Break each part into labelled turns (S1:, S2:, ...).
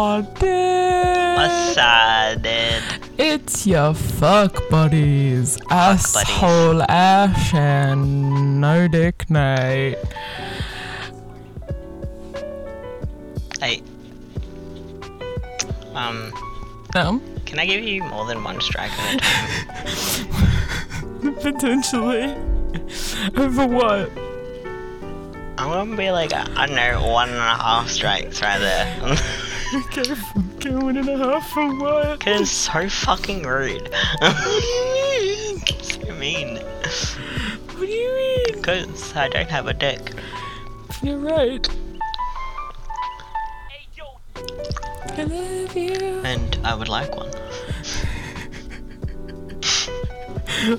S1: Assadin.
S2: Poseidon.
S1: It's your fuck buddies,
S2: buddies.
S1: asshole ash and no dick night.
S2: Hey. Um,
S1: Um,
S2: can I give you more than one strike at a time?
S1: potentially. Over what?
S2: I'm gonna be like, I don't know, one and a half strikes right there.
S1: Okay, okay, one and a half for what?
S2: Cause it's so fucking rude. so mean.
S1: What do you mean?
S2: Cause I don't have a dick.
S1: You're right. I love you.
S2: And I would like one.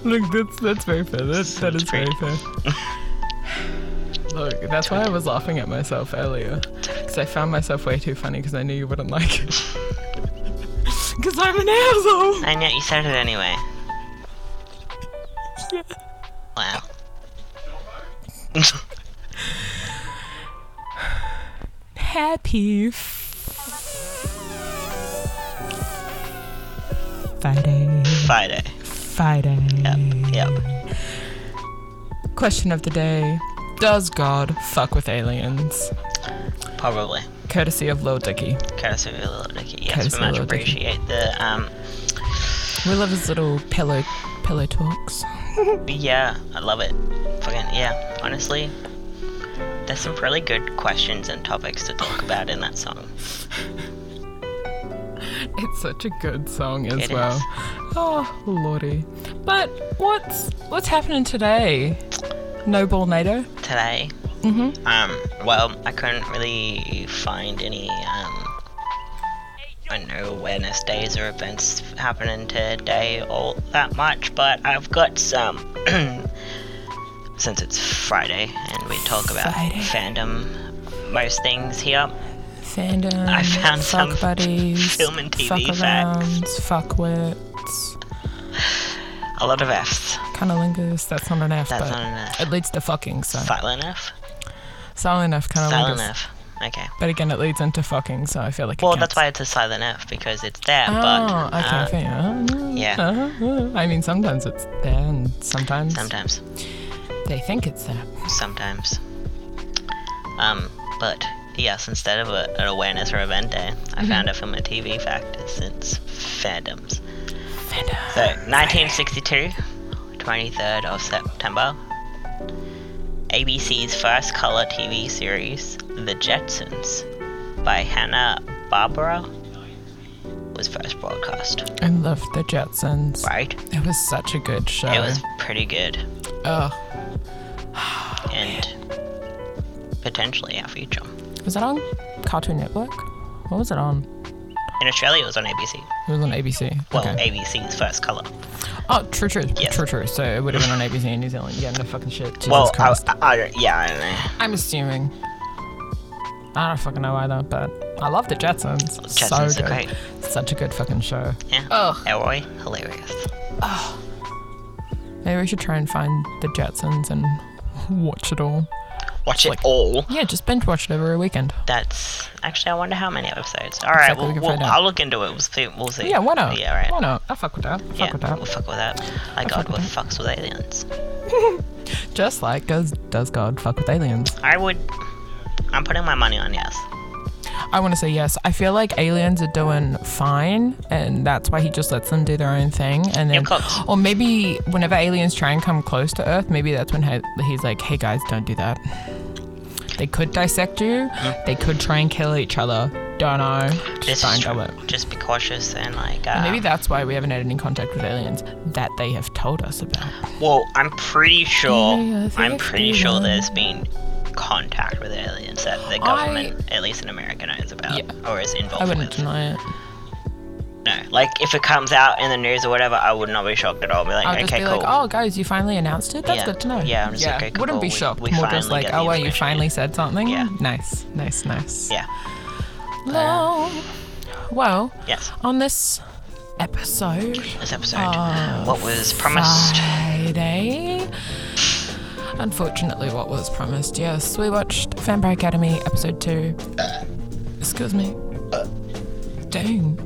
S1: Look, that's that's very fair. That's, that
S2: Sounds
S1: is very fair. Look, that's why I was laughing at myself earlier. Because I found myself way too funny because I knew you wouldn't like it. Because I'm an asshole!
S2: And yet you said it anyway. Wow.
S1: Happy Friday.
S2: Friday.
S1: Friday.
S2: Yep. Yep.
S1: Question of the day Does God fuck with aliens?
S2: Probably.
S1: Courtesy of Lil Dicky.
S2: Courtesy of Little Dicky. Yes,
S1: Courtesy of
S2: we much
S1: Little Dicky.
S2: appreciate the um.
S1: We love his little pillow pillow talks.
S2: Yeah, I love it. Fucking yeah. Honestly, there's some really good questions and topics to talk about in that song.
S1: It's such a good song as
S2: It is.
S1: well. Oh lordy. But what's what's happening today? No ball NATO?
S2: today. Mm-hmm. Um, well, I couldn't really find any, um, I don't know, awareness days or events happening today all that much, but I've got some. since it's Friday and we talk about
S1: Friday.
S2: fandom, most things here.
S1: Fandom.
S2: I found
S1: fuck
S2: some
S1: buddies,
S2: film and TV
S1: fuck
S2: facts.
S1: arounds, fuck wits,
S2: A lot of F's.
S1: cunnilingus. That's not an F,
S2: That's
S1: but
S2: not an F.
S1: it leads to fucking. So
S2: Silent F?
S1: silent F, cunnilingus.
S2: Silent F. Okay.
S1: But again, it leads into fucking, so I feel like.
S2: Well,
S1: it
S2: that's
S1: counts.
S2: why it's a silent F because it's there,
S1: Oh,
S2: but
S1: okay,
S2: uh,
S1: fair.
S2: yeah.
S1: Uh, uh, I mean, sometimes it's there, and sometimes,
S2: sometimes.
S1: they think it's there.
S2: sometimes. Um, but yes, instead of a, an awareness or event day, I
S1: Mm-hmm.
S2: found it from a TV fact since fandoms.
S1: Fandom.
S2: So, 1962, 23rd of September, ABC's first color TV series, The Jetsons, by Hanna Barbera, was first broadcast.
S1: I love the Jetsons.
S2: Right?
S1: It was such a good show.
S2: It was pretty good,
S1: Ugh.
S2: and potentially our future.
S1: Was it on Cartoon Network? What was it on?
S2: In Australia, it was on ABC.
S1: It was on ABC.
S2: Well,
S1: okay.
S2: ABC's first color.
S1: oh, true, true,
S2: Yes.
S1: true, true. So it would have been on ABC in New Zealand. Yeah, no fucking shit. Jesus
S2: Well, I,
S1: Christ.
S2: I, I don't, yeah, I don't know.
S1: I, am assuming. I don't fucking know either, but I love the Jetsons.
S2: Jetsons
S1: so
S2: are
S1: good.
S2: great.
S1: Such a good fucking show.
S2: Yeah.
S1: Ugh.
S2: Elroy, hilarious.
S1: Maybe we should try and find the Jetsons and watch it all.
S2: Watch it all.
S1: Yeah, just binge watch it over a weekend.
S2: That's actually, I wonder how many episodes. All right,
S1: Exactly, we can
S2: well,
S1: find
S2: we'll
S1: out.
S2: I'll look into it. We'll see. We'll see.
S1: Yeah, why not?
S2: Yeah, right.
S1: Why not? I fuck with that. I Fuck
S2: Yeah,
S1: with that.
S2: we'll fuck with that. Like
S1: fuck
S2: God,
S1: with
S2: what fucks with aliens?
S1: Just like does does God fuck with aliens?
S2: I would. I'm putting my money on yes.
S1: I want to say yes. I feel like aliens are doing fine, and that's why he just lets them do their own thing. And
S2: Yeah,
S1: then,
S2: of course.
S1: or maybe whenever aliens try and come close to Earth, maybe that's when he- he's like, "Hey guys, don't do that." They could dissect you. They could try and kill each other. Don't know. Just
S2: This
S1: don't
S2: is
S1: do
S2: true.
S1: it.
S2: Just be cautious and like. Uh,
S1: And maybe that's why we haven't had any contact with aliens that they have told us about.
S2: Well, I'm pretty sure.
S1: Yeah, yeah, I think
S2: I'm
S1: it's
S2: pretty
S1: been
S2: sure
S1: one.
S2: there's been contact with aliens that the
S1: I-
S2: government, at least in America, knows about
S1: Yeah.
S2: or is involved
S1: I wouldn't
S2: with.
S1: deny it.
S2: No, like if it comes out in the news or whatever, I would not be shocked at all. I'd Be like,
S1: I'll
S2: okay,
S1: just be
S2: cool.
S1: like, oh, guys, you finally announced it? That's
S2: Yeah.
S1: good to know.
S2: Yeah, I'm just like, okay,
S1: Wouldn't
S2: cool,
S1: be
S2: we-
S1: shocked.
S2: we
S1: More just
S2: finally
S1: like,
S2: get the
S1: oh, well, you
S2: information.
S1: finally said something?
S2: Yeah.
S1: Nice, nice, nice.
S2: Yeah.
S1: Hello. well,
S2: Yes.
S1: on this episode,
S2: This episode,
S1: Oh,
S2: what was promised?
S1: Friday. Unfortunately, what was promised, yes, we watched Vampire Academy episode 2. Excuse me. Dang.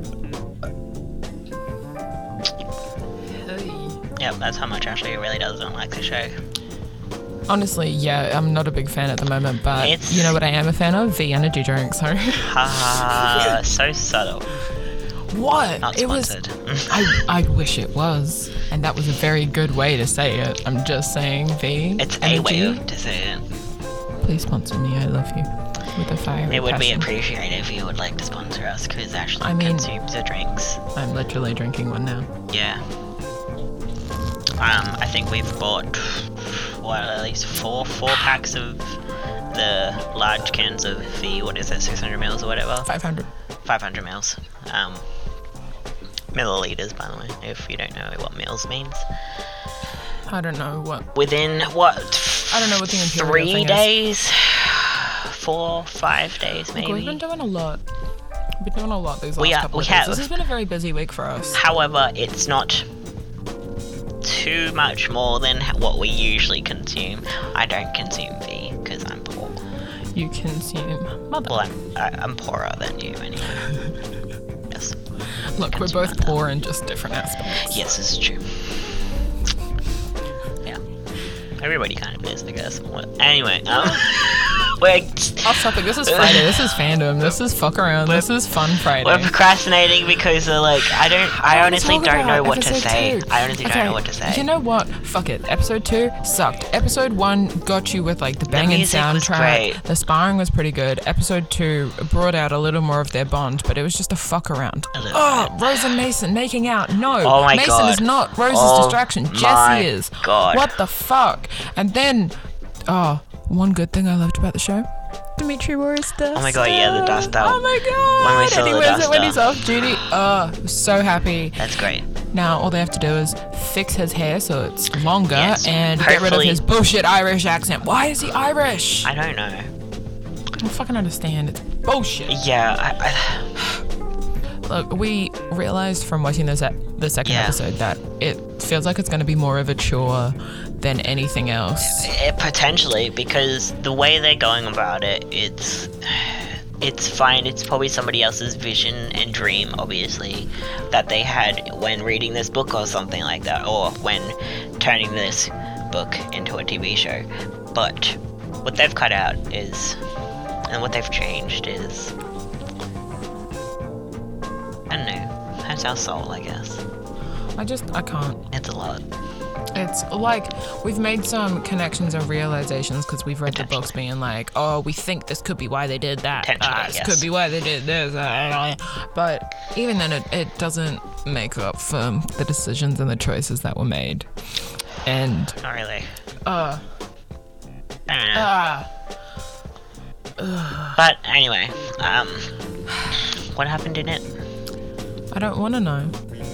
S2: Yep, that's how much Ashley really doesn't like the show.
S1: Honestly, yeah, I'm not a big fan at the moment, but
S2: It's-
S1: you know what I am a fan of? The energy drink, so.
S2: Ha! so subtle.
S1: what?
S2: Not
S1: it was.
S2: sponsored.
S1: I, I wish it was. And that was a very good way to say it. I'm just saying the
S2: it's a way
S1: energy.
S2: of dessert.
S1: Please sponsor me. I love you. With a fire.
S2: It would be
S1: passion.
S2: appreciated if you would like to sponsor us, because Ashley
S1: I mean-
S2: consumes the drinks.
S1: I'm literally drinking one now.
S2: Yeah. Um, I think we've bought what at least four four packs of the large cans of the what is it, 600 mils or whatever,
S1: 500.
S2: 500 mils. Um, milliliters, by the way, if you don't know what mils means.
S1: I don't know what.
S2: Within what?
S1: I don't know what the imperial
S2: Three
S1: thing is.
S2: days, four, five days
S1: Look, We've been
S2: maybe.
S1: doing a lot. We've been doing a lot these last
S2: We are-
S1: couple
S2: we
S1: of
S2: have.
S1: days. This has been a very busy week for us.
S2: However, it's not too much more than h- what we usually consume. I don't consume V because I'm poor.
S1: You consume mother.
S2: Well, I'm, I, I'm poorer than you anyway. yes.
S1: Look, we're
S2: consume
S1: both
S2: mother.
S1: poor in just different aspects.
S2: Yes, it's true. Yeah. Everybody kind of is, I guess. Well, Anyway, um, we're,
S1: Off topic. This is Friday. This is fandom. This is fuck around. This is fun
S2: we're
S1: Friday.
S2: procrastinating because uh, like I don't. I honestly
S1: Talk
S2: don't know
S1: about
S2: what to
S1: episode
S2: say.
S1: two.
S2: I honestly
S1: Okay,
S2: don't know what to say.
S1: You know what? Fuck it. Episode two sucked. Episode one got you with like the banging
S2: music
S1: soundtrack.
S2: was great.
S1: The sparring was pretty good. Episode two brought out a little more of their bond, but it was just a fuck around.
S2: A little
S1: Oh, Rose and Mason making out. No,
S2: Oh my
S1: Mason
S2: God.
S1: is not Rose's
S2: Oh
S1: distraction.
S2: my
S1: Jesse is.
S2: God.
S1: What the fuck? And then, oh, one good thing I loved about the show. Dimitri wore his dust.
S2: Oh my God, yeah, the dust out.
S1: Oh my god!
S2: When we saw
S1: and he
S2: the
S1: wears it when
S2: duster.
S1: he's off duty. Oh, so happy.
S2: That's great.
S1: Now all they have to do is fix his hair so it's longer
S2: Yes.
S1: and get rid of
S2: Hopefully-
S1: his bullshit Irish accent. Why is he Irish? I
S2: I don't know.
S1: don't fucking understand. It's bullshit.
S2: Yeah. I, I,
S1: Look, we realized from watching this e- the second
S2: Yeah.
S1: episode that it feels like it's going to be more of a chore than anything else.
S2: It, Eh, potentially, because the way they're going about it, it's it's fine. It's probably somebody else's vision and dream, obviously, that they had when reading this book or something like that, or when turning this book into a TV show. But what they've cut out is, and what they've changed is, I don't know. That's our soul, I guess.
S1: I just I can't.
S2: It's a lot.
S1: It's like we've made some connections and realizations because we've read the books, being like, "Oh, we think this could be why they did that.
S2: Potentially,
S1: Ah, this
S2: yes.
S1: could be why they did this." Ah, ah, ah." But even then, it, it doesn't make up for the decisions and the choices that were made. And
S2: Not really.
S1: uh,
S2: I don't know.
S1: ah,
S2: But anyway, um, what happened in it?
S1: I don't want to know.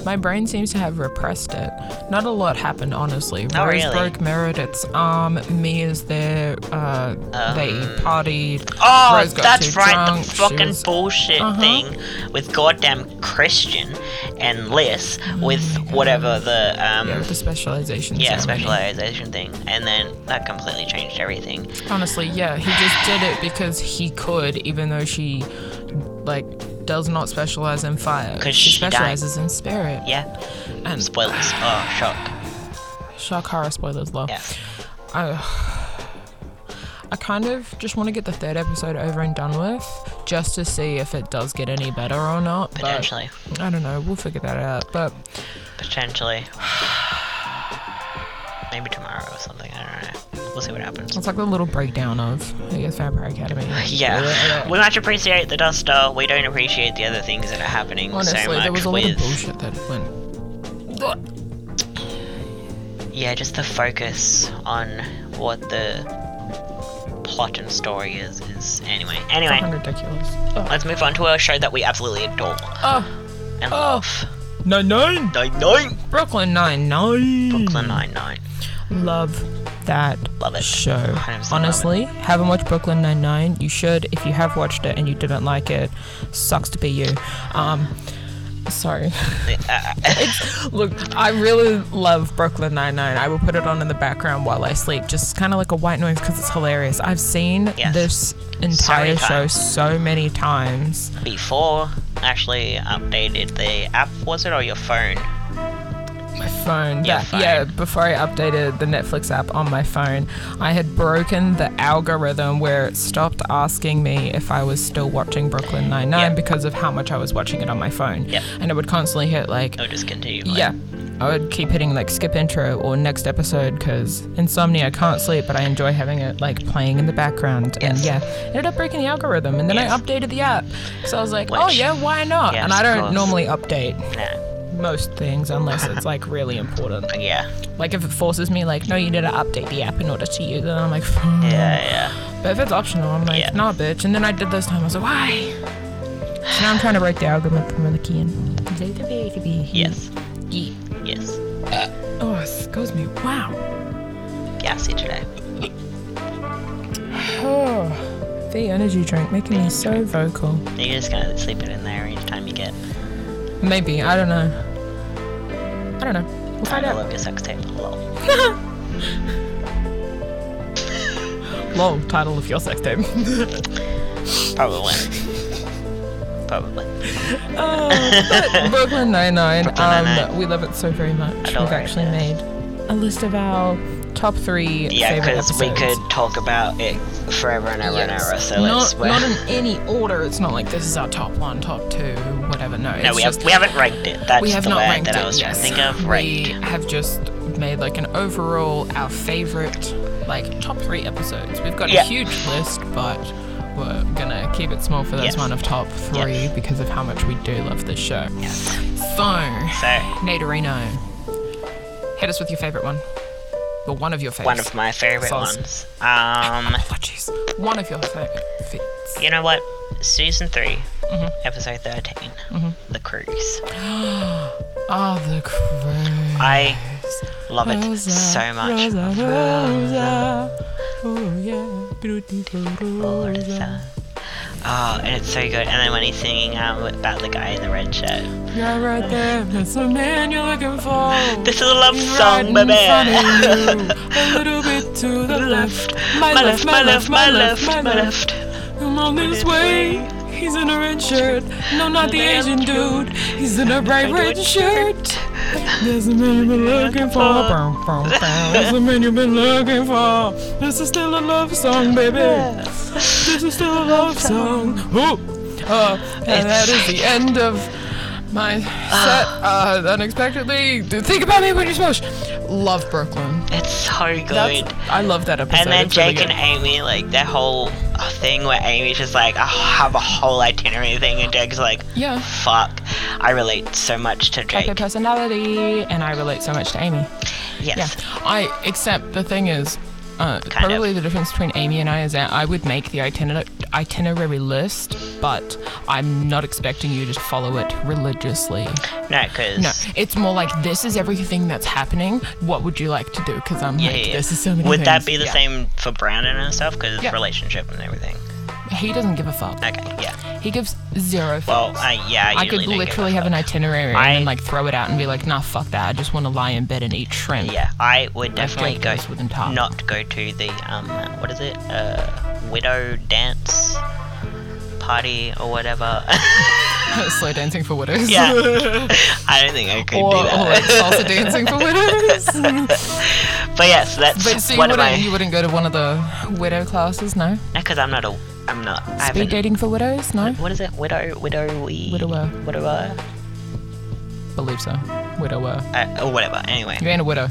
S1: My brain seems to have repressed it. Not a lot happened, honestly.
S2: Not
S1: Rose
S2: really.
S1: broke Meredith's arm. Mia's there. Uh, they partied.
S2: Um. Oh,
S1: Rose got
S2: that's
S1: too
S2: right,
S1: drunk.
S2: the
S1: She
S2: fucking
S1: was- Uh-huh.
S2: bullshit thing with goddamn Christian and Liz with whatever the
S1: Oh Yeah,
S2: um, yeah,
S1: with the specialization. ceremony.
S2: specialization thing, and then that completely changed everything.
S1: Honestly, yeah, he just did it because he could, even though she, like, does not specialize in fire.
S2: 'Cause
S1: she
S2: she died.
S1: specializes in spirit.
S2: Yeah,
S1: And
S2: spoilers. Oh, shock.
S1: shock horror spoilers, love.
S2: Yeah,
S1: I, I kind of just want to get the third episode over and done with, just to see if it does get any better or not. but
S2: potentially,
S1: I don't know. We'll figure that out. But
S2: potentially. Maybe tomorrow or something. I don't know. We'll see what happens.
S1: it's like the little breakdown of, I guess, Vampire Academy.
S2: Yeah, we much appreciate the dust star. We don't appreciate the other things that are happening
S1: Honestly,
S2: so much
S1: there was a lot
S2: with
S1: of bullshit that went.
S2: yeah, just the focus on what the plot and story is. Is anyway, anyway,
S1: ridiculous.
S2: let's move on to a show that we absolutely adore
S1: Oh,
S2: and love.
S1: nine nine.
S2: Nine Nine,
S1: Brooklyn Nine Nine.
S2: Brooklyn Nine Nine.
S1: Love that
S2: Love it.
S1: show.
S2: 100% love
S1: Honestly, haven't watched Brooklyn Nine Nine. You should. If you have watched it and you didn't like it, sucks to be you. Um, Sorry. it's, look, I really love Brooklyn Nine-Nine. I will put it on in the background while I sleep, just kind of like a white noise because it's hilarious. I've seen
S2: Yes.
S1: this entire
S2: many
S1: show
S2: times.
S1: so many times.
S2: Before Ashley updated the app, was it or your phone?
S1: my phone.
S2: Your
S1: That, Yeah,
S2: phone.
S1: before I updated the Netflix app on my phone, I had broken the algorithm where it stopped asking me if I was still watching Brooklyn Nine-Nine
S2: Yep.
S1: because of how much I was watching it on my phone.
S2: Yep.
S1: And it would constantly hit like,
S2: Or just continue? playing?
S1: yeah. I would keep hitting like skip intro or next episode because insomnia, I can't sleep, but I enjoy having it like playing in the background. And
S2: Yes.
S1: yeah, it ended up breaking the algorithm. And then I
S2: Yes.
S1: updated the app. So I was like, oh
S2: Which-
S1: yeah, why not?
S2: Yes,
S1: and I
S2: of
S1: don't
S2: course.
S1: normally update
S2: Nah.
S1: most things unless it's like really important.
S2: Yeah.
S1: Like if it forces me, like, no, you need to update the app in order to use it, I'm like,
S2: Yeah.
S1: "Fine."
S2: Yeah.
S1: But if it's optional, I'm like,
S2: Yeah.
S1: nah, bitch. And then I did this time, I was like, why? So now I'm trying to break the algorithm from the key in.
S2: Yes.
S1: Yeet.
S2: Yes.
S1: Oh, excuse me. Wow.
S2: Yeah. See you today.
S1: Oh, the energy drink making me so vocal.
S2: You're just gonna sleep it in there each time you get
S1: Maybe I don't know. I don't know. We'll
S2: I
S1: find out.
S2: love your sex tape. Lol.
S1: Lol. Title of your sex tape.
S2: Probably. Probably.
S1: Oh, but Brooklyn Nine Nine.
S2: Brooklyn Nine-Nine.
S1: Um, we love it so very much. We've
S2: don't like
S1: actually
S2: it.
S1: made a list of our top three
S2: Yeah,
S1: favorite
S2: because we
S1: episodes.
S2: could talk about it forever and ever and ever. So let's.
S1: not,
S2: we're-
S1: not in any order. It's not like this is our top one, top two, whatever. No,
S2: no,
S1: it's
S2: we,
S1: just,
S2: have, we haven't ranked it. That's
S1: we have
S2: the
S1: not
S2: word
S1: ranked
S2: that
S1: it.
S2: I was
S1: yes.
S2: trying to think of.
S1: we
S2: Ranked.
S1: have just made like an overall our favorite like top three episodes. We've got
S2: Yeah.
S1: a huge list, but we're gonna keep it small for this
S2: Yes.
S1: one of top three
S2: Yes.
S1: because of how much we do love this show.
S2: Yes.
S1: So.
S2: So,
S1: Naderino. Hit us with your favourite one. Well, one of your favourites.
S2: one of my favorite
S1: Sauce.
S2: ones. Um,
S1: Oh, jeez. One of your favourites.
S2: you know what? Season 3
S1: Mm-hmm.
S2: episode 13 The Cruise.
S1: Oh, the cruise.
S2: I love it
S1: Rosa,
S2: so much.
S1: Rosa, Rosa. Oh, yeah. Beautiful Rosa.
S2: Rosa. Oh, and it's so good. And then when he's singing um, about the guy in the red shirt.
S1: You're right there. That's the man you're looking for.
S2: This is a love
S1: Right
S2: song,
S1: in front
S2: baby.
S1: of you. A little bit to the left.
S2: My left, my left, my left, my left.
S1: I'm on this way. He's in a red shirt. No, not the Asian dude. He's in a bright red shirt. There's the man you've been looking for. Bow, bow, bow. There's the man you've been looking for. This is still a love song, baby. This is still a love song. Ooh. Uh, and that is the end of my set.
S2: Ah.
S1: Uh, unexpectedly, think about me when you smush. Love Brooklyn.
S2: It's so
S1: That's,
S2: good.
S1: I love that episode.
S2: And then
S1: It's really
S2: Jake and
S1: good.
S2: Amy, like their whole uh, thing where Amy's just like, I have a whole itinerary thing, and Jake's like,
S1: yeah.
S2: fuck, I relate so much to
S1: Like her
S2: Jake.
S1: personality, and I relate so much to Amy. Yeah,
S2: Yes.
S1: I except the thing is, uh,
S2: Kind
S1: probably the difference between Amy and I is that I would make the itiner- itinerary list, but I'm not expecting you to follow it religiously.
S2: No, because
S1: No, it's more like this is everything that's happening. What would you like to do? Because I'm
S2: yeah,
S1: like,
S2: yeah.
S1: this is so many.
S2: Would that
S1: things."
S2: be the
S1: Yeah.
S2: same for Brandon and stuff? Because it's
S1: Yeah.
S2: relationship and everything.
S1: He doesn't give a fuck.
S2: Okay, yeah.
S1: He gives zero. fucks.
S2: Well, uh, yeah,
S1: I could literally have an itinerary
S2: I-
S1: and then like throw it out and be like, nah, fuck that. I just want to lie in bed and eat shrimp.
S2: Yeah, I would definitely
S1: Jake
S2: go
S1: goes with him top.
S2: not go to the um what is it uh widow dance party or whatever.
S1: Slow dancing for widows.
S2: yeah, I don't think I could
S1: or,
S2: do
S1: or like
S2: that.
S1: salsa dancing for widows.
S2: but yes, that's
S1: But so you
S2: what am
S1: wouldn't,
S2: I?
S1: you wouldn't go to one of the widow classes, no?
S2: Because I'm not a I'm not. I
S1: Speed
S2: haven't-
S1: dating for widows, no?
S2: What is it? Widow, widow, we,
S1: Widower.
S2: widower,
S1: Believe so. Widower.
S2: uh, or whatever. Anyway,
S1: You ain't a widow.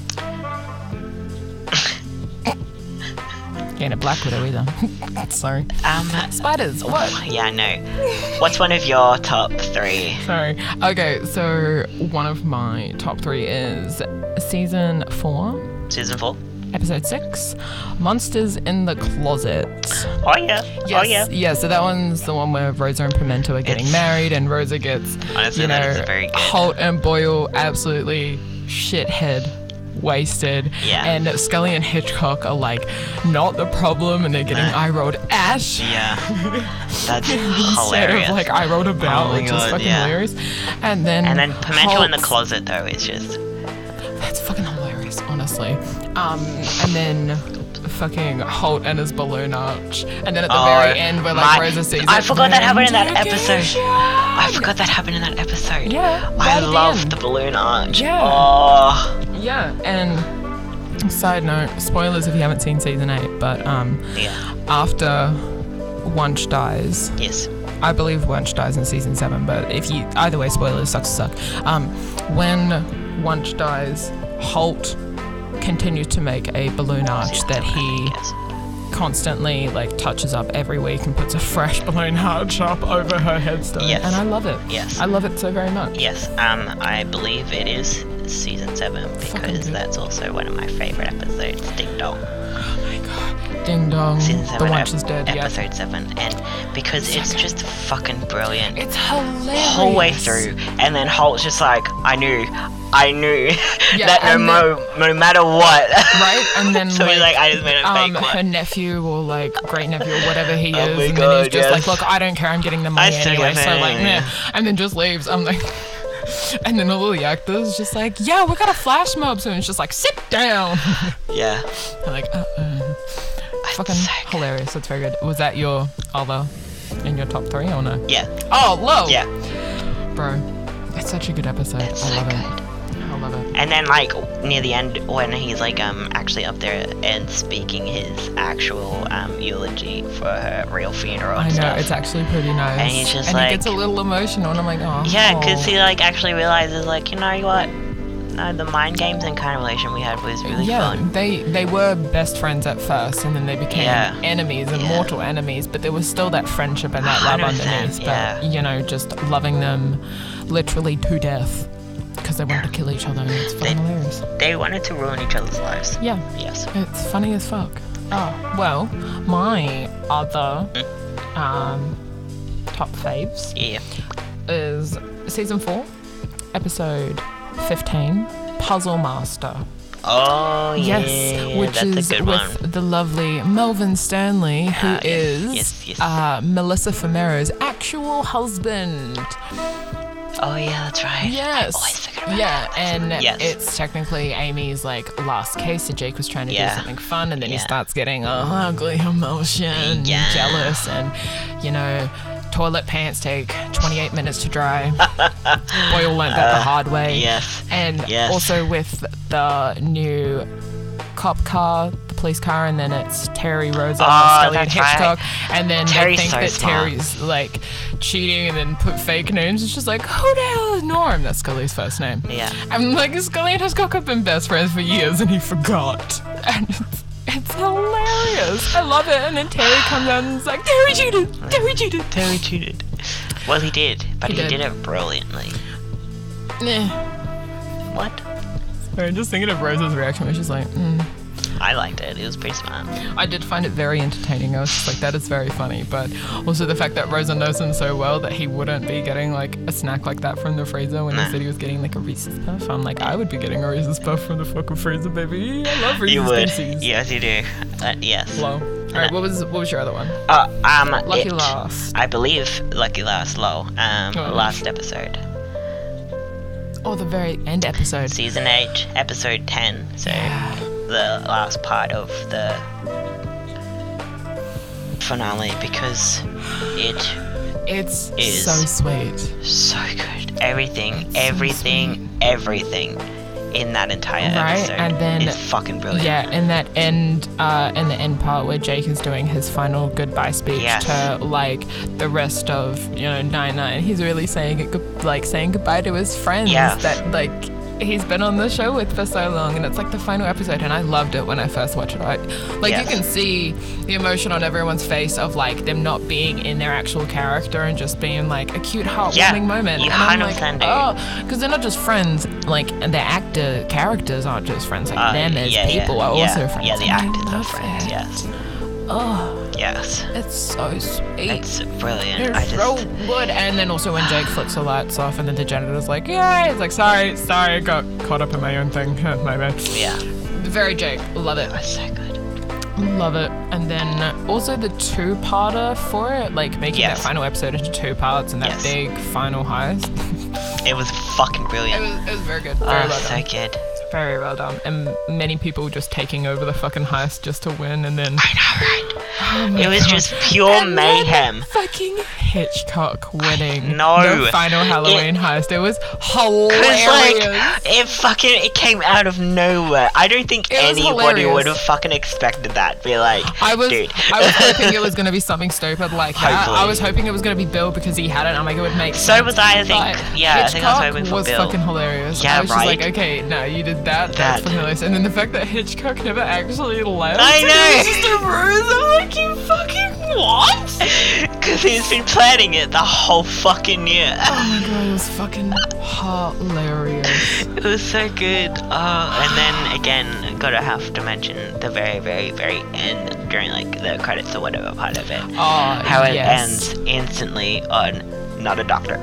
S1: you ain't a black widow either. Sorry.
S2: um,
S1: Spiders. What?
S2: yeah, no. What's one of your top three?
S1: Sorry. Okay, so one of my top three is season four,
S2: Season four.
S1: episode six, Monsters in the Closet.
S2: Oh yeah. Oh yeah.
S1: Yes. yeah, so that one's the one where Rosa and Pimento are getting
S2: It's-
S1: married and Rosa gets,
S2: Honestly,
S1: you
S2: that
S1: know,
S2: is very good.
S1: Holt and Boyle absolutely shithead wasted.
S2: Yeah.
S1: And Scully and Hitchcock are like not the problem, and they're getting
S2: No.
S1: I rolled ash.
S2: Yeah. That's
S1: Instead
S2: hilarious.
S1: of like I rolled about,
S2: Oh my
S1: which
S2: God,
S1: is fucking
S2: yeah.
S1: hilarious. And then
S2: and then Pimento in the
S1: Hulk's-
S2: closet though is just
S1: That's fucking hilarious, honestly. Um, and then fucking Holt and his balloon arch. And then at the
S2: Oh,
S1: very end where like
S2: my-
S1: Rosa sees
S2: I
S1: it,
S2: forgot that happened in that episode.
S1: Yeah.
S2: I forgot that happened in that episode.
S1: Yeah, right
S2: I
S1: at the
S2: love
S1: end.
S2: the balloon arch.
S1: Yeah.
S2: Oh.
S1: Yeah, and side note, spoilers if you haven't seen season eight, but um
S2: Yeah.
S1: after Wunsch dies,
S2: Yes.
S1: I believe Wunsch dies in season seven, but if you either way, spoilers sucks to suck. Um, when Wunsch dies, Holt continues to make a balloon arch that he
S2: Yes.
S1: constantly like touches up every week and puts a fresh balloon arch up over her headstone.
S2: Yes.
S1: And I love it.
S2: Yes.
S1: I love it so very much.
S2: Yes. Um, I believe it is season seven because
S1: good.
S2: that's also one of my favorite episodes. Ding dong.
S1: Ding dong.
S2: Season
S1: the
S2: seven.
S1: wench
S2: ep-
S1: is dead. Yeah.
S2: Episode seven, and because it's just fucking brilliant.
S1: It's hilarious.
S2: whole way through, and then Holt's just like, I knew, I knew
S1: Yeah,
S2: that no,
S1: and
S2: mo- no matter what.
S1: Right? And then
S2: so
S1: like,
S2: he's like, I just made a
S1: um,
S2: fake
S1: her
S2: one.
S1: nephew or like great nephew or whatever he is,
S2: Oh my
S1: and then
S2: God,
S1: he's just like,
S2: yes.
S1: "Look, I don't care. I'm getting the money
S2: still
S1: anyway."
S2: get
S1: So
S2: it,
S1: like,
S2: yeah.
S1: meh. and then just leaves. I'm like, and then all the actors just like, "Yeah, we got a flash mob soon." It's just like, "Sit down."
S2: Yeah.
S1: I'm like, uh, uh. fucking
S2: so good.
S1: hilarious. That's very good. Was that your other in your top three or no?
S2: Yeah.
S1: Oh, low.
S2: Yeah.
S1: bro, that's such a good episode.
S2: It's
S1: I
S2: so
S1: love
S2: good.
S1: it. I love it.
S2: And then like near the end, when he's like um actually up there and speaking his actual um eulogy for her real funeral.
S1: I
S2: and
S1: know
S2: stuff.
S1: it's actually pretty nice.
S2: And he's just
S1: and
S2: like-
S1: he gets a little emotional, and I'm like, oh.
S2: Yeah, because he like actually realizes like you know what, no, the mind games and kind of relation we had was really
S1: Yeah,
S2: fun.
S1: they they were best friends at first, and then they became
S2: Yeah.
S1: enemies and
S2: Yeah.
S1: mortal enemies. But there was still that friendship and that love
S2: 100%,
S1: underneath. But
S2: yeah.
S1: you know, just loving them, literally to death, because they wanted to kill each other. And it's fucking
S2: They-
S1: hilarious.
S2: They wanted to ruin each other's lives.
S1: Yeah,
S2: Yes.
S1: it's funny as fuck. Oh well, my other um, top faves
S2: Yeah.
S1: is season four, episode fifteen, Puzzle Master.
S2: Oh yeah.
S1: Yes, which
S2: that's
S1: is
S2: a good
S1: with
S2: one.
S1: the lovely Melvin Stanley, who
S2: Ah, yes,
S1: is
S2: yes, yes.
S1: Uh, Melissa Famero's actual husband.
S2: Oh yeah, that's right.
S1: Yes.
S2: I always forget about
S1: yeah,
S2: that.
S1: and
S2: Yes.
S1: it's technically Amy's like last case. So Jake was trying to
S2: Yeah.
S1: do something fun, and then he
S2: Yeah.
S1: starts getting uh, ugly emotion,
S2: Yeah.
S1: jealous, and you know. Toilet pants take 28 minutes to dry. Boy all learned that the hard way.
S2: yes.
S1: And
S2: Yes.
S1: also with the new cop car, the police car, and then it's Terry Rosa,
S2: Oh,
S1: Scully, and
S2: that's right.
S1: Hitchcock. And then
S2: Terry's
S1: they think
S2: so
S1: that
S2: smart.
S1: Terry's like cheating and then put fake names. It's just like, who the hell is Norm? That's Scully's first name.
S2: Yeah.
S1: I'm like, Scully and Hitchcock have been best friends for years and he forgot. And it's, it's hilarious. I love it. And then Terry comes out and is like, Terry cheated! Terry cheated!
S2: Terry cheated. Well, he did, but
S1: He
S2: he,
S1: did.
S2: did. it brilliantly.
S1: Nah.
S2: What?
S1: I'm just thinking of Rosa's reaction where she's like, mm.
S2: I liked it. It was pretty smart.
S1: I did find it very entertaining. I was just like, that is very funny. But also the fact that Rosa knows him so well that he wouldn't be getting like a snack like that from the freezer when he
S2: Nah.
S1: said he was getting like a Reese's puff. I'm like, I would be getting a Reese's puff from the fucking freezer, baby. I love Reese's
S2: You would.
S1: Pieces.
S2: Yes, you do. Uh, yes.
S1: Low. All right, what was what was your other one?
S2: Uh, um,
S1: Lucky
S2: it,
S1: Last.
S2: I believe Lucky Last Low. Um,
S1: Oh.
S2: last episode,
S1: Oh, the very end episode.
S2: season eight, episode ten. So
S1: Yeah.
S2: the last part of the finale because it
S1: It's
S2: Is-
S1: so sweet.
S2: so good. Everything, everything, everything in that entire
S1: Right,
S2: episode
S1: and then-
S2: is fucking brilliant.
S1: Yeah, in that end, uh, in the end part where Jake is doing his final goodbye speech
S2: Yes.
S1: to like the rest of you know Nine Nine, he's really saying it, good- like saying goodbye to his friends
S2: Yes.
S1: that like he's been on the show with for so long, and it's like the final episode, and I loved it when I first watched it. I, like
S2: Yes.
S1: you can see the emotion on everyone's face of like them not being in their actual character and just being like a cute heartwarming
S2: Yeah,
S1: moment.
S2: you
S1: and I'm like,
S2: 100% do.
S1: oh, because they're not just friends. Like the actor characters aren't just friends. Like
S2: Uh,
S1: them as
S2: yeah,
S1: people
S2: yeah,
S1: are
S2: yeah,
S1: also friends.
S2: Yeah, the
S1: and I
S2: actors are
S1: love
S2: friends.
S1: it.
S2: Yes.
S1: Oh,
S2: Yes.
S1: it's so sweet.
S2: It's brilliant.
S1: They're
S2: I just
S1: so good. And then also when Jake flicks the lights off and then the janitor's like, yeah, it's like, sorry, sorry, got caught up in my own thing. my bad.
S2: yeah,
S1: Very Jake. Love it.
S2: that's so good.
S1: Love it. And then also the two parter for it, like making
S2: Yes.
S1: that final episode into two parts and that
S2: Yes.
S1: big final heist.
S2: It was fucking
S1: it,
S2: brilliant.
S1: was, it was very good. Very
S2: Oh,
S1: well
S2: so
S1: done.
S2: good.
S1: Very well done. And many people just taking over the fucking heist just to win and then
S2: I know, right?
S1: Oh my
S2: It was
S1: God.
S2: just pure
S1: And then
S2: mayhem.
S1: Fucking Hitchcock winning.
S2: know.
S1: The final Halloween heist. It was
S2: Because
S1: hilarious.
S2: like it fucking it came out of nowhere. I don't think
S1: It was
S2: anybody
S1: hilarious.
S2: would have fucking expected that. Be like,
S1: I was
S2: dude.
S1: I was hoping it was gonna be something stupid like that. I
S2: Hopefully.
S1: was hoping it was gonna be Bill because he had it. I'm like it would make
S2: So
S1: sense.
S2: was I, I think.
S1: But
S2: Yeah, I think I was
S1: Hitchcock
S2: hoping for
S1: was
S2: Bill.
S1: fucking hilarious.
S2: Yeah,
S1: I was just
S2: right.
S1: like, okay, no, you did that.
S2: That.
S1: That's fucking hilarious. And then the fact that Hitchcock never actually left.
S2: I
S1: and
S2: know.
S1: It was just a ruse. I'm like, you fucking what?
S2: Because he's been planning it the whole fucking year.
S1: Oh my god, it was fucking hilarious.
S2: It was so good.
S1: Ah.
S2: Oh, and then again, gotta have to mention the very, very, very end during like the credits or whatever part of it.
S1: Oh,
S2: How it
S1: yes.
S2: ends instantly on not a doctor.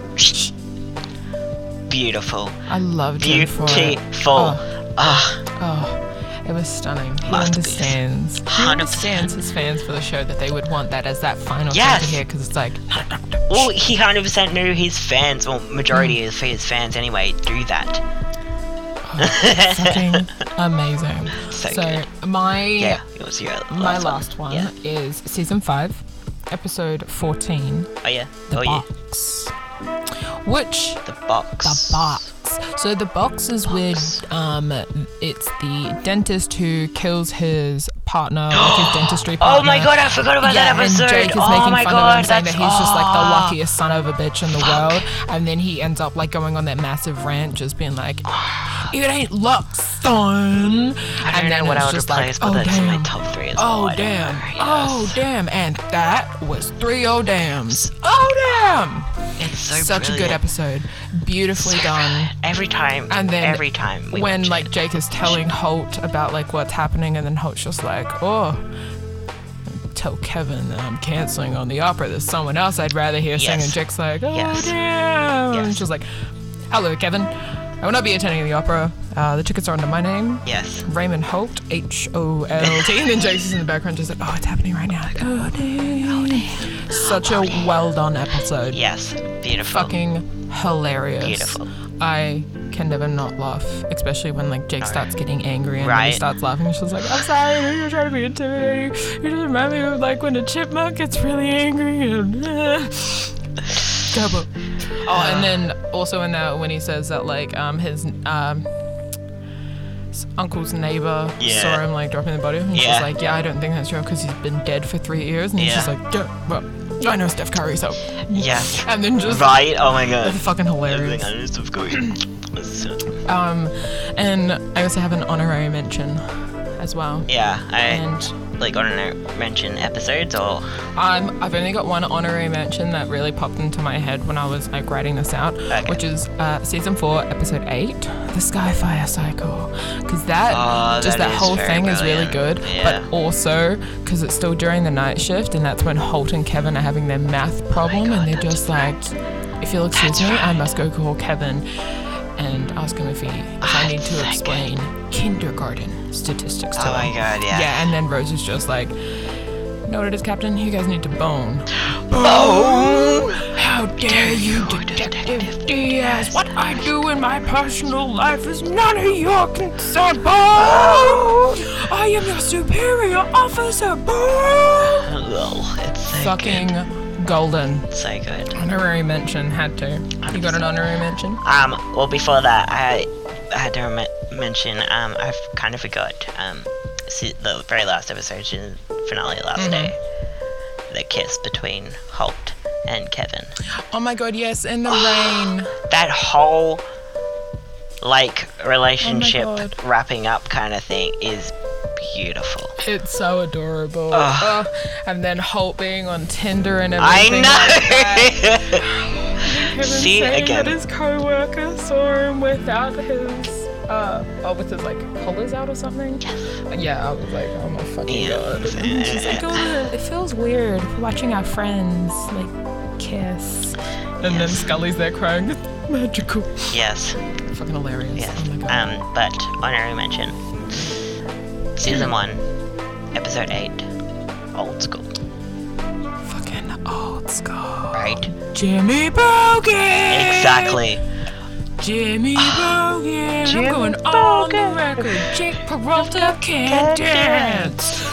S2: Beautiful,
S1: I loved him for it.
S2: beautiful. Ah,
S1: Oh, it was stunning. He
S2: Masterpiece.
S1: understands. He
S2: 100%.
S1: understands his fans for the show that they would want that as that final
S2: Yes.
S1: thing to hear because it's like,
S2: well, he 100% knew his fans, well, majority
S1: Mm.
S2: of his fans anyway, do that.
S1: fucking amazing.
S2: So
S1: my
S2: Yeah, it was your last
S1: my last one,
S2: Yeah.
S1: is season five, episode fourteen,
S2: Oh yeah.
S1: the
S2: oh yeah.
S1: box, which
S2: The box.
S1: the box. So the box is where um, it's the dentist who kills his partner, like his dentistry partner.
S2: Oh my god, I forgot about that
S1: and
S2: episode.
S1: Jake is
S2: oh
S1: making
S2: my
S1: fun
S2: god,
S1: of him, saying
S2: that's
S1: that he's just like the
S2: ah.
S1: luckiest son of a bitch in the world. And then he ends up like going on that massive rant, just being like, "It ain't luck, son."
S2: I don't
S1: and then
S2: know what
S1: it's
S2: I would
S1: just
S2: replace,
S1: like, "Oh
S2: but that's in my
S1: damn,
S2: top three as well.
S1: oh
S2: I don't
S1: damn,
S2: know,
S1: oh damn," and that was three oh dams. Oh damn!
S2: yes. It's so
S1: Such a good
S2: brilliant.
S1: episode, beautifully
S2: So
S1: done.
S2: brilliant. Every time.
S1: And then
S2: every time. We
S1: when
S2: watch
S1: like
S2: it.
S1: Jake is telling Holt about like what's happening, and then Holt's just like, "Oh, tell Kevin that I'm canceling on the opera. There's someone else I'd rather hear sing."
S2: Yes.
S1: And Jake's like, "Oh
S2: Yes.
S1: damn!" And
S2: Yes.
S1: she's like, "Hello, Kevin. I will not be attending the opera. Uh, the tickets are under my name."
S2: Yes.
S1: Raymond Holt, H O L T, and then Jake's just in the background, just like, oh, it's happening right now. Like, oh, damn. Such
S2: Oh,
S1: a well done episode.
S2: Yes. Beautiful.
S1: Fucking hilarious.
S2: Beautiful.
S1: I can never not laugh, especially when like Jake starts getting angry and then
S2: Right.
S1: he starts laughing. She's like, "I'm sorry, you're trying to be intimidating. You just remind me of like when a chipmunk gets really angry and." uh, Double. Oh, and then also in that when he says that like um his um s- uncle's neighbor
S2: Yeah.
S1: saw him like dropping the body, and
S2: Yeah.
S1: she's like, "Yeah, I don't think that's real because he's been dead for three years." And
S2: Yeah.
S1: she's just like, "Yeah, well, I know Steph Curry, so."
S2: Yes.
S1: And then just
S2: Right? Oh my god.
S1: fucking hilarious.
S2: Everything I used to have got.
S1: Um, and I also have an honorary mention as well.
S2: Yeah, I
S1: And
S2: like I don't know mention episodes or
S1: um, I've only got one honorary mention that really popped into my head when I was like writing this out,
S2: Okay.
S1: which is uh, season four, episode eight, the Skyfire Cycle, because that
S2: Oh,
S1: just
S2: that
S1: that,
S2: is
S1: whole
S2: very
S1: thing is really
S2: brilliant.
S1: good.
S2: Yeah.
S1: But also because it's still during the night shift, and that's when Holt and Kevin are having their math problem,
S2: Oh God,
S1: and they're
S2: that's
S1: just like, if you'll excuse me, I must go call Kevin and ask him if he if I
S2: Ah,
S1: need to
S2: so
S1: explain kindergarten statistics to
S2: Oh my
S1: him.
S2: god, yeah.
S1: Yeah, and then Rose is just like, noted as captain, you guys need to bone.
S2: Oh!
S1: How dare you, Detective Diaz? What I do in my personal life is none of your concern, bone! I am your superior officer, bone!
S2: Oh, it's so
S1: Fucking golden.
S2: good. So good.
S1: Honorary mention, had to. You got an honorary mention?
S2: Um, well, before that, I I had to rem- mention, um, I've kind of forgot, um, se- the very last episode, se- finale
S1: Mm-hmm.
S2: last day, the kiss between Holt and Kevin.
S1: Oh my god, yes, in the rain.
S2: That whole, like, relationship
S1: Oh God.
S2: wrapping up kind of thing is beautiful.
S1: It's so adorable.
S2: Ugh.
S1: Oh, and then Holt being on Tinder and
S2: I
S1: everything. like that.
S2: know!
S1: Kevin
S2: See,
S1: saying
S2: again.
S1: that his co-worker saw him without his uh, oh, with his like collars out or something. Yeah, I was like, oh my fucking god.
S3: She's like, oh, the- it feels weird watching our friends like kiss.
S1: And then Scully's there crying. It's magical.
S2: Yes.
S1: Fucking hilarious.
S2: Yes.
S1: Oh my god.
S2: um, but honorary mention. Season one, episode eight, old school. Um,
S3: Fucking old school.
S2: Right.
S3: Jimmy Bogan.
S2: Exactly.
S3: Jimmy Bogan. I'm going on the record. Jake Peralta can't dance.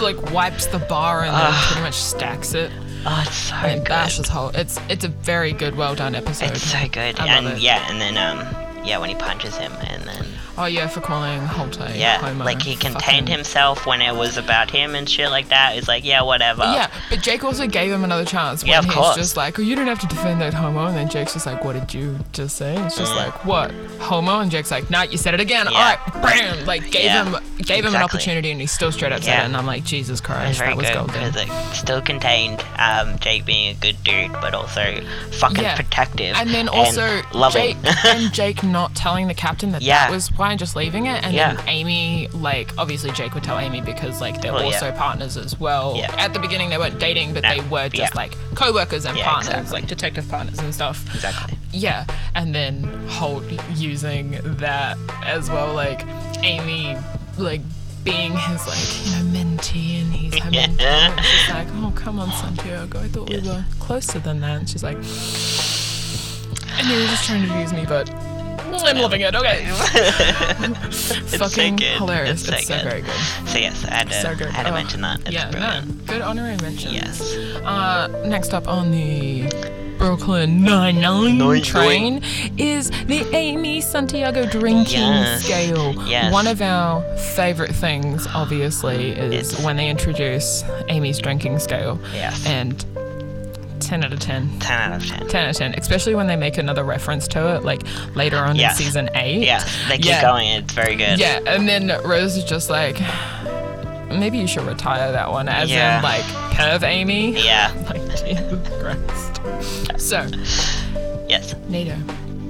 S1: like wipes the bar and then pretty much stacks it
S2: Oh, it's so
S1: and
S2: good.
S1: bashes whole. It's it's a very good, well done episode.
S2: It's so good.
S1: I love
S2: and
S1: it.
S2: yeah, and then um, yeah, when he punches him, and then
S1: oh yeah, for calling Holte
S2: yeah,
S1: homo.
S2: like he contained
S1: Fucking-
S2: himself when it was about him and shit like that. It's like yeah, whatever.
S1: Yeah, but Jake also gave him another chance when
S2: Uh, Yeah, of
S1: he's
S2: course.
S1: just like, oh, you don't have to defend that homo. And then Jake's just like, what did you just say? It's just like, what? Homo? And Jake's like, nah, you said it again.
S2: Yeah.
S1: All right, bam! Like, gave
S2: Yeah,
S1: him gave him an
S2: exactly.
S1: opportunity and he still straight up said
S2: Yeah.
S1: it. And I'm like, Jesus
S2: It was
S1: Christ,
S2: very
S1: that was
S2: good
S1: golden.
S2: because it still contained um, Jake being a good dude, but also fucking
S1: Yeah.
S2: protective
S1: And then also
S2: loving.
S1: Jake and Jake not telling the captain that
S2: Yeah.
S1: that was why, and just leaving it. And
S2: Yeah.
S1: then Amy, like obviously Jake would tell Amy because like they're
S2: Well, yeah.
S1: also partners as well.
S2: Yeah.
S1: At the beginning they weren't dating, but
S2: No,
S1: they were just
S2: yeah.
S1: like co-workers and
S2: Yeah,
S1: partners,
S2: exactly.
S1: like detective partners and stuff.
S2: exactly.
S1: Yeah, and then Holt using that as well, like Amy, like being his like you know mentee, and he's her
S2: Yeah.
S1: mentor. And she's like, oh come on, Santiago, I thought
S2: Yes.
S1: we were closer than that. And she's like, and you were just trying to use me, but I'm loving it. Okay,
S2: it's
S1: fucking
S2: so good.
S1: hilarious.
S2: It's so, good.
S1: very good.
S2: So yes, I had to,
S1: So good.
S2: I had to
S1: Oh,
S2: mention that. It's
S1: yeah,
S2: brilliant.
S1: no, good honorary mention.
S2: Yes.
S1: Uh, next up on the Brooklyn Nine Nine
S2: Nine-Nine.
S1: train is the Amy Santiago drinking
S2: Yes,
S1: scale.
S2: yes.
S1: One of our favorite things, obviously, is
S2: It's-
S1: when they introduce Amy's drinking scale.
S2: Yes.
S1: And ten out of ten.
S2: Ten out of ten.
S1: 10 out of 10, especially when they make another reference to it, like later on
S2: Yes.
S1: in season 8.
S2: Yes, they keep
S1: Yeah.
S2: going. It's very good.
S1: Yeah, and then Rose is just like, maybe you should retire that one, as
S2: Yeah.
S1: in, like, perv Amy.
S2: Yeah.
S1: Like Jesus Christ. So,
S2: Yes.
S1: Nato,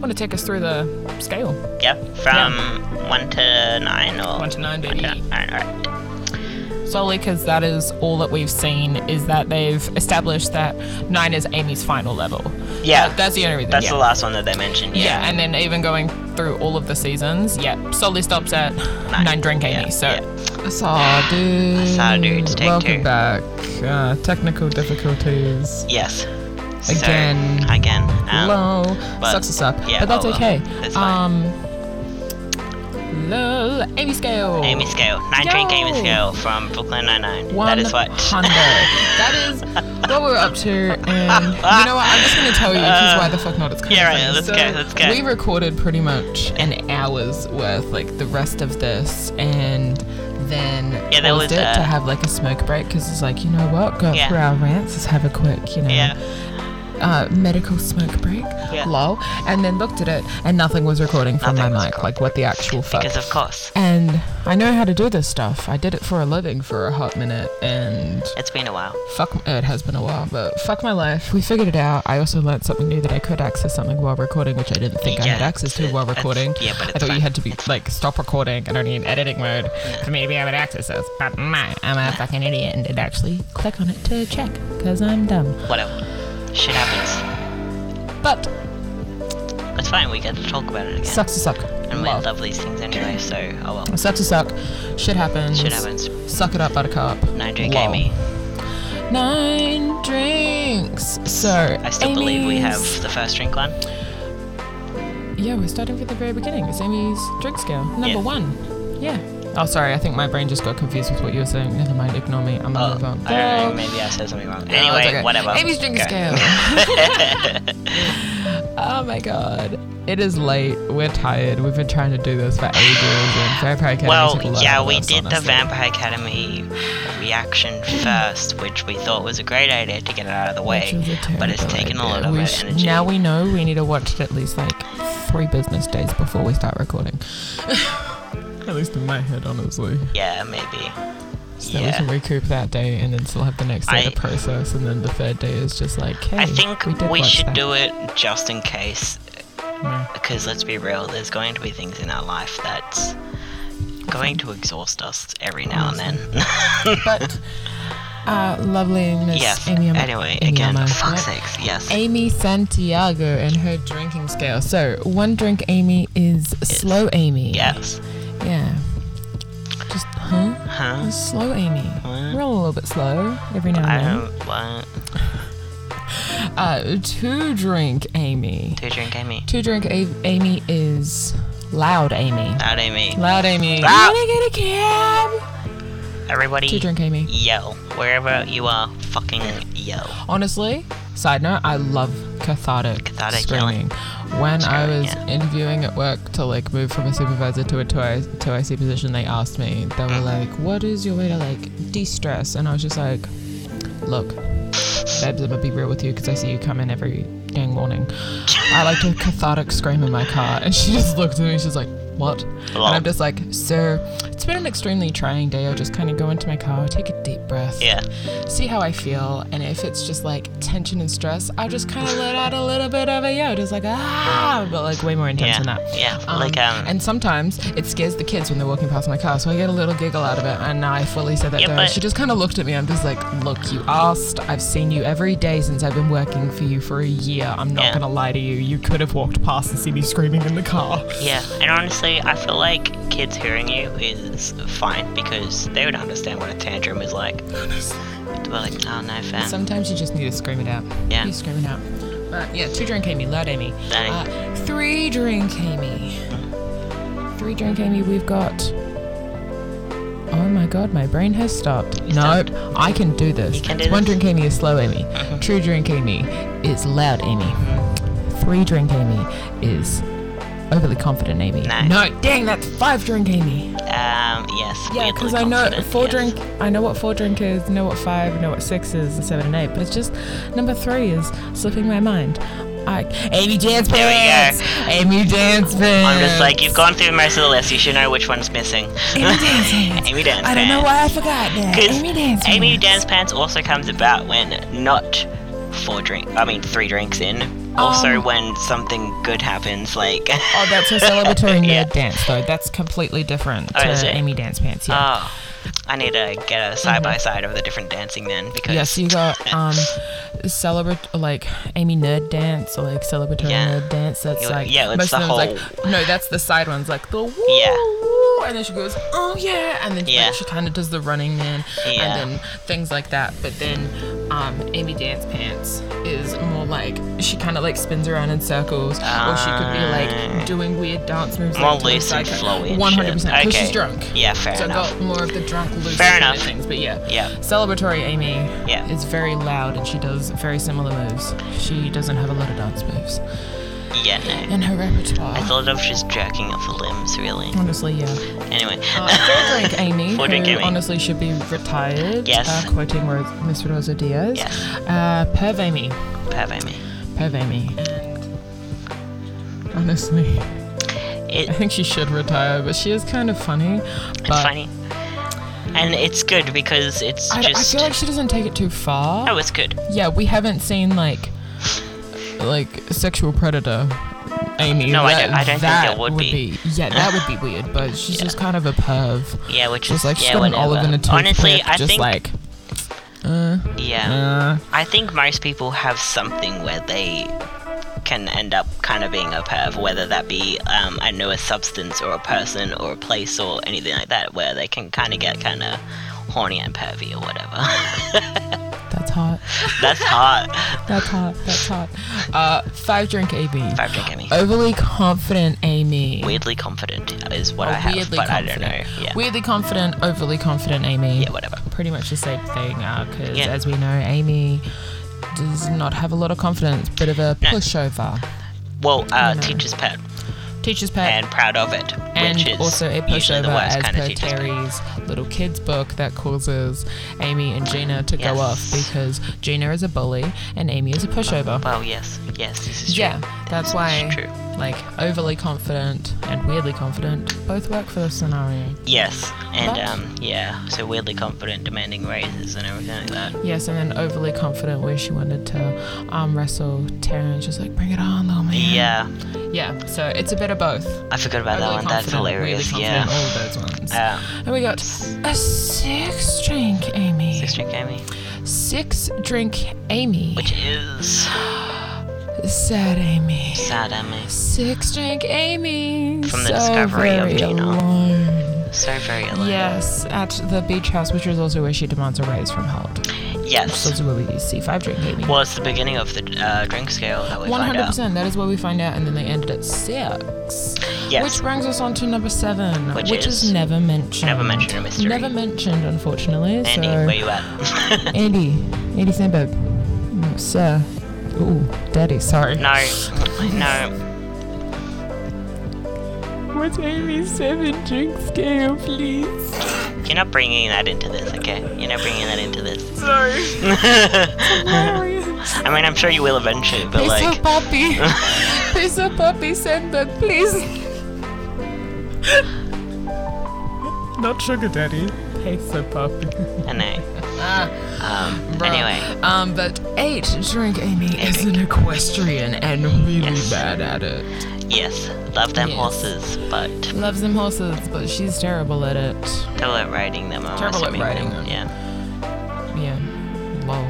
S1: want to take us through the scale?
S2: Yep. From one to nine or
S1: One to nine,
S2: one
S1: baby.
S2: to nine. All right.
S1: Solely because that is all that we've seen is that they've established that nine is Amy's final level.
S2: Yeah.
S1: That- that's the only reason.
S2: That's
S1: yeah.
S2: the last one that they mentioned.
S1: Yeah.
S2: Yeah.
S1: and then even going through all of the seasons, yeah, solely stops at nine, drink Amy.
S2: Yeah,
S1: So,
S2: yeah.
S1: Asar dude,
S2: Asar dudes, take
S1: welcome
S2: two.
S1: back. Uh, technical difficulties.
S2: Yes. So,
S1: Again.
S2: again. Um,
S1: lol
S2: but-
S1: sucks us up
S2: yeah,
S1: but that's
S2: oh, well,
S1: okay
S2: that's
S1: um
S2: fine.
S1: lol amy scale
S2: Amy scale. Nine drink Amy
S1: Yo.
S2: scale from Brooklyn Nine Nine.
S1: One
S2: That is what.
S1: hundred. that is what we're up to, and you know what? I'm just gonna tell you because why the fuck not? It's kind
S2: Uh, yeah,
S1: of
S2: right,
S1: funny.
S2: let's
S1: So
S2: go, let's go.
S1: We recorded pretty much an hour's worth, like the rest of this, and then
S2: Yeah, there
S1: paused
S2: was,
S1: it to
S2: uh,
S1: have like a smoke break because it's like you know what, go
S2: Yeah.
S1: for our rants, let's have a quick, you know,
S2: Yeah.
S1: uh, medical smoke break,
S2: Yeah.
S1: lol, and then looked at it, and nothing was recording from
S2: Nothing
S1: my
S2: was
S1: mic. Like what the actual fuck?
S2: Because of course,
S1: And I know how to do this stuff. I did it for a living for a hot minute, and
S2: it's been a while.
S1: fuck, it has been a while, but fuck my life. We figured it out. I also learned something new that I could access something while recording, which I didn't think I
S2: Yeah,
S1: had access to
S2: it's-
S1: while
S2: it's-
S1: recording.
S2: yeah, but
S1: I
S2: it's
S1: thought you
S2: fine.
S1: had to be like stop recording and only in editing mode for me to be able to access this. But nah, I'm a fucking idiot and did actually click on it to check because I'm dumb.
S2: Whatever. Shit happens.
S1: But
S2: It's fine. We get to talk about it again.
S1: sucks to suck.
S2: and we
S1: Love.
S2: love these things anyway. So oh well.
S1: Sucks to suck. Shit happens.
S2: Shit happens.
S1: Suck it up, Buttercup.
S2: Nine drink
S1: Lol.
S2: Amy.
S1: Nine drinks. So
S2: I still believe we have
S1: Amy's-
S2: the first drink one.
S1: Yeah, we're starting from the very beginning. It's Amy's drink scale, number
S2: Yes.
S1: one. Yeah. Oh, sorry. I think my brain just got confused with what you were saying. Never mind. Ignore me. I'm Oh.
S2: Oh,
S1: gonna move on.
S2: I don't
S1: Oh,
S2: know. Maybe I said something wrong.
S1: no, it's
S2: Anyway,
S1: okay.
S2: whatever.
S1: Amy's drink
S2: Go.
S1: scale. oh my god. It is late. We're tired. We've been trying to do this for ages. And Vampire Academy
S2: Well,
S1: took a lot
S2: yeah,
S1: out of
S2: we
S1: us,
S2: did the
S1: honestly. Mm.
S2: Vampire Academy reaction first, which we thought was a great idea to get it out of the way,
S1: Which was a
S2: but it's
S1: terrible
S2: taken a
S1: idea.
S2: lot of
S1: We
S2: our
S1: sh-
S2: energy.
S1: Now we know we need to watch it at least like three business days before we start recording. at least in my head, honestly.
S2: yeah, maybe.
S1: So that we
S2: Yeah.
S1: can recoup that day and then still have the next day
S2: I-
S1: to process, and then the third day is just like, hey,
S2: I think
S1: we, did
S2: we
S1: watch
S2: should
S1: that.
S2: do it just in case Because let's be real, there's going to be things in our life that's going to exhaust us every now and then.
S1: But uh, lovely Miss
S2: yes.
S1: Amy.
S2: Anyway, again, fuck sakes, yes.
S1: Amy Santiago and her drinking scale. So one drink Amy is slow Amy.
S2: Yes.
S1: Yeah. Just huh?
S2: Huh?
S1: Just slow Amy.
S2: What?
S1: We're all a little bit slow every now
S2: I
S1: and
S2: don't what
S1: then. Uh, two drink Amy.
S2: to drink Amy.
S1: Two drink a- Amy is loud Amy.
S2: That Amy.
S1: Loud Amy.
S2: Loud.
S1: Gonna get a cab.
S2: Everybody
S1: Two drink Amy.
S2: yell. Wherever you are, fucking yell.
S1: Honestly, side note, I love cathartic,
S2: Cathartic
S1: screaming. When I
S2: Screaming,
S1: was interviewing at work to like move from a supervisor to a 2IC 2IC position, they asked me, they were like, what is your way to like de stress? And I was just like, look, babes, I'm gonna be real with you because I see you come in every dang morning. I like to cathartic scream in my car. And she just looked at me, she's like, what? And I'm just like, sir, it's been an extremely trying day. I'll just kind of go into my car, take a deep breath
S2: Yeah.
S1: see how I feel, and if it's just like tension and stress, I'll just kind of let out a little bit of a yo, just like ah, but like way more intense
S2: Yeah.
S1: than that.
S2: Yeah. like um
S1: and sometimes it scares the kids when they're walking past my car, so I get a little giggle out of it. And now I fully said that
S2: Yeah,
S1: to her.
S2: but-
S1: She just kind of looked at me. I'm just like, look, you asked. I've seen you every day since I've been working for you for a year. I'm not
S2: Yeah.
S1: gonna lie to you. You could have walked past and seen me screaming in the car.
S2: yeah. And honestly, I feel like kids hearing you is fine because they would understand what a tantrum is like. They're like, oh no, fam.
S1: Sometimes you just need to scream it out.
S2: Yeah.
S1: You scream it out. But yeah, two drink Amy, loud Amy.
S2: Dang.
S1: Uh, three drink Amy. Three drink Amy, we've got. Oh my god, my brain has stopped.
S2: You
S1: nope, I can do this.
S2: You can
S1: One
S2: do this. Uh-huh.
S1: drink Amy is slow Amy. Two drink Amy is loud Amy. Three drink Amy is overly confident Amy.
S2: Nice.
S1: No, dang, that's five drink Amy.
S2: um, yes.
S1: Yeah,
S2: weirdly
S1: because I know
S2: confident,
S1: four
S2: yes.
S1: drink. I know what four drink is. Know what five. Know what six is. And seven and eight. But it's just number three is slipping my mind. I, Amy dance pants. Amy dance pants.
S2: I'm just like, you've gone through most of the list. You should know which one's missing.
S1: Amy dance pants.
S2: Amy Dance
S1: I don't know
S2: Pants.
S1: why I forgot that.
S2: 'Cause
S1: Amy dance pants.
S2: Amy Dance Pants also comes about when not four drink, I mean three drinks in. Also
S1: Um.
S2: when something good happens, like
S1: Oh, that's her celebratory nerd
S2: Yeah.
S1: dance though. That's completely different
S2: Oh, is
S1: to
S2: it?
S1: Amy dance pants. Yeah.
S2: oh, I need to get a side by side of the different dancing then because
S1: Mm-hmm. Yes, you got um, celebrate like Amy nerd dance or like celebratory
S2: Yeah.
S1: nerd dance. That's
S2: Yeah,
S1: like
S2: yeah, it's
S1: most
S2: the
S1: of them is like
S2: whole-
S1: no, that's the side ones like the woo,
S2: Yeah.
S1: woo, and then she goes oh yeah, and then
S2: Yeah.
S1: like, she kind of does the running man
S2: Yeah.
S1: and then things like that. But then um, Amy dance pants is more like she kind of like spins around in circles, or she could be
S2: Ah.
S1: like doing weird dance moves.
S2: more
S1: like, to the
S2: loose and
S1: side-
S2: flowy. and
S1: 100%
S2: shit.
S1: because
S2: Okay.
S1: she's drunk.
S2: Yeah, fair
S1: So I
S2: enough.
S1: got more of the drunk loose
S2: Fair
S1: kind of
S2: enough.
S1: things, but yeah.
S2: Yeah.
S1: Celebratory Amy
S2: Yeah.
S1: is very loud and she does very similar moves. She doesn't have a lot of dance moves
S2: Yeah, no.
S1: in her repertoire.
S2: I thought of just jerking off the limbs, really.
S1: honestly, yeah.
S2: Anyway,
S1: Uh, four drink Amy,
S2: Four drink
S1: who
S2: Amy.
S1: honestly should be retired.
S2: Yes.
S1: Uh, quoting Ro- Miss Rosa Diaz.
S2: Yes.
S1: Uh, Perv Amy.
S2: have Amy.
S1: Perv Amy. And honestly, I
S2: It,
S1: think she should retire, but she is kind of funny.
S2: it's
S1: but
S2: funny, and it's good because it's
S1: I, d- I
S2: just.
S1: feel like she doesn't take it too far.
S2: oh, it's good.
S1: Yeah, we haven't seen like like sexual predator Amy.
S2: No, I
S1: that,
S2: don't- I don't think
S1: that
S2: it would be.
S1: Yeah, that would be weird, but she's just kind of a perv.
S2: Yeah, which
S1: Just
S2: is
S1: like she's
S2: yeah,
S1: got an
S2: whatever.
S1: olive and a toothpick.
S2: Honestly, I
S1: just
S2: think
S1: like uh,
S2: yeah.
S1: uh,
S2: I think most people have something where they can end up kind of being a perv, whether that be um, I know a substance or a person or a place or anything like that, where they can kind of get kind of horny and pervy or whatever.
S1: that's hot.
S2: That's hot.
S1: That's hot. That's hot. Uh, five drink Amy.
S2: Five drink Amy.
S1: Overly confident Amy.
S2: Weirdly confident is what
S1: Oh,
S2: I have,
S1: weirdly
S2: but
S1: confident.
S2: I don't know. Yeah.
S1: Weirdly confident, overly confident Amy.
S2: Yeah, whatever.
S1: pretty much the same thing because
S2: Yeah.
S1: as we know amy does not have a lot of confidence bit of a
S2: No.
S1: pushover
S2: Well, uh,
S1: No.
S2: teacher's pet
S1: teacher's pet
S2: and proud of it,
S1: Uh, and,
S2: which is
S1: also a
S2: usually the
S1: pushover
S2: worst
S1: as
S2: kind
S1: per
S2: of teacher's pet.
S1: terry's little kids book that causes amy and gina to go
S2: Yes.
S1: off because gina is a bully and amy is a pushover
S2: Well, yes, yes, this is true.
S1: yeah that's
S2: This is
S1: why
S2: true.
S1: Like overly confident and weirdly confident both work for this scenario.
S2: Yes, and
S1: But-
S2: um, yeah, so weirdly confident, demanding raises and everything like that.
S1: Yes, and then overly confident where she wanted to arm wrestle Taryn. She's like, bring it on, little man.
S2: Yeah,
S1: Yeah, so it's a bit of both.
S2: I forgot about that
S1: Overly
S2: one. That's
S1: confident, weirdly
S2: hilarious.
S1: confident,
S2: Yeah.
S1: All those ones.
S2: Um,
S1: and we got a six drink, Amy.
S2: six drink Amy,
S1: Six drink, Amy.
S2: which is
S1: Sad Amy.
S2: sad Amy.
S1: Six drink, Amy.
S2: From the
S1: so
S2: discovery of
S1: very
S2: Gina.
S1: alone.
S2: So very alone.
S1: Yes, at the beach house, which is also where she demands a raise from Held. It's
S2: Yes.
S1: also where we see five drink, Amy.
S2: Well, it's the beginning of the uh, drink scale that we
S1: One
S2: find
S1: hundred
S2: out.
S1: percent. That is what we find out, and then they ended at six.
S2: Yes.
S1: Which brings us on to number seven,
S2: Which
S1: which,
S2: is
S1: is, never mentioned.
S2: Never mentioned a mystery.
S1: Never mentioned, unfortunately.
S2: Andy,
S1: so
S2: where you at?
S1: Andy, Andy Sandberg, Mm, sir. Ooh, daddy. Sorry.
S2: no, no.
S1: What's Amy's seven drink scale, please?
S2: You're not bringing that into this, okay? You're not bringing that into this.
S1: Sorry.
S2: I
S1: Piece
S2: mean, I'm sure you will eventually, but like.
S1: of puppy. Piece of puppy Sandberg, please.
S3: Not sugar daddy. Hey, so puppy.
S2: I know. Um,
S1: Ah. Bruh.
S2: anyway,
S1: Um, but eight drink Amy is an equestrian and really
S2: Yes.
S1: bad at it.
S2: yes, love them
S1: Yes.
S2: horses, but
S1: Loves them horses, but she's terrible at it.
S2: terrible at riding them. I'm
S1: Terrible at
S2: assuming.
S1: riding them.
S2: Yeah,
S1: Yeah. Lol.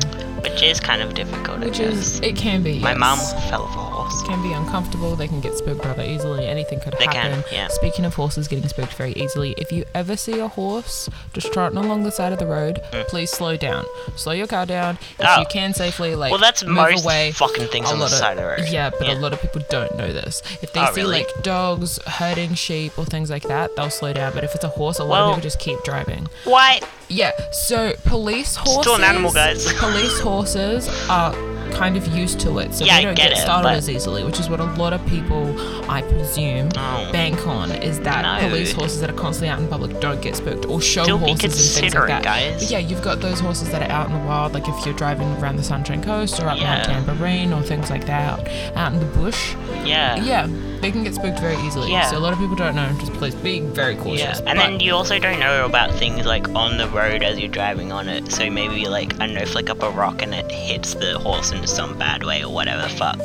S2: which is kind of difficult. I
S1: Which
S2: guess.
S1: is it can be.
S2: my
S1: yes.
S2: mum fell off a horse.
S1: can be uncomfortable. They can get spooked rather easily. Anything could
S2: They can,
S1: happen.
S2: yeah.
S1: Speaking of horses getting spooked very easily, if you ever see a horse just trotting along the side of the road, please slow down. Slow your car down if
S2: Mm. Oh.
S1: you can safely. Like
S2: Well, that's
S1: move
S2: most
S1: away.
S2: fucking things
S1: A
S2: on the
S1: lot of-
S2: side of the road.
S1: Yeah, but
S2: Yeah.
S1: a lot of people don't know this. If they
S2: Oh,
S1: see
S2: really?
S1: like dogs herding sheep or things like that, they'll slow down. But if it's a horse, a lot
S2: Well-
S1: of people just keep driving.
S2: Why?
S1: Yeah, so police horses.
S2: an animal, guys.
S1: police horses are kind of used to it, so
S2: Yeah, I
S1: they don't
S2: get
S1: get,
S2: it,
S1: startled
S2: but-
S1: as easily, which is what a lot of people, I presume,
S2: Oh.
S1: bank on is that
S2: No.
S1: police horses that are constantly out in public don't get spooked or show
S2: Still be
S1: horses and things like
S2: considerate,
S1: that.
S2: guys.
S1: But yeah, you've got those horses that are out in the wild, like if you're driving around the Sunshine Coast or up
S2: Yeah.
S1: Mount Tambourine or things like that, out in the bush.
S2: Yeah.
S1: Yeah, they can get spooked very easily.
S2: Yeah.
S1: So a lot of people don't know. Just please be very cautious.
S2: Yeah,
S1: But-
S2: and then you also don't know about things like on the road as you're driving on it. So maybe like I don't know, flick up a rock and it hits the horse in some bad way or whatever the fuck.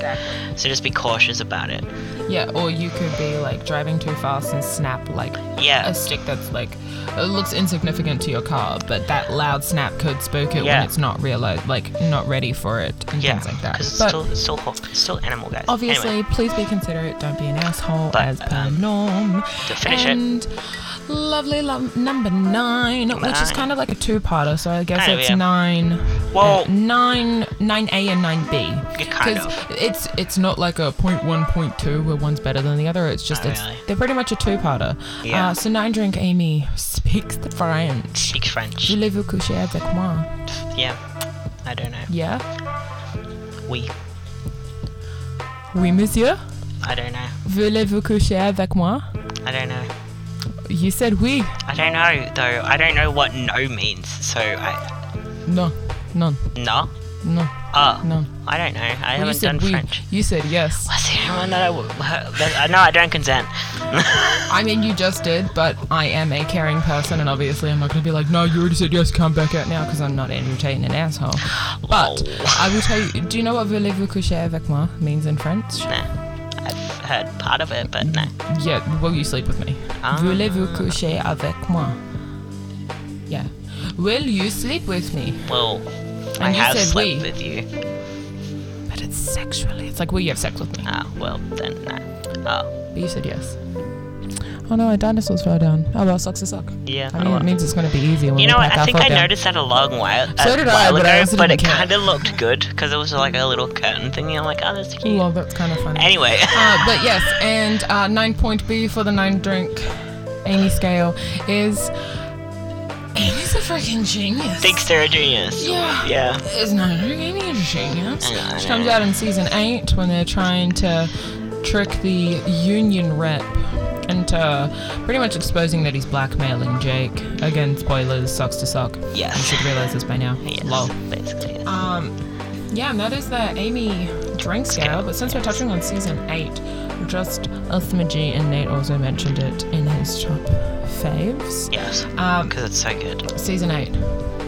S2: So just be cautious about it.
S1: Yeah, or you could be like driving too fast and snap like
S2: Yeah,
S1: a stick that's like it looks insignificant to your car, but that loud snap could spook it
S2: Yeah.
S1: when it's not realized, like not ready for it and
S2: yeah,
S1: things like that.
S2: because it's
S1: But
S2: still it's still ho- it's still animal guys.
S1: obviously,
S2: Anyway,
S1: please be considerate. Don't be an asshole
S2: But,
S1: as per
S2: um,
S1: norm.
S2: to finish it.
S1: and lovely lum- number nine, which is
S2: nine.
S1: kind of like a two-parter. So I guess
S2: Kind of,
S1: it's
S2: yeah.
S1: nine,
S2: Well-
S1: uh, nine, nine A and nine B.
S2: Yeah, Oh. kind
S1: Because it's it's not like a point one, point two where one's better than the other. It's just
S2: Not
S1: it's
S2: really.
S1: they're pretty much a two-parter.
S2: Yeah.
S1: Uh, so nine drink Amy speaks the French.
S2: speaks French.
S1: Voulez-vous coucher avec moi?
S2: Yeah, I don't know.
S1: Yeah.
S2: We,
S1: Oui, monsieur.
S2: I don't know.
S1: Voulez-vous coucher avec moi?
S2: I don't know.
S1: You said oui.
S2: I don't know though. I don't know what no means. So I
S1: No, none,
S2: no.
S1: no,
S2: Ah,
S1: none.
S2: I don't know. I
S1: Well, you
S2: haven't done
S1: said we.
S2: French.
S1: You said yes.
S2: What's the only one that I w- that- uh, no, I don't consent.
S1: I mean, you just did, but I am a caring person, and obviously, I'm not going to be like, no, you already said yes, come back out now, because I'm not entertaining an asshole. But I will tell you, do you know what voulez-vous coucher avec moi means in French?
S2: Nah, I've heard part of it, but no.
S1: Yeah, will you sleep with me?
S2: Ah.
S1: Voulez-vous coucher avec moi? Yeah. Will you sleep with me?
S2: Well, I
S1: you
S2: have
S1: said
S2: slept
S1: we.
S2: with you.
S1: But it's sexually. It's like, will you have sex with me?
S2: Ah, well then, no. Oh,
S1: But you said yes. Oh no, our dinosaurs fell down. Oh well, sucks to suck.
S2: yeah.
S1: I mean,
S2: oh,
S1: it means it's going to be easier when
S2: you
S1: we
S2: know what?
S1: pack
S2: I
S1: our
S2: think
S1: foot
S2: I
S1: down.
S2: noticed that a long while, a
S1: So did I,
S2: while
S1: but I
S2: ago,
S1: also
S2: but it
S1: didn't care.
S2: kind of looked good because it was like a little curtain thingy. I'm like, oh, that's cute.
S1: Well, that's kind of funny.
S2: Anyway,
S1: Uh, but yes, and uh, nine point B for the nine drink Amy scale is Amy's a freaking genius.
S2: thinks they're a genius.
S1: Yeah.
S2: Yeah.
S1: Is nine drink Amy a genius?
S2: I know, I
S1: She
S2: know,
S1: comes
S2: I
S1: out in season eight when they're trying to trick the union rep into pretty much exposing that he's blackmailing Jake. Again, spoilers, sucks to suck. You
S2: Yes.
S1: should realize this by now.
S2: Yes.
S1: Lol.
S2: Basically. yes.
S1: Um, Yeah, notice that Amy drinks scale, but since we're touching on season eight, just Uthmaji and Nate also mentioned it in his top faves.
S2: Yes, because
S1: Um,
S2: it's so good.
S1: season eight,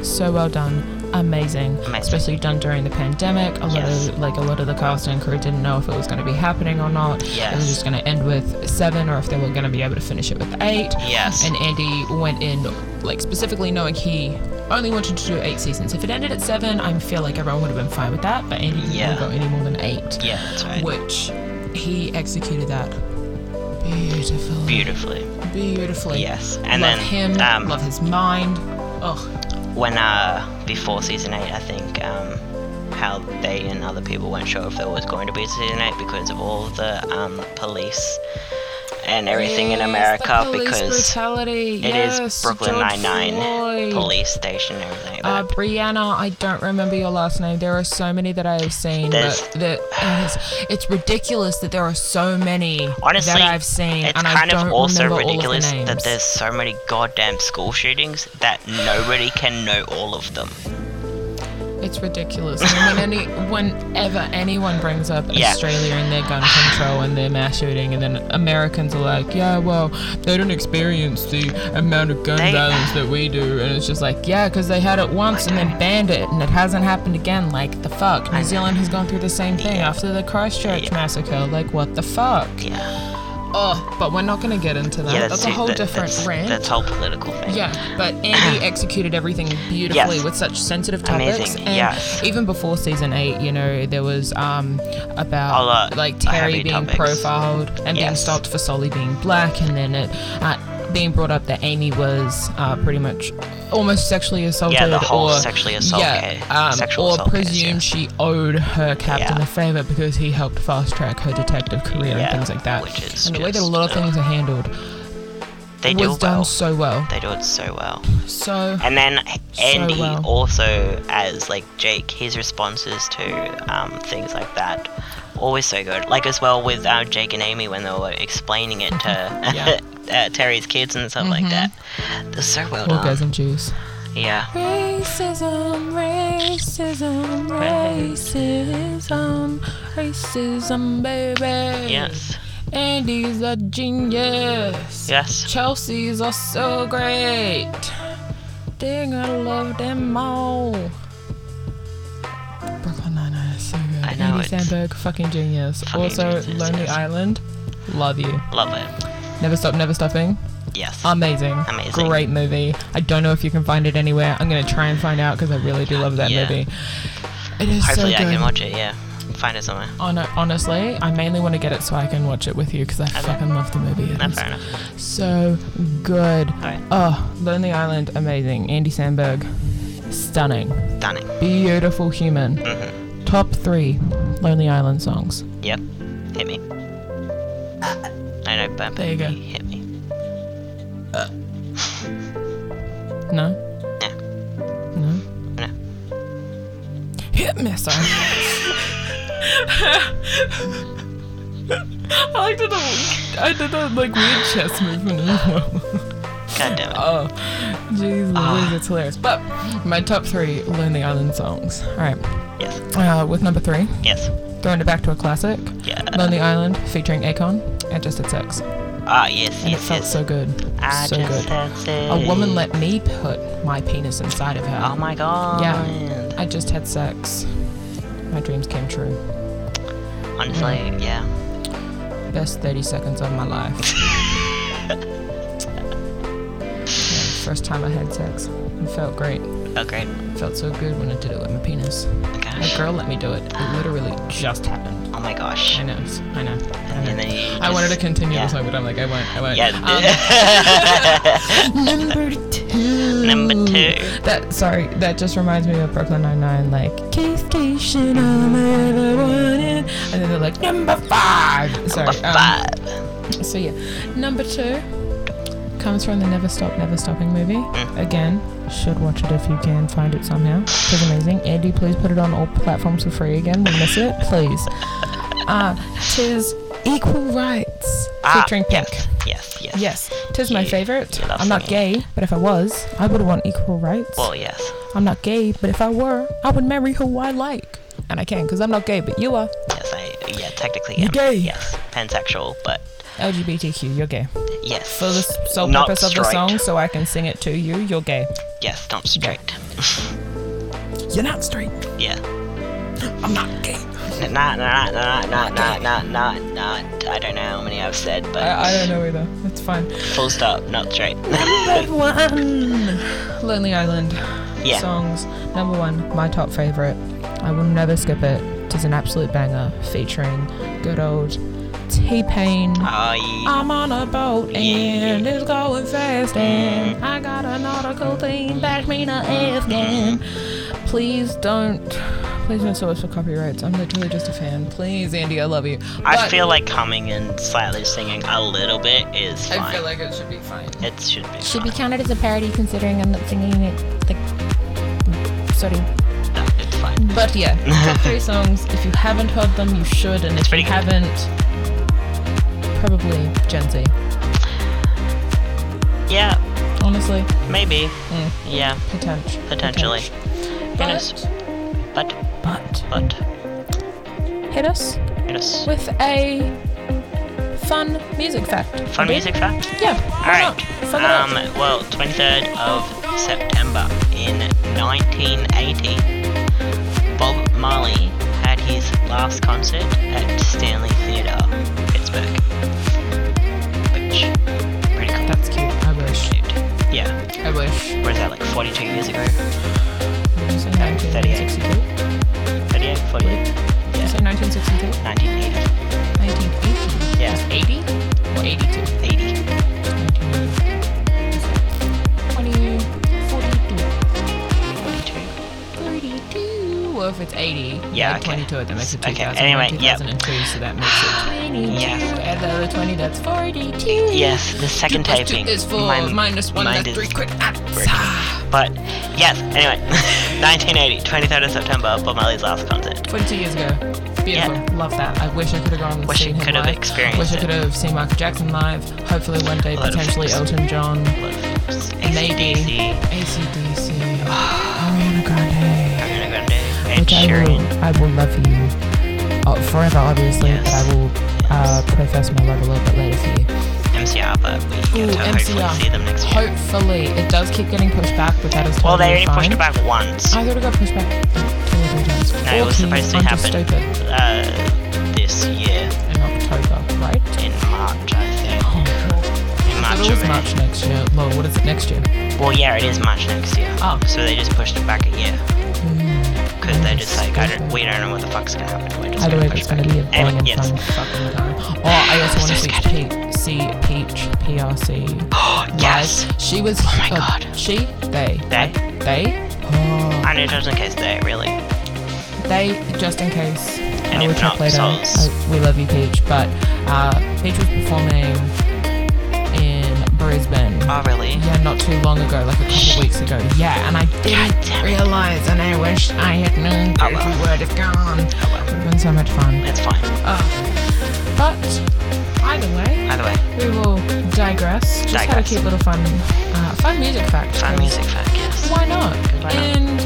S1: so well done, amazing,
S2: Amazing.
S1: especially done during the pandemic. A lot
S2: Yes.
S1: of like a lot of the cast and crew didn't know if it was going to be happening or not. It was
S2: Yes.
S1: just going to end with seven, or if they were going to be able to finish it with eight.
S2: Yes.
S1: And Andy went in, like, specifically knowing he only wanted to do eight seasons. If it ended at seven, I feel like everyone would have been fine with that, but Andy didn't
S2: Yeah.
S1: want to go any more than eight,
S2: Yeah, that's right.
S1: which he executed that beautifully.
S2: Beautifully.
S1: Beautifully.
S2: Yes. And
S1: love
S2: then
S1: him,
S2: um,
S1: love his mind. Ugh.
S2: when uh before season eight, I think um how they and other people weren't sure if there was going to be a season eight because of all the um police and everything in
S1: Yes,
S2: America
S1: the police
S2: because
S1: brutality.
S2: it is
S1: yes,
S2: Brooklyn
S1: George
S2: Nine Nine
S1: Floyd.
S2: police station and everything. like
S1: Uh,
S2: that.
S1: Brianna, I don't remember your last name. There are so many that I have seen,
S2: There's-
S1: but that it is, it's ridiculous that there are so many
S2: Honestly,
S1: that I've seen,
S2: it's
S1: and I
S2: kind
S1: don't
S2: of also
S1: remember
S2: ridiculous
S1: all of the names.
S2: that there's so many goddamn school shootings that nobody can know all of them.
S1: It's ridiculous. And when any, whenever anyone brings up
S2: Yeah.
S1: Australia and their gun control and their mass shooting, and then Americans are like, yeah, well, they don't experience the amount of gun
S2: They-
S1: violence that we do. And it's just like, yeah, because they had it once and then banned it, and it hasn't happened again. Like, the fuck? New Zealand has gone through the same thing
S2: Yeah.
S1: after the Christchurch
S2: Yeah.
S1: massacre. Like, what the fuck?
S2: Yeah,
S1: Oh, but we're not going to get into that.
S2: yeah,
S1: that's, a
S2: it-
S1: whole
S2: that-
S1: different
S2: that's,
S1: rant.
S2: That's whole political thing.
S1: Yeah, but Andy executed everything beautifully
S2: Yes.
S1: with such sensitive topics.
S2: Amazing,
S1: And
S2: yes.
S1: even before season eight, you know, there was um about
S2: A lot
S1: like
S2: of
S1: Terry
S2: heavy
S1: being
S2: topics.
S1: profiled and being
S2: Yes.
S1: stopped for solely being black, and then it uh, being brought up that Amy was uh, pretty much almost sexually assaulted
S2: Yeah, the whole
S1: or
S2: sexually assault
S1: yeah,
S2: case-
S1: um,
S2: sexual
S1: or
S2: assault case,
S1: presumed she owed her captain
S2: Yeah.
S1: a favor because he helped fast track her detective career and
S2: Yeah,
S1: things like that.
S2: which is
S1: and the way that a
S2: just,
S1: lot of
S2: ugh.
S1: things are handled
S2: They do
S1: was
S2: well.
S1: done so well.
S2: they do it so well.
S1: So
S2: And then Andy
S1: well.
S2: also as like Jake, his responses to um, things like that always so good. Like as well with uh, Jake and Amy when they were explaining it to
S1: Yeah. Mm-hmm.
S2: uh, Terry's kids and stuff like that. They're so well done.
S1: orgasm juice.
S2: Yeah.
S1: uh, Racism, racism, racism, racism, baby.
S2: Yes.
S1: Andy's a genius.
S2: Yes.
S1: Chelsea's are so great. They're gonna love them all. Brooklyn Nine-Nine is so good.
S2: I know,
S1: Andy
S2: it's
S1: Sandberg, fucking genius.
S2: fucking
S1: also,
S2: genius,
S1: Lonely
S2: yes.
S1: Island, love you.
S2: Love it.
S1: Never Stop, Never Stopping,
S2: Yes.
S1: Amazing.
S2: Amazing.
S1: Um, Great movie. I don't know if you can find it anywhere. I'm going to try and find out because I really do love that
S2: Yeah.
S1: movie. It is
S2: Hopefully
S1: so
S2: I
S1: good.
S2: can watch it, yeah. Find it somewhere.
S1: Hon- honestly, I mainly want to get it so I can watch it with you because I fucking love the movie. It
S2: No,
S1: is
S2: fair enough.
S1: so good.
S2: Alright.
S1: Oh, Lonely Island, amazing. Andy Sandberg, stunning.
S2: Stunning.
S1: Beautiful human.
S2: hmm
S1: Top three Lonely Island songs.
S2: Yep. Hit me. I know, but
S1: There you go.
S2: hit me.
S1: No?
S2: No.
S1: No?
S2: No.
S1: Hit me, sorry. I like did the I did the like weird chest movement as well.
S2: God damn it.
S1: Oh, jeez,
S2: Ah.
S1: Louise, it's hilarious. But my top three Lonely Island songs. All right,
S2: Yes.
S1: uh, with number three,
S2: Yes.
S1: throwing it back to a classic,
S2: Yeah.
S1: Lonely Island featuring Akon. I just had sex,
S2: Ah, yes,
S1: and it
S2: yes,
S1: felt
S2: yes. Mm.
S1: so good,
S2: I
S1: so
S2: just
S1: good.
S2: had
S1: A
S2: sex.
S1: woman let me put my penis inside of her.
S2: Oh my god.
S1: Yeah. I just had sex. My dreams came true.
S2: Honestly, yeah.
S1: Best 30 seconds of my life. Yeah, first time I had sex. It felt great.
S2: Oh great. Oh
S1: It felt so good when I did it with my penis. A
S2: Gosh.
S1: girl let me do it. It literally just happened.
S2: Oh my
S1: I
S2: gosh.
S1: know. I know. I,
S2: And
S1: know.
S2: then you
S1: I wanted to Uh,
S2: just-
S1: continue
S2: yeah.
S1: the song, but I'm like, I won't. I won't.
S2: Yeah.
S1: Um, number two.
S2: Number two.
S1: That sorry, that just reminds me of Brooklyn Nine Nine, like Cascation I'm ever wanted, and then they're like number five. Sorry,
S2: Number
S1: um,
S2: five.
S1: so yeah, number two comes from the Never Stop Never Stopping movie.
S2: Mm.
S1: Again, should watch it if you can find it somehow. It's amazing. Andy, please put it on all platforms for free again. We miss it, please. Uh, tis equal rights
S2: Ah,
S1: featuring Pink.
S2: Yes, yes.
S1: Yes, tis my
S2: You-
S1: favorite.
S2: you love
S1: I'm not
S2: singing.
S1: gay, but if I was, I would want equal rights.
S2: Well, yes.
S1: I'm not gay, but if I were, I would marry who I like. and I can because I'm not gay, but you are
S2: Yes, I. Yeah, technically.
S1: You're
S2: am.
S1: gay.
S2: Yes, pansexual, but
S1: LGBTQ. You're gay
S2: yes.
S1: for the s- sole
S2: Not
S1: purpose of the
S2: straight.
S1: song, so I can sing it to you. You're gay.
S2: Yes, not straight.
S3: You're not straight.
S2: Yeah.
S3: I'm not gay.
S2: Not, not, not, not, not, not, not, not. I don't know how many I've said, but
S1: I, I don't know either. It's fine.
S2: full stop, not straight.
S1: Number one, Lonely Island
S2: yeah.
S1: songs. Number one, my top favorite. I will never skip it. It is an absolute banger featuring good old T Pain.
S2: I,
S1: I'm on a boat and it's going fast and I got a nautical thing back me to Afghan. Please don't, please don't sue us for copyrights. I'm literally just a fan. Please, Andy, I love you.
S2: I
S1: But
S2: feel like coming and slightly singing a little bit is fine.
S1: I feel like it should be fine.
S2: it should be.
S4: Should be
S2: fine.
S4: counted as a parody considering I'm not singing it. Like, sorry.
S2: No, it's fine.
S1: But yeah, top three songs. If you haven't heard them, you should, and if
S2: pretty
S1: you
S2: good.
S1: haven't, probably Gen Z.
S2: Yeah,
S1: Honestly,
S2: maybe.
S1: mm,
S2: Yeah,
S1: potential.
S2: Potentially. Yes.
S1: But,
S2: but
S1: but
S2: but
S1: hit us
S2: yes.
S1: with a fun music fact.
S2: Fun
S1: Indeed?
S2: music fact.
S1: Yeah.
S2: All right.
S1: Fun
S2: Um. Well, 23rd of September in 1980, Bob Marley had his last concert at Stanley Theatre, Pittsburgh. Which pretty cool.
S1: That's cute. I wish.
S2: dude. Yeah.
S1: I wish.
S2: What is that? Like 42 years ago?
S1: Did you say
S2: Thirty-eight.
S1: 1962?
S2: 38, 40,
S1: Did you say 1962?
S2: 1980.
S1: 1980?
S2: Yeah.
S1: Just 80? Or 82?
S2: 80.
S1: 20, 42.
S2: 42.
S1: 32. Well, if it's 80,
S2: Yeah,
S1: yeah,
S2: okay.
S1: 22, that makes it
S2: Okay,
S1: 2000.
S2: anyway, yep.
S1: 2002, so that makes it 22.
S2: Yes.
S1: Add the other 20, that's 42.
S2: Yes, the second
S1: Plus
S2: taping.
S1: Two is four,
S2: My-
S1: minus one,
S2: mine
S1: that's
S2: is
S1: three. Quick, ah,
S2: Brick. But yes, anyway, 1980, 23rd of September, Bob Marley's last concert.
S1: 22 years ago. Beautiful. Love that. I wish I could have gone and
S2: Wish I
S1: seen him
S2: could have
S1: live.
S2: experienced
S1: Wish I
S2: it.
S1: could have seen Michael Jackson live. Hopefully one day,
S2: A lot of
S1: potentially
S2: things.
S1: Elton John, Maybe.
S2: ACDC,
S1: ACDC, Ariana Grande.
S2: Ariana Grande, Ed
S1: Which I will,
S2: Sheeran.
S1: I will love you uh, forever, obviously, but
S2: Yes.
S1: I will uh, profess my love a little bit later for you.
S2: MCR, but we
S1: Ooh,
S2: get to
S1: MCR.
S2: hopefully see them next year.
S1: Hopefully, it does keep getting pushed back, but that is totally
S2: Well, they only
S1: fine.
S2: pushed it back once.
S1: I thought it got pushed back totally three times.
S2: No, it was
S1: 14,
S2: supposed to
S1: I'm just
S2: happen
S1: Stupid
S2: uh, this year
S1: in October, right?
S2: in March, I think.
S1: Oh, But
S2: In March,
S1: it was
S2: of-
S1: March next year. Well, what is it next year?
S2: Well, yeah, it is March next year.
S1: Oh. Hmm.
S2: So they just pushed it back a year. Because they're just like, I don't,
S1: Stupid.
S2: we don't know what the fuck's gonna happen. We're just
S1: Either way,
S2: gonna push
S1: it's
S2: back.
S1: going to be a
S2: Anyway,
S1: boring and
S2: yes.
S1: fun fucking time. Oh, I also want to
S2: So
S1: see Pete, see Peach PRC.
S2: Oh, yes!
S1: live. She was.
S2: Oh my
S1: uh,
S2: God.
S1: She, they,
S2: They?
S1: they. Oh,
S2: I know just in case they really.
S1: they just in case.
S2: And
S1: I will
S2: if
S1: check
S2: not,
S1: later.
S2: souls.
S1: Uh, we love you, Peach. But uh, Peach was performing in Brisbane.
S2: Oh, really?
S1: yeah, not too long ago, like a couple of weeks ago. Yeah, and I didn't realize, and I wish I had known
S2: Oh,
S1: that
S2: well.
S1: we would have gone. It would have been so much fun.
S2: oh It's fine.
S1: Oh. But either way,
S2: Either way,
S1: we will digress. Just had a
S2: Digress.
S1: cute little fun, uh, fun music fact.
S2: fun
S1: 'cause
S2: music fact, yes.
S1: Why not?
S2: Why not?
S1: And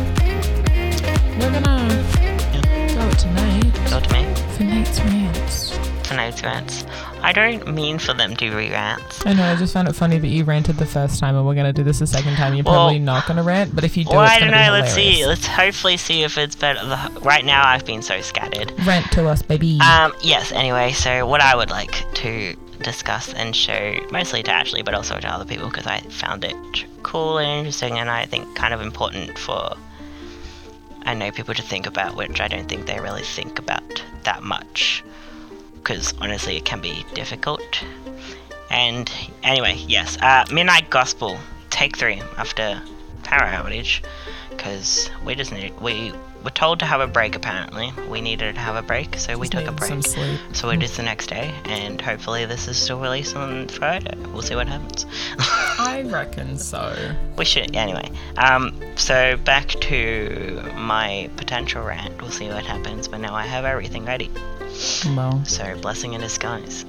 S1: we're gonna go tonight
S2: Go to me.
S1: for Nate's rants.
S2: For no rants. I don't mean for them to be rants.
S1: I know, I just found it funny that you ranted the first time and we're gonna do this the second time. You're
S2: Well-
S1: probably not gonna rant, but if you do,
S2: well,
S1: it's
S2: I
S1: gonna
S2: don't
S1: be
S2: know. Let's see.
S1: hilarious.
S2: Let's hopefully see if it's better. The- Right now, I've been so scattered.
S1: Rant to us, baby.
S2: Um, yes, anyway, so what I would like to discuss and show, mostly to Ashley, but also to other people, because I found it cool and interesting, and I think kind of important for, I know, people to think about, which I don't think they really think about that much, because honestly, it can be difficult. And anyway, yes, uh, Midnight Gospel, take three after power outage, because we just need, we were told to have a break apparently. We needed to have a break, so we
S1: Just
S2: took a
S1: need
S2: break.
S1: Some sleep.
S2: So it is the next day, and hopefully this is still released on Friday. We'll see what happens.
S1: I reckon so.
S2: we should anyway. Um, so back to my potential rant. We'll see what happens. But now I have everything ready.
S1: Well,
S2: So blessing in disguise,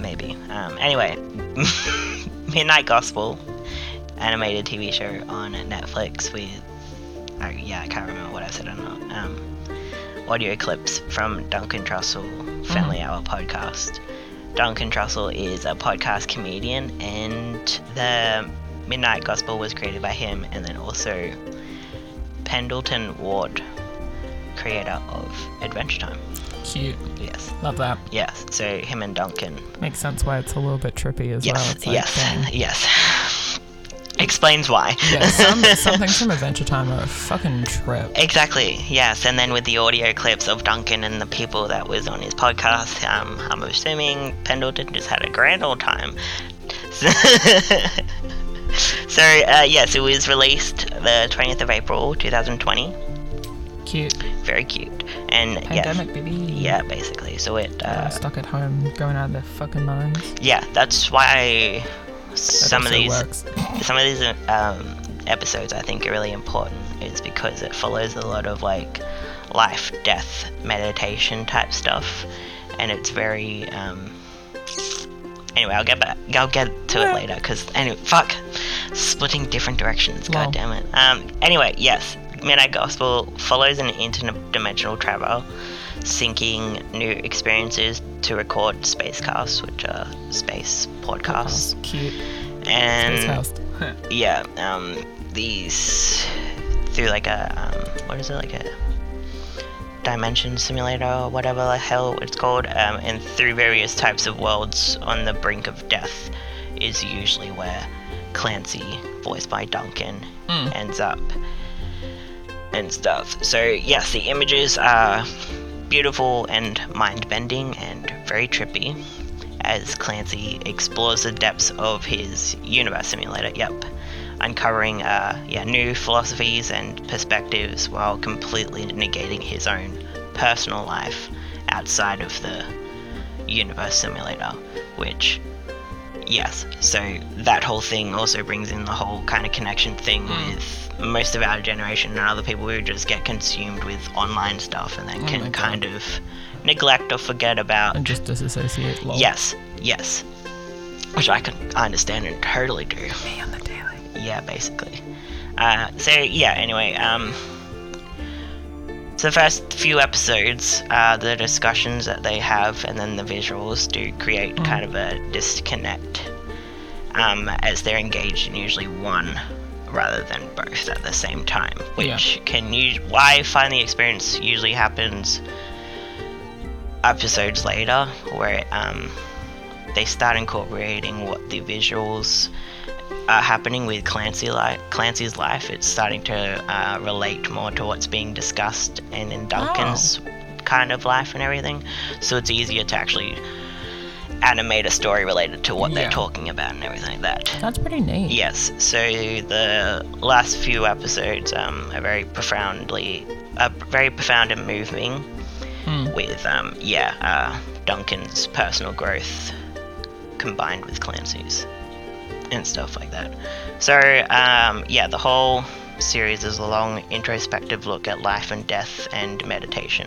S2: maybe. Um, anyway, Midnight Gospel, animated TV show on Netflix with. Oh, yeah, I can't remember what I said or not. Um, audio clips from Duncan Trussell Family Hour podcast. Duncan Trussell is a podcast comedian, and the Midnight Gospel was created by him, and then also Pendleton Ward, creator of Adventure Time.
S1: Cute.
S2: Yes,
S1: Love that.
S2: yes. So him and Duncan
S1: Makes sense why it's a little bit trippy as well.
S2: Yes,
S1: It's like,
S2: yes,
S1: dang.
S2: yes. Explains why.
S1: Yeah, some, some things from Adventure Time are a fucking trip.
S2: Exactly, yes. And then with the audio clips of Duncan and the people that was on his podcast, um, I'm assuming Pendleton just had a grand old time. So, so, uh, yes, it was released the 20th of April, 2020.
S1: Cute.
S2: Very cute. And
S1: Pandemic, baby.
S2: yeah, yeah, basically. So it,
S1: They're all
S2: uh,
S1: stuck at home, going out of their fucking minds.
S2: yeah, that's why
S1: That
S2: some of
S1: also
S2: these
S1: works.
S2: some of these um, episodes I think are really important is because it follows a lot of like life, death, meditation type stuff, and it's very. Um, anyway, I'll get back. I'll get to it later because anyway, fuck, splitting different directions.
S1: Wow.
S2: God damn it. Um. Anyway, yes, Midnight Gospel follows an interdimensional travel, syncing new experiences to record spacecasts, which are space podcasts,
S1: Cute.
S2: and
S1: It's housed.
S2: yeah um these through like a um, what is it like a dimension simulator or whatever the hell it's called um, and through various types of worlds on the brink of death is usually where clancy voiced by duncan ends up and stuff so yes the images are beautiful and mind-bending and very trippy as Clancy explores the depths of his universe simulator. Yep, uncovering uh, yeah new philosophies and perspectives while completely negating his own personal life outside of the universe simulator. Which, yes, so that whole thing also brings in the whole kind of connection thing
S1: Hmm.
S2: with most of our generation and other people who just get consumed with online stuff and then
S1: Oh my
S2: can
S1: God.
S2: kind of neglect or forget about
S1: And just disassociate. Lol.
S2: Yes, yes. Which I can understand and totally do. Me on the daily. Yeah, basically. Uh, so yeah. Anyway, um, so the first few episodes, uh, the discussions that they have, and then the visuals do create kind of a disconnect, um, as they're engaged in usually one rather than both at the same time,
S1: Yeah.
S2: which can use why find the experience usually happens episodes later where um, they start incorporating what the visuals are happening with Clancy li- Clancy's life. It's starting to uh, relate more to what's being discussed and in Duncan's kind of life and everything. So it's easier to actually animate a story related to what
S1: Yeah.
S2: they're talking about and everything like that.
S1: That's pretty neat.
S2: Yes, so the last few episodes um, are very profoundly, uh, very profound and moving, with um, yeah, uh, Duncan's personal growth combined with Clancy's and stuff like that. So um, yeah, the whole series is a long introspective look at life and death and meditation.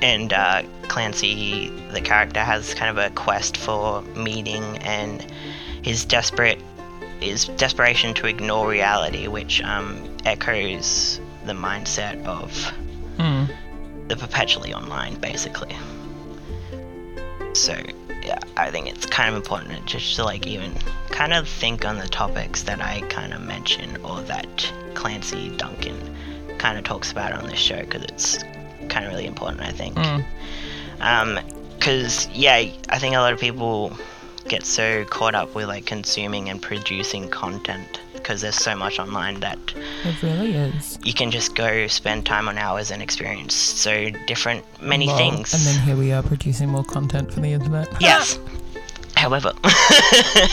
S2: And uh, Clancy, the character, has kind of a quest for meaning and his desperate his desperation to ignore reality, which um, echoes the mindset of
S1: Mm.
S2: the perpetually online, basically. So yeah, I think it's kind of important just to like even kind of think on the topics that I kind of mention or that Clancy Duncan kind of talks about on this show because it's kind of really important, I think. Um, because yeah, I think a lot of people get so caught up with like consuming and producing content because there's so much online that
S1: It really is.
S2: you can just go spend time on hours and experience so different many
S1: Lol.
S2: things.
S1: And then here we are producing more content for the internet.
S2: yes. However,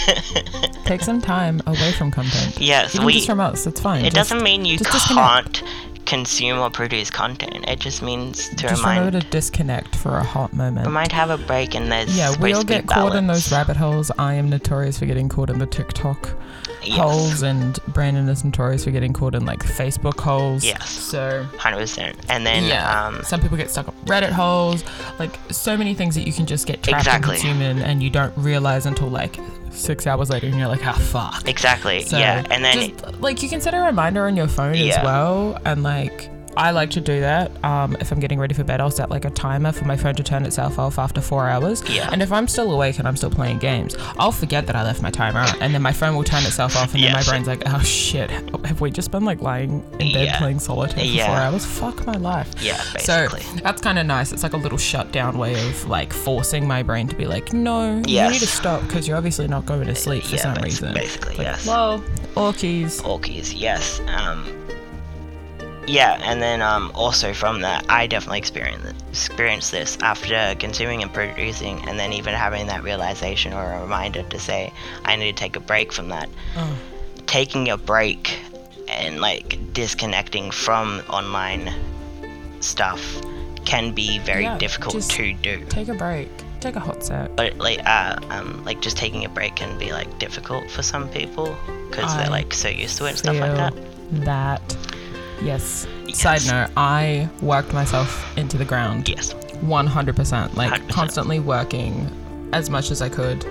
S1: Take some time away from content.
S2: yes,
S1: Even
S2: we.
S1: just from us, it's fine.
S2: it
S1: Just-
S2: doesn't mean you
S1: just disconnect.
S2: can't consume or produce content. It just means to
S1: Just remember
S2: remind
S1: to disconnect for a hot moment.
S2: remind have a break and there's
S1: yeah, we
S2: supposed
S1: all
S2: to be
S1: get caught in those
S2: balance.
S1: rabbit holes. I am notorious for getting caught in the TikTok
S2: Yes.
S1: holes, and Brandon is notorious for getting caught in like Facebook holes.
S2: Yes.
S1: So
S2: 100%. And then
S1: yeah,
S2: um
S1: some people get stuck up Reddit holes, like so many things that you can just get trapped
S2: Exactly.
S1: and consume in, and you don't realize until like six hours later, and you're like, ah, fuck.
S2: Exactly.
S1: So,
S2: yeah, and then
S1: just, like you can set a reminder on your phone as
S2: Yeah.
S1: well, and like I like to do that. Um, if I'm getting ready for bed, I'll set like a timer for my phone to turn itself off after four hours.
S2: Yeah.
S1: And if I'm still awake and I'm still playing games, I'll forget that I left my timer on, and then my phone will turn itself off, and then
S2: Yes.
S1: my brain's like, "Oh shit, have we just been like lying in bed
S2: Yeah.
S1: playing solitaire for
S2: Yeah.
S1: four hours? Fuck my life."
S2: Yeah,
S1: So
S2: basically.
S1: that's kind of nice. It's like a little shutdown way of like forcing my brain to be like, "No, you need
S2: Yes.
S1: to stop because you're obviously not going to sleep for
S2: yeah,
S1: some
S2: bas-
S1: reason."
S2: Basically, yes.
S1: Whoa, orkies.
S2: Orkies, yes. Um, yeah, and then um, also from that, I definitely experienced experienced this after consuming and producing, and then even having that realization or a reminder to say I need to take a break from that.
S1: Mm.
S2: Taking a break and like disconnecting from online stuff can be very
S1: Yeah,
S2: difficult
S1: just
S2: to do.
S1: Take a break. Take a hot sec.
S2: But like, uh, um, like just taking a break can be like difficult for some people because
S1: I
S2: they're like so used to it and stuff like
S1: feel
S2: that.
S1: that- Yes.
S2: Yes.
S1: Side note, I worked myself into the ground.
S2: Yes.
S1: 100%. Like,
S2: 100%.
S1: constantly working as much as I could.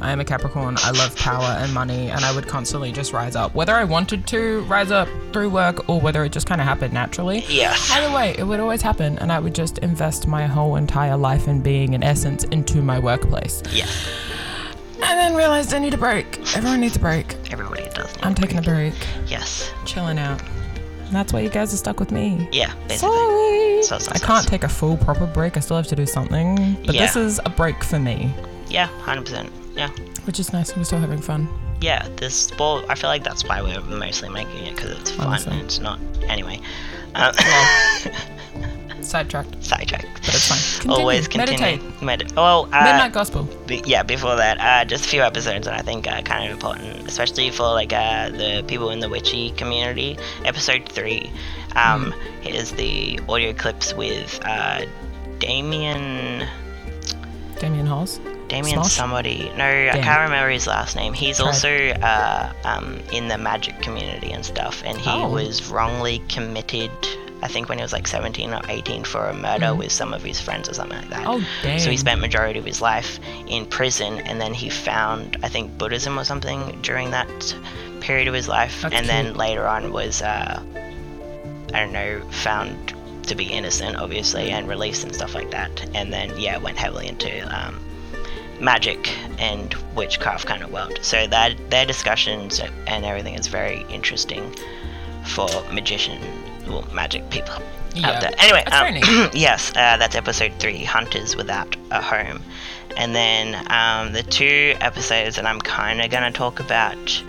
S1: I am a Capricorn. I love power and money, and I would constantly just rise up. Whether I wanted to rise up through work or whether it just kind of happened naturally.
S2: Yes.
S1: Either way, it would always happen, and I would just invest my whole entire life and being, in essence, into my workplace.
S2: Yes.
S1: And then realized I need a break. Everyone needs a break.
S2: Everybody does. need
S1: I'm
S2: a
S1: taking a break,
S2: break. Yes.
S1: chilling out. And that's why you guys are stuck with me.
S2: Yeah. Basically.
S1: Sorry.
S2: So- so-
S1: I
S2: so-
S1: can't
S2: so.
S1: take a full proper break. I still have to do something. But this
S2: Yeah.
S1: is a break for me,
S2: Yeah. Hundred percent. Yeah.
S1: which is nice. We're still having fun.
S2: Yeah. This. Well, I feel like that's why we're mostly making it because it's fun
S1: Honestly.
S2: and it's not. Anyway. Um,
S1: Sidetracked,
S2: sidetracked.
S1: but it's fine. Continue.
S2: Always continue.
S1: Meditate.
S2: Medi- well, uh,
S1: Midnight gospel.
S2: b- yeah. Before that, uh, just a few episodes that I think are kind of important, especially for like uh, the people in the witchy community. Episode three. Um,
S1: Mm-hmm.
S2: here's the audio clips with uh, Damien.
S1: Damien Halls.
S2: Damien
S1: Smosh?
S2: somebody. No, I
S1: Damn.
S2: can't remember his last name. He's
S1: Tried.
S2: also uh, um, in the magic community and stuff, and he
S1: Oh.
S2: was wrongly committed. I think when he was like 17 or 18 for a murder
S1: Mm-hmm.
S2: with some of his friends or something like that.
S1: Oh, dang.
S2: So he spent majority of his life in prison, and then he found I think Buddhism or something during that period of his life,
S1: That's
S2: and then
S1: cute.
S2: later on was uh, I don't know found to be innocent, obviously, and released and stuff like that. And then yeah, went heavily into um, magic and witchcraft kind of world. So that their discussions and everything is very interesting for magician, well, magic people
S1: Yeah.
S2: out there. Anyway,
S1: That's very
S2: um, yes, uh, that's episode three, Hunters Without a Home. And then um, the two episodes that I'm kind of going to talk about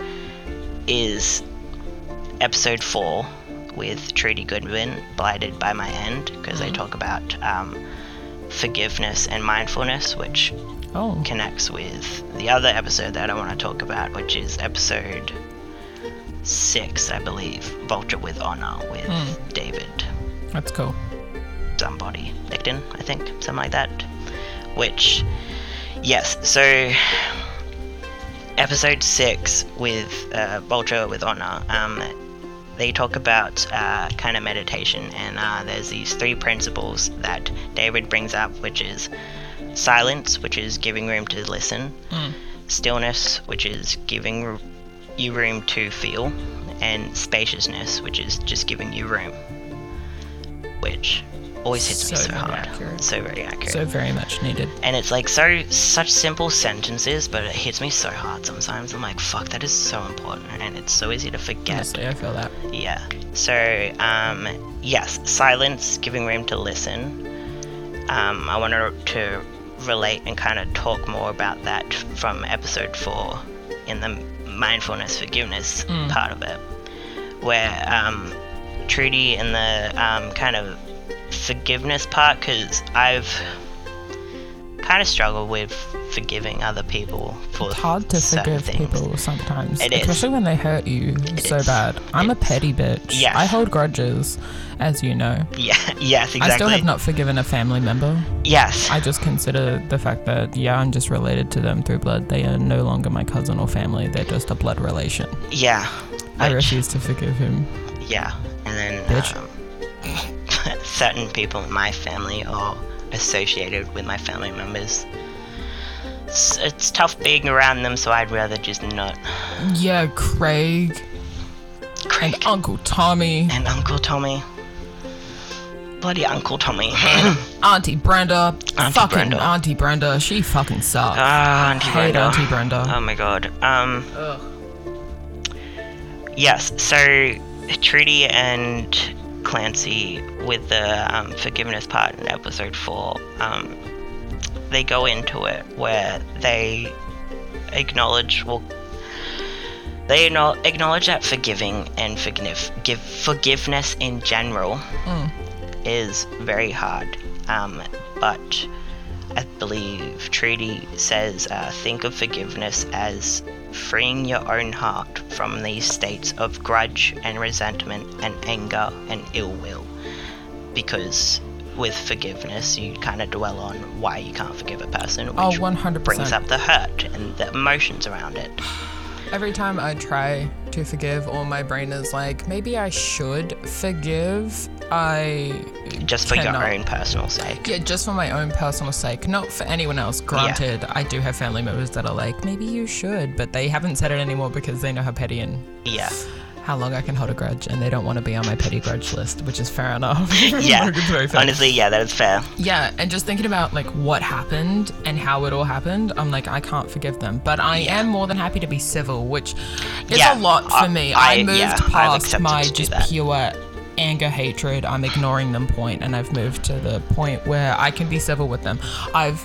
S2: is episode four with Trudy Goodwin, Blighted by My End, because
S1: Mm-hmm.
S2: they talk about um, forgiveness and mindfulness, which
S1: Oh.
S2: connects with the other episode that I want to talk about, which is episode six, I believe, Vulture with Honor with
S1: Mm.
S2: David
S1: That's cool.
S2: somebody, Licton, I think, something like that. Which, yes, so episode six with uh, Vulture with Honor, um, they talk about uh, kind of meditation, and uh, there's these three principles that David brings up, which is silence, which is giving room to listen,
S1: Hmm.
S2: stillness, which is giving r- you room to feel, and spaciousness, which is just giving you room. Which always hits me
S1: So
S2: so
S1: very
S2: hard.
S1: accurate.
S2: So very accurate.
S1: So very much needed.
S2: and it's like so such simple sentences, but it hits me so hard sometimes. I'm like, fuck, that is so important, and it's so easy to forget.
S1: Honestly, I feel that.
S2: Yeah. So, um, yes, silence, giving room to listen. Um, I wanted to relate and kind of talk more about that from episode four in the mindfulness forgiveness
S1: Mm.
S2: part of it, where um, Trudy and the um, kind of forgiveness part, because I've kind of struggled with forgiving other people for
S1: It's hard to
S2: certain
S1: forgive
S2: things.
S1: people sometimes,
S2: It is.
S1: especially when they hurt you so
S2: is.
S1: bad. I'm a petty bitch.
S2: Yes.
S1: I hold grudges, as you know.
S2: Yeah. Yes. Exactly.
S1: I still have not forgiven a family member.
S2: Yes.
S1: I just consider the fact that, yeah, I'm just related to them through blood. They are no longer my cousin or family. They're just a blood relation.
S2: yeah.
S1: I
S2: Which-
S1: refuse to forgive him.
S2: Yeah, and then
S1: Bitch.
S2: um, certain people in my family are associated with my family members. It's, it's tough being around them, so I'd rather just not.
S1: Yeah, Craig
S2: Craig
S1: Oh. and Uncle Tommy
S2: and Uncle Tommy. Bloody Uncle Tommy.
S1: Auntie Brenda.
S2: Auntie
S1: fucking
S2: Brenda.
S1: Auntie Brenda. She fucking sucks.
S2: Ah, Auntie
S1: Hate
S2: Brenda.
S1: Auntie Brenda.
S2: Oh my god. Um.
S1: Ugh.
S2: Yes, so Trudy and Clancy, with the um, forgiveness part in episode 4, um, they go into it where they acknowledge, well, they acknow- acknowledge that forgiving and forgive, give forgiveness in general is very hard. Um, but I believe Treaty says, uh, think of forgiveness as freeing your own heart from these states of grudge and resentment and anger and ill will. Because with forgiveness, you kind of dwell on why you can't forgive a person, which
S1: Oh, 100%.
S2: brings up the hurt and the emotions around it.
S1: Every time I try to forgive, or my brain is like, maybe I should forgive, I.
S2: Just for
S1: cannot.
S2: your own personal sake.
S1: Yeah, just for my own personal sake, not for anyone else. Granted, I do have family members that are like, maybe you should, but they haven't said it anymore because they know how petty and
S2: Yeah.
S1: how long I can hold a grudge, and they don't want to be on my petty grudge list, which is fair enough.
S2: Yeah.
S1: It's very fair.
S2: Honestly, yeah, that is fair.
S1: Yeah, and just thinking about like what happened and how it all happened, I'm like, I can't forgive them. But I am more than happy to be civil, which is a
S2: Yeah,
S1: lot for
S2: I-
S1: me. I,
S2: I-
S1: moved
S2: yeah, I've
S1: past
S2: accepted
S1: my
S2: to do
S1: just
S2: that.
S1: pure anger, hatred, I'm ignoring them point, and I've moved to the point where I can be civil with them. I've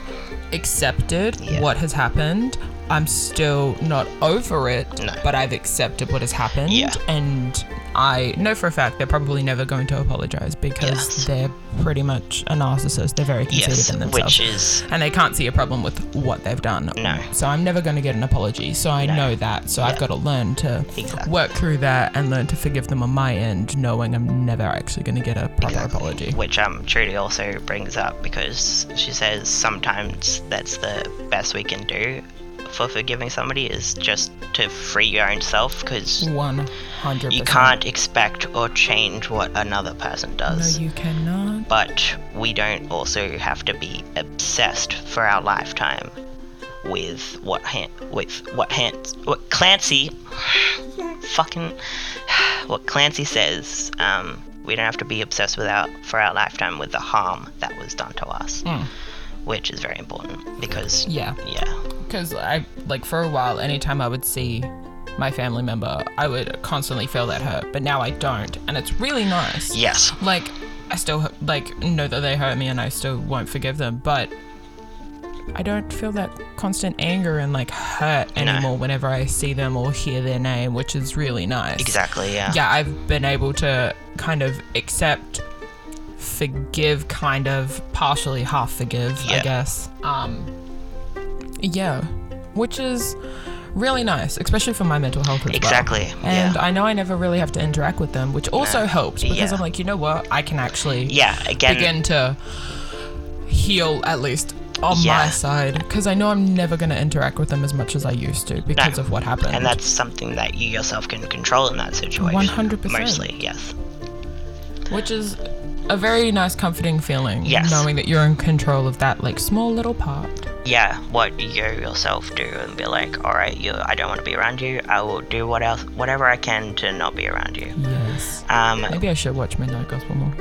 S1: accepted
S2: Yeah.
S1: what has happened. I'm still not over it,
S2: No.
S1: but I've accepted what has happened.
S2: Yeah.
S1: And I know for a fact they're probably never going to apologize because
S2: Yes.
S1: they're pretty much a narcissist. They're very conceited
S2: Yes,
S1: in themselves.
S2: which is
S1: and they can't see a problem with what they've done.
S2: No.
S1: So I'm never going to get an apology. So I
S2: No.
S1: know that. So I've
S2: Yeah.
S1: got to learn to
S2: Exactly.
S1: work through that and learn to forgive them on my end, knowing I'm never actually going to get a proper apology.
S2: Which um, Trudy also brings up because she says sometimes that's the best we can do for forgiving somebody is just to free your own self because
S1: 100%.
S2: you can't expect or change what another person
S1: No,
S2: does.
S1: you cannot.
S2: but we don't also have to be obsessed for our lifetime with what Han- with what Han- what Clancy fucking what Clancy says. Um, we don't have to be obsessed with our for our lifetime with the harm that was done to us, which is very important because
S1: Yeah.
S2: Hmm. yeah,
S1: because I like for a while, anytime I would see my family member, I would constantly feel that hurt, but now I don't, and it's really nice.
S2: yes,
S1: Like, I still like know that they hurt me, and I still won't forgive them, but I don't feel that constant anger and like hurt anymore whenever I see them or hear their name, which is really nice.
S2: exactly, yeah,
S1: Yeah, I've been able to kind of accept, forgive, kind of partially half forgive, I
S2: Yeah.
S1: guess. Um, yeah, which is really nice, especially for my mental health. As well.
S2: Exactly,
S1: And
S2: yeah.
S1: I know I never really have to interact with them, which also helps because
S2: yeah.
S1: I'm like, you know what, I can actually
S2: yeah. Again,
S1: begin to heal at least on my
S2: Yeah.
S1: side because I know I'm never going to interact with them as much as I used to because of what happened.
S2: and that's something that you yourself can control in that situation.
S1: 100%.
S2: Mostly, yes,
S1: which is a very nice comforting feeling
S2: Yes.
S1: knowing that you're in control of that like small little part
S2: yeah, what you yourself do and be like, all right, you, I don't want to be around you. I will do what else, whatever I can to not be around you.
S1: yes
S2: Um,
S1: maybe i should watch midnight gospel more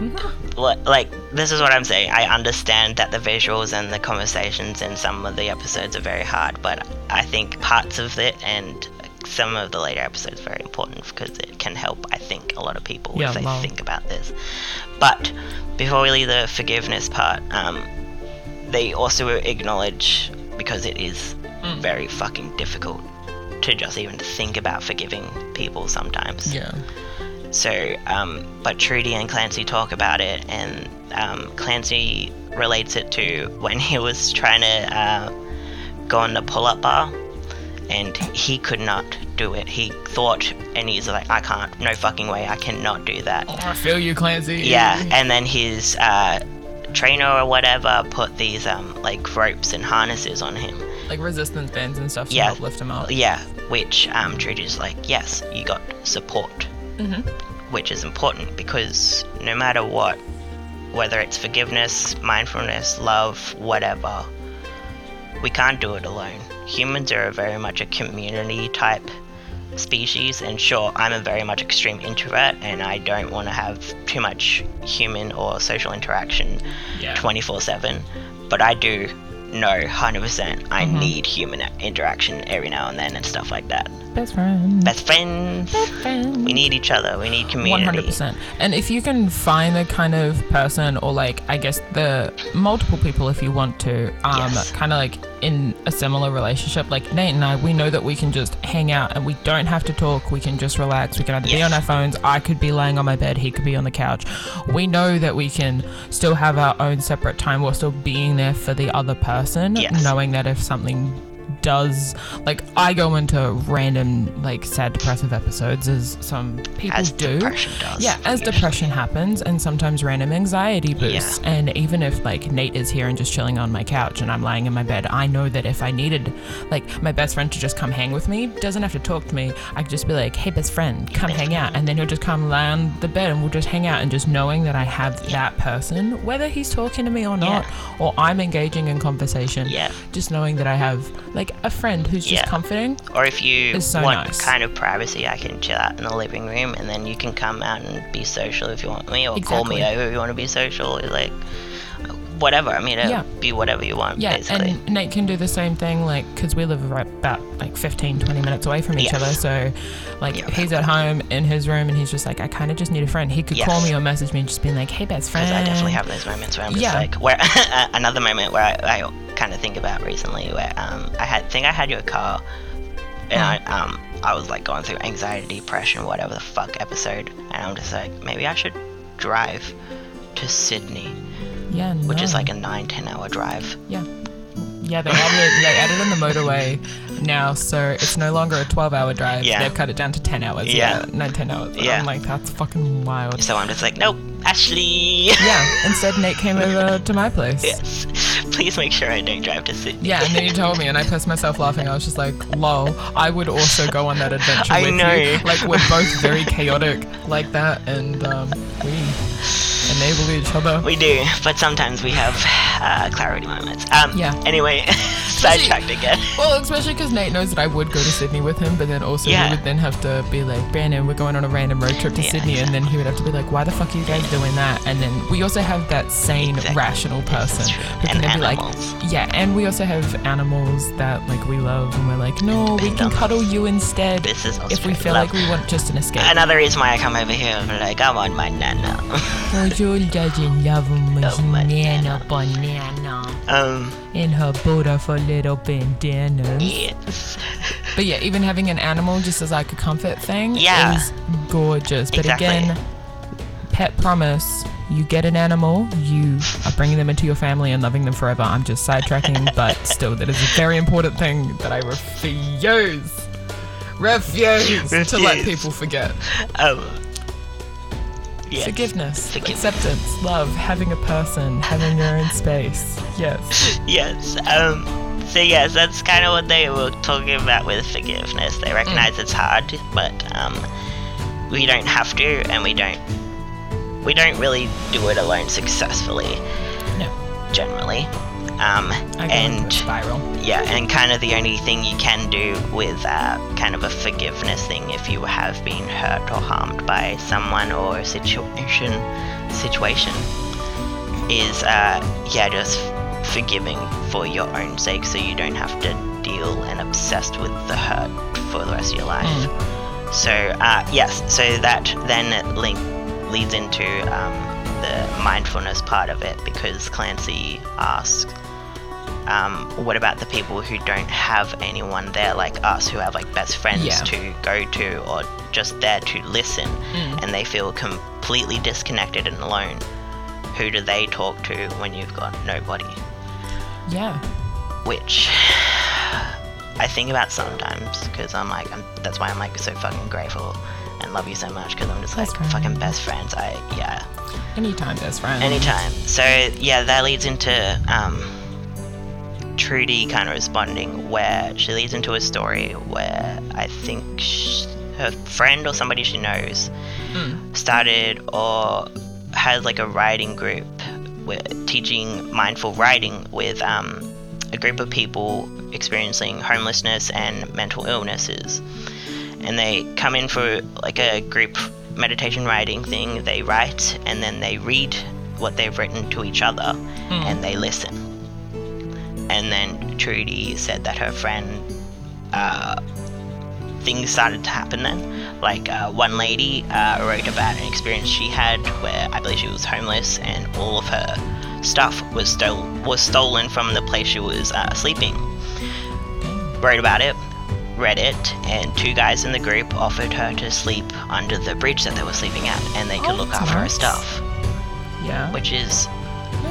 S2: li- like this is what I'm saying. I understand that the visuals and the conversations in some of the episodes are very hard, but I think parts of it and some of the later episodes are very important because it can help. I think a lot of people
S1: Yeah,
S2: if they
S1: lol.
S2: think about this. But before we leave the forgiveness part, um, they also acknowledge because it is very fucking difficult to just even think about forgiving people sometimes.
S1: yeah
S2: So, um, but Trudy and Clancy talk about it, and um, Clancy relates it to when he was trying to uh, go on the pull up bar, and he could not do it. He thought, and he's like, I can't, no fucking way, I cannot do that.
S1: i feel you clancy
S2: Yeah, and then his uh, trainer or whatever put these um, like ropes and harnesses on him.
S1: like resistance bands and stuff to
S2: Yeah.
S1: help lift him up
S2: Yeah, which um, Trudy's like, yes, you got support, mm-hmm. which is important because no matter what, whether it's forgiveness, mindfulness, love, whatever, we can't do it alone. Humans are very much a community type species, and sure, I'm a very much extreme introvert, and I don't want to have too much human or social interaction
S5: Yeah.
S2: 24 7. But I do know 100% I
S1: Mm-hmm.
S2: need human interaction every now and then and stuff like that.
S1: Best friend.
S2: Best friends. We need each other. We need
S1: One
S2: community.
S1: hundred percent. And if you can find the kind of person, or like I guess the multiple people, if you want to, um,
S2: Yes.
S1: kind of like in a similar relationship, like Nate and I, we know that we can just hang out and we don't have to talk. We can just relax. We can either be
S2: Yes.
S1: on our phones. I could be laying on my bed. He could be on the couch. We know that we can still have our own separate time while still being there for the other person,
S2: Yes.
S1: knowing that if something does like I go into random like sad depressive episodes as some people
S2: As
S1: do.
S2: depression does.
S1: Yeah, as
S2: usually.
S1: depression happens and sometimes random anxiety boosts. And even if like Nate is here and just chilling on my couch and I'm lying in my bed, I know that if I needed like my best friend to just come hang with me, doesn't have to talk to me. I could just be like, Hey best friend, come hang out and then he'll just come lie on the bed and we'll just hang out and just knowing that I have that person, whether he's talking to me or not, or I'm engaging in conversation.
S2: Yeah.
S1: Just knowing that I have like a friend who's just
S2: Yeah.
S1: comforting.
S2: Or if you
S1: It's so
S2: want
S1: nice.
S2: kind of privacy, I can chill out in the living room, and then you can come out and be social if you want me, or call me
S1: Exactly.
S2: over if you want to be social. or, Like whatever. I mean, it'll
S1: Yeah.
S2: be whatever you want,
S1: Yeah,
S2: basically.
S1: and Nate can do the same thing, like, because we live right about like 15, 20 minutes away from each
S2: Yes.
S1: other. So, like,
S2: Yeah.
S1: he's at home in his room and he's just like, I kind of just need a friend. He could call
S2: Yes.
S1: me or message me and just be like, hey, best friend.
S2: Because I definitely have those moments where I'm just
S1: Yeah.
S2: like, where another moment where I, I kind of think about recently, where um, I had think I had your car, and
S1: Oh.
S2: I um, I was like going through anxiety, depression, whatever the fuck episode, and I'm just like, maybe I should drive to Sydney,
S1: Yeah,
S2: which is
S1: no.
S2: like a nine ten hour drive.
S1: Yeah. Yeah, they added, they added in the motorway now, so it's no longer a 12 hour drive.
S2: Yeah.
S1: They've cut it down to 10 hours.
S2: Yeah.
S1: no, 10 hours. And
S2: Yeah.
S1: I'm like, that's fucking wild.
S2: So I'm just like, nope, Ashley.
S1: yeah, instead, Nate came over to my place.
S2: yes. Please make sure I don't drive to Sydney.
S1: Yeah, and then you told me, and I pissed myself laughing. I was just like, lol, I would also go on that adventure
S2: I
S1: with
S2: know.
S1: you. Like, we're both very chaotic like that, and um, we enable each other.
S2: We do, but sometimes we have uh, clarity moments. Um,
S1: Yeah.
S2: Anyway, sidetracked again.
S1: Well, especially because Nate knows that I would go to Sydney with him, but then also
S2: Yeah.
S1: we would then have to be like, Brandon, we're going on a random road trip to
S2: Yeah,
S1: Sydney, and then he would have to be like, why the fuck are you guys doing that? And then we also have that sane,
S2: Exactly.
S1: rational person
S2: true.
S1: who can
S2: And
S1: then be
S2: animals.
S1: like, yeah, and we also have animals that like we love, and we're like, no, we
S2: depend
S1: can
S2: on us.
S1: cuddle you instead
S2: This is
S1: if we
S2: Australian
S1: feel
S2: love.
S1: like we want just an escape.
S2: Another reason why I come over here, I'm like, I'm on my nana.
S1: Well, Julie doesn't love him with
S2: Oh, my
S1: Nana Banana
S2: um,
S1: in her beautiful little bandana.
S2: yes.
S1: But yeah, even having an animal just as like a comfort thing
S2: Yeah.
S1: is gorgeous. But
S2: Exactly.
S1: again, pet promise. You get an animal, you are bringing them into your family and loving them forever. I'm just sidetracking, but still, that is a very important thing that I refuse, refuse, to let
S2: Refuse.
S1: people forget.
S2: Um, yes.
S1: Forgiveness,
S2: Forgiveness.
S1: acceptance, love, having a person, having your own space. Yes.
S2: Yes. Um, so yes, that's kind of what they were talking about with forgiveness. They recognize it's hard, but um, we don't have to, and we don't we don't really do it alone successfully
S1: No.
S2: generally. Um,
S1: I go into a
S2: and
S1: spiral.
S2: yeah, and kind of the only thing you can do with uh, kind of a forgiveness thing if you have been hurt or harmed by someone or a situation situation is uh, yeah, just forgiving for your own sake, so you don't have to deal and obsessed with the hurt for the rest of your life. So uh, yes, so that then link leads into um, the mindfulness part of it because Clancy asks um, what about the people who don't have anyone there like us who have like best friends
S1: Yeah.
S2: to go to or just there to listen and they feel completely disconnected and alone who do they talk to when you've got nobody
S1: Yeah.
S2: which i think about sometimes because i'm like I'm, that's why i'm like so fucking grateful and love you so much because i'm just
S1: Best
S2: like
S1: friends.
S2: fucking best friends i yeah
S1: Anytime, best friend.
S2: Anytime. So yeah, that leads into um, Trudy kind of responding, where she leads into a story where I think sh her friend or somebody she knows started or has like a writing group, with, teaching mindful writing with um, a group of people experiencing homelessness and mental illnesses and they come in for like a group meditation writing thing. They write and then they read what they've written to each other
S1: Mm-hmm.
S2: and they listen. And then Trudy said that her friend uh, things started to happen then. Like uh, one lady uh, wrote about an experience she had where I believe she was homeless and all of her stuff was stole was stolen from the place she was uh, sleeping. Wrote about it, read it, and two guys in the group offered her to sleep under the bridge that they were sleeping at, and they could
S1: Oh,
S2: look
S1: that's
S2: after her
S1: nice.
S2: stuff,
S1: Yeah.
S2: which is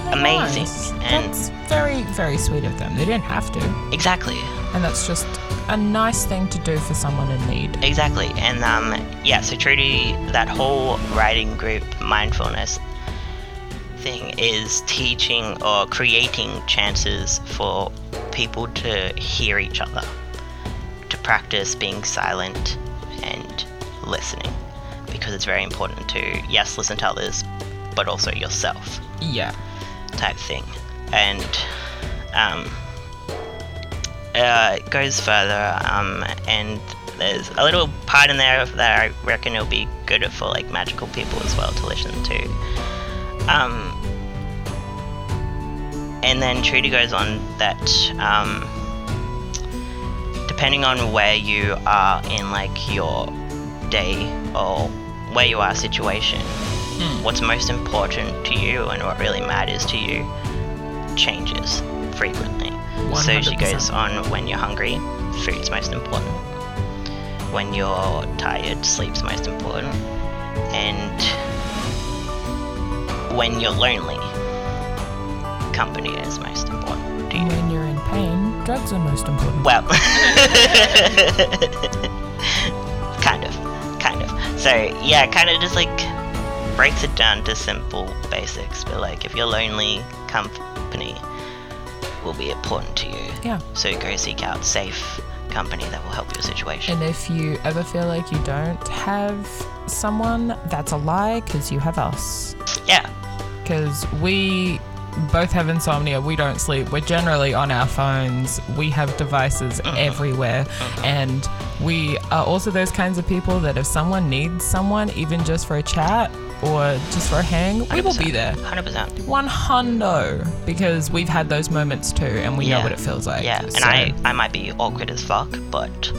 S1: Very
S2: amazing,
S1: nice.
S2: and-
S1: that's very, very sweet of them. They didn't have to.
S2: exactly
S1: And that's just a nice thing to do for someone in need.
S2: Exactly. And um, yeah, so Trudy, that whole writing group mindfulness thing is teaching or creating chances for people to hear each other, to practice being silent and listening. Because it's very important to, yes, listen to others, but also yourself
S1: Yeah.
S2: type thing. And um, uh, it goes further, um, and there's a little part in there that I reckon it'll be good for like magical people as well to listen to. Um, and then Trudy goes on that um, depending on where you are in like your day or where you are situation, what's most important to you and what really matters to you changes frequently. So she
S1: 100%.
S2: goes on when you're hungry, food's most important. When you're tired, sleep's most important. And when you're lonely, company is most important to you.
S1: When you're in pain, drugs are most important.
S2: Well, kind of, kind of. So yeah, kind of just like breaks it down to simple basics. But like, if you're lonely, company will be important to you.
S1: Yeah.
S2: So go seek out safe company that will help your situation.
S1: And if you ever feel like you don't have someone, that's a lie because you have us.
S2: yeah,
S1: Because we both have insomnia, we don't sleep, we're generally on our phones, we have devices
S2: Uh-huh.
S1: everywhere, and we are also those kinds of people that if someone needs someone, even just for a chat or just for a hang, we will be there.
S2: hundred percent.
S1: One hundo, because we've had those moments too, and we know
S2: Yeah.
S1: what it feels like.
S2: Yeah, and
S1: So,
S2: I, I might be awkward as fuck, but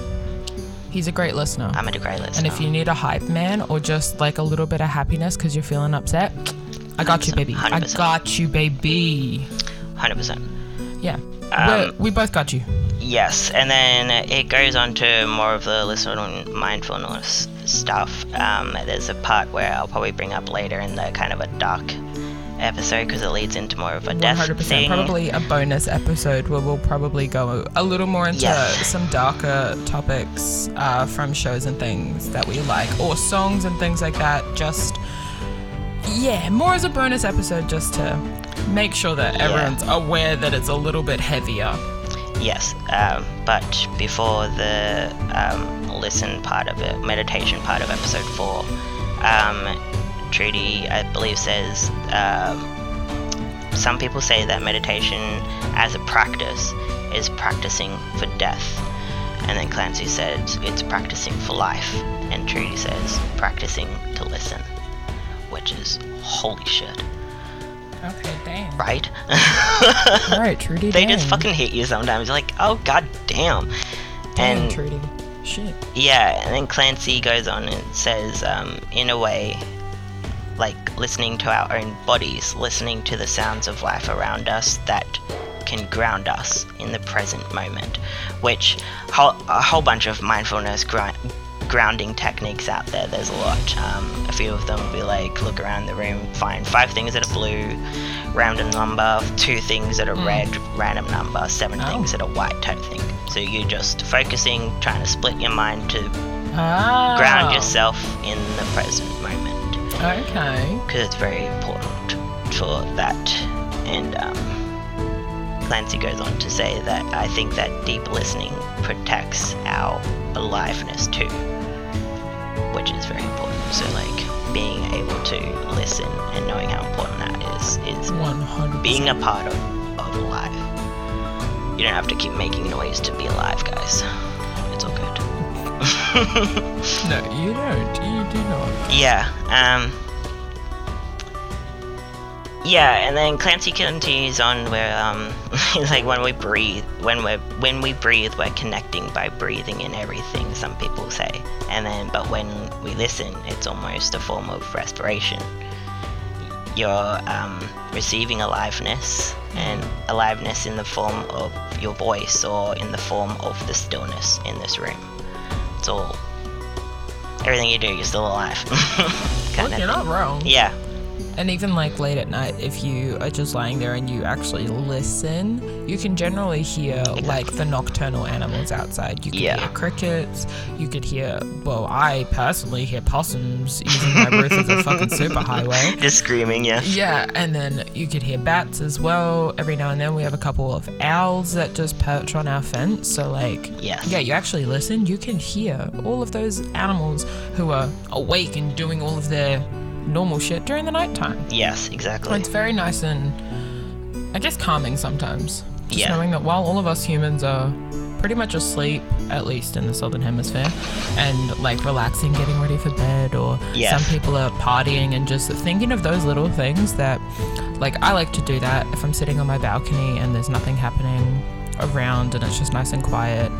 S1: he's a great listener.
S2: I'm a degree listener.
S1: And if you need a hype man or just like a little bit of happiness because you're feeling upset, I got you, baby. I
S2: 100%.
S1: got you, baby.
S2: hundred percent.
S1: Yeah.
S2: Um,
S1: We're- we both got you.
S2: Yes, and then it goes on to more of the listener on mindfulness stuff. Um, there's a part where I'll probably bring up later in the kind of a dark episode because it leads into more of a death
S1: 100%.
S2: thing.
S1: Probably a bonus episode where we'll probably go a little more into
S2: Yes.
S1: some darker topics uh, from shows and things that we like or songs and things like that. Just, yeah, more as a bonus episode just to make sure that everyone's aware that it's a little bit heavier.
S2: Yes, um, but before the um, listen part of it, meditation part of episode four, um, Trudy, I believe, says um, some people say that meditation as a practice is practicing for death. And then Clancy said it's practicing for life. And Trudy says practicing to listen, which is holy shit,
S1: Okay, damn.
S2: right?
S1: All right, Trudy.
S2: they just
S1: dang.
S2: fucking hit you sometimes. You're like, oh god damn.
S1: Damn,
S2: And
S1: Trudy. Shit.
S2: yeah, and then Clancy goes on and says, um, in a way, like listening to our own bodies, listening to the sounds of life around us that can ground us in the present moment, which whole, a whole bunch of mindfulness grind, grounding techniques out there. There's a lot. Um, a few of them would be like look around the room, find five things that are blue, random number, two things that are red, random number, seven things that are white type thing. So you're just focusing, trying to split your mind to
S1: Ah.
S2: ground yourself in the present moment
S1: Oh. Okay.
S2: because it's very important for that. And um, Clancy goes on to say that I think that deep listening protects our aliveness too, which is very important. So, like, being able to listen and knowing how important that is, is
S1: 100
S2: being a part of, of life. You don't have to keep making noise to be alive, guys. It's all good.
S1: No, you don't. You do not.
S2: Yeah. Um. Yeah, and then Clancy continues on where um, he's like when we breathe, when we are when we breathe, we're connecting by breathing and everything. Some people say, and then but when we listen, it's almost a form of respiration. You're um, receiving aliveness and aliveness in the form of your voice or in the form of the stillness in this room. It's all everything you do, you're still alive. kind
S1: Look, you're not wrong.
S2: Yeah.
S1: And even like late at night, if you are just lying there and you actually listen, you can generally hear like the nocturnal animals outside. You can
S2: Yeah.
S1: hear crickets. You could hear. Well, I personally hear possums using my roof as a fucking superhighway.
S2: Just screaming, yeah.
S1: Yeah, and then you could hear bats as well. Every now and then, we have a couple of owls that just perch on our fence. So like,
S2: Yes.
S1: yeah, you actually listen. You can hear all of those animals who are awake and doing all of their normal shit during the nighttime.
S2: Yes,
S1: Well,
S2: exactly.
S1: It's very nice and, I guess, calming sometimes. Just
S2: Yeah.
S1: knowing that while all of us humans are pretty much asleep, at least in the southern hemisphere, and like relaxing, getting ready for bed, or
S2: Yes.
S1: some people are partying and just thinking of those little things that, like, I like to do that if I'm sitting on my balcony and there's nothing happening around and it's just nice and quiet.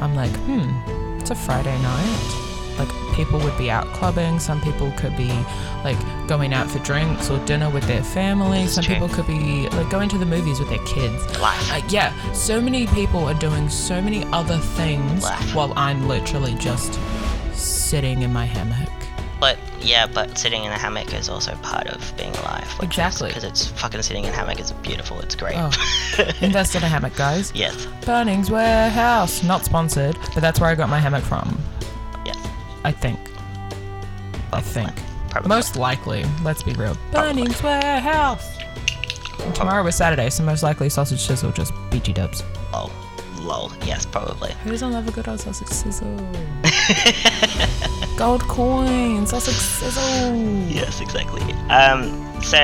S1: I'm like, hmm, it's a Friday night. Like, people would be out clubbing. Some people could be, like, going out for drinks or dinner with their family. Some
S2: true.
S1: people could be, like, going to the movies with their kids.
S2: Life.
S1: Like, yeah, so many people are doing so many other things
S2: Life.
S1: while I'm literally just sitting in my hammock.
S2: But yeah, but sitting in a hammock is also part of being alive.
S1: Exactly.
S2: Because it's fucking sitting in a hammock is beautiful. It's great.
S1: Oh. Invest in a hammock, guys.
S2: yes.
S1: Burnings Warehouse. Not sponsored, but that's where I got my hammock from.
S2: Yes.
S1: I think. I think.
S2: Probably.
S1: Most likely. Let's be real. Burnings Warehouse. And tomorrow is Saturday, so most likely sausage sizzle just BG dubs.
S2: lol. Lol. Yes, probably.
S1: Who doesn't love a good old sausage sizzle? Gold coin, sausage sizzle.
S2: Yes, exactly. Um. So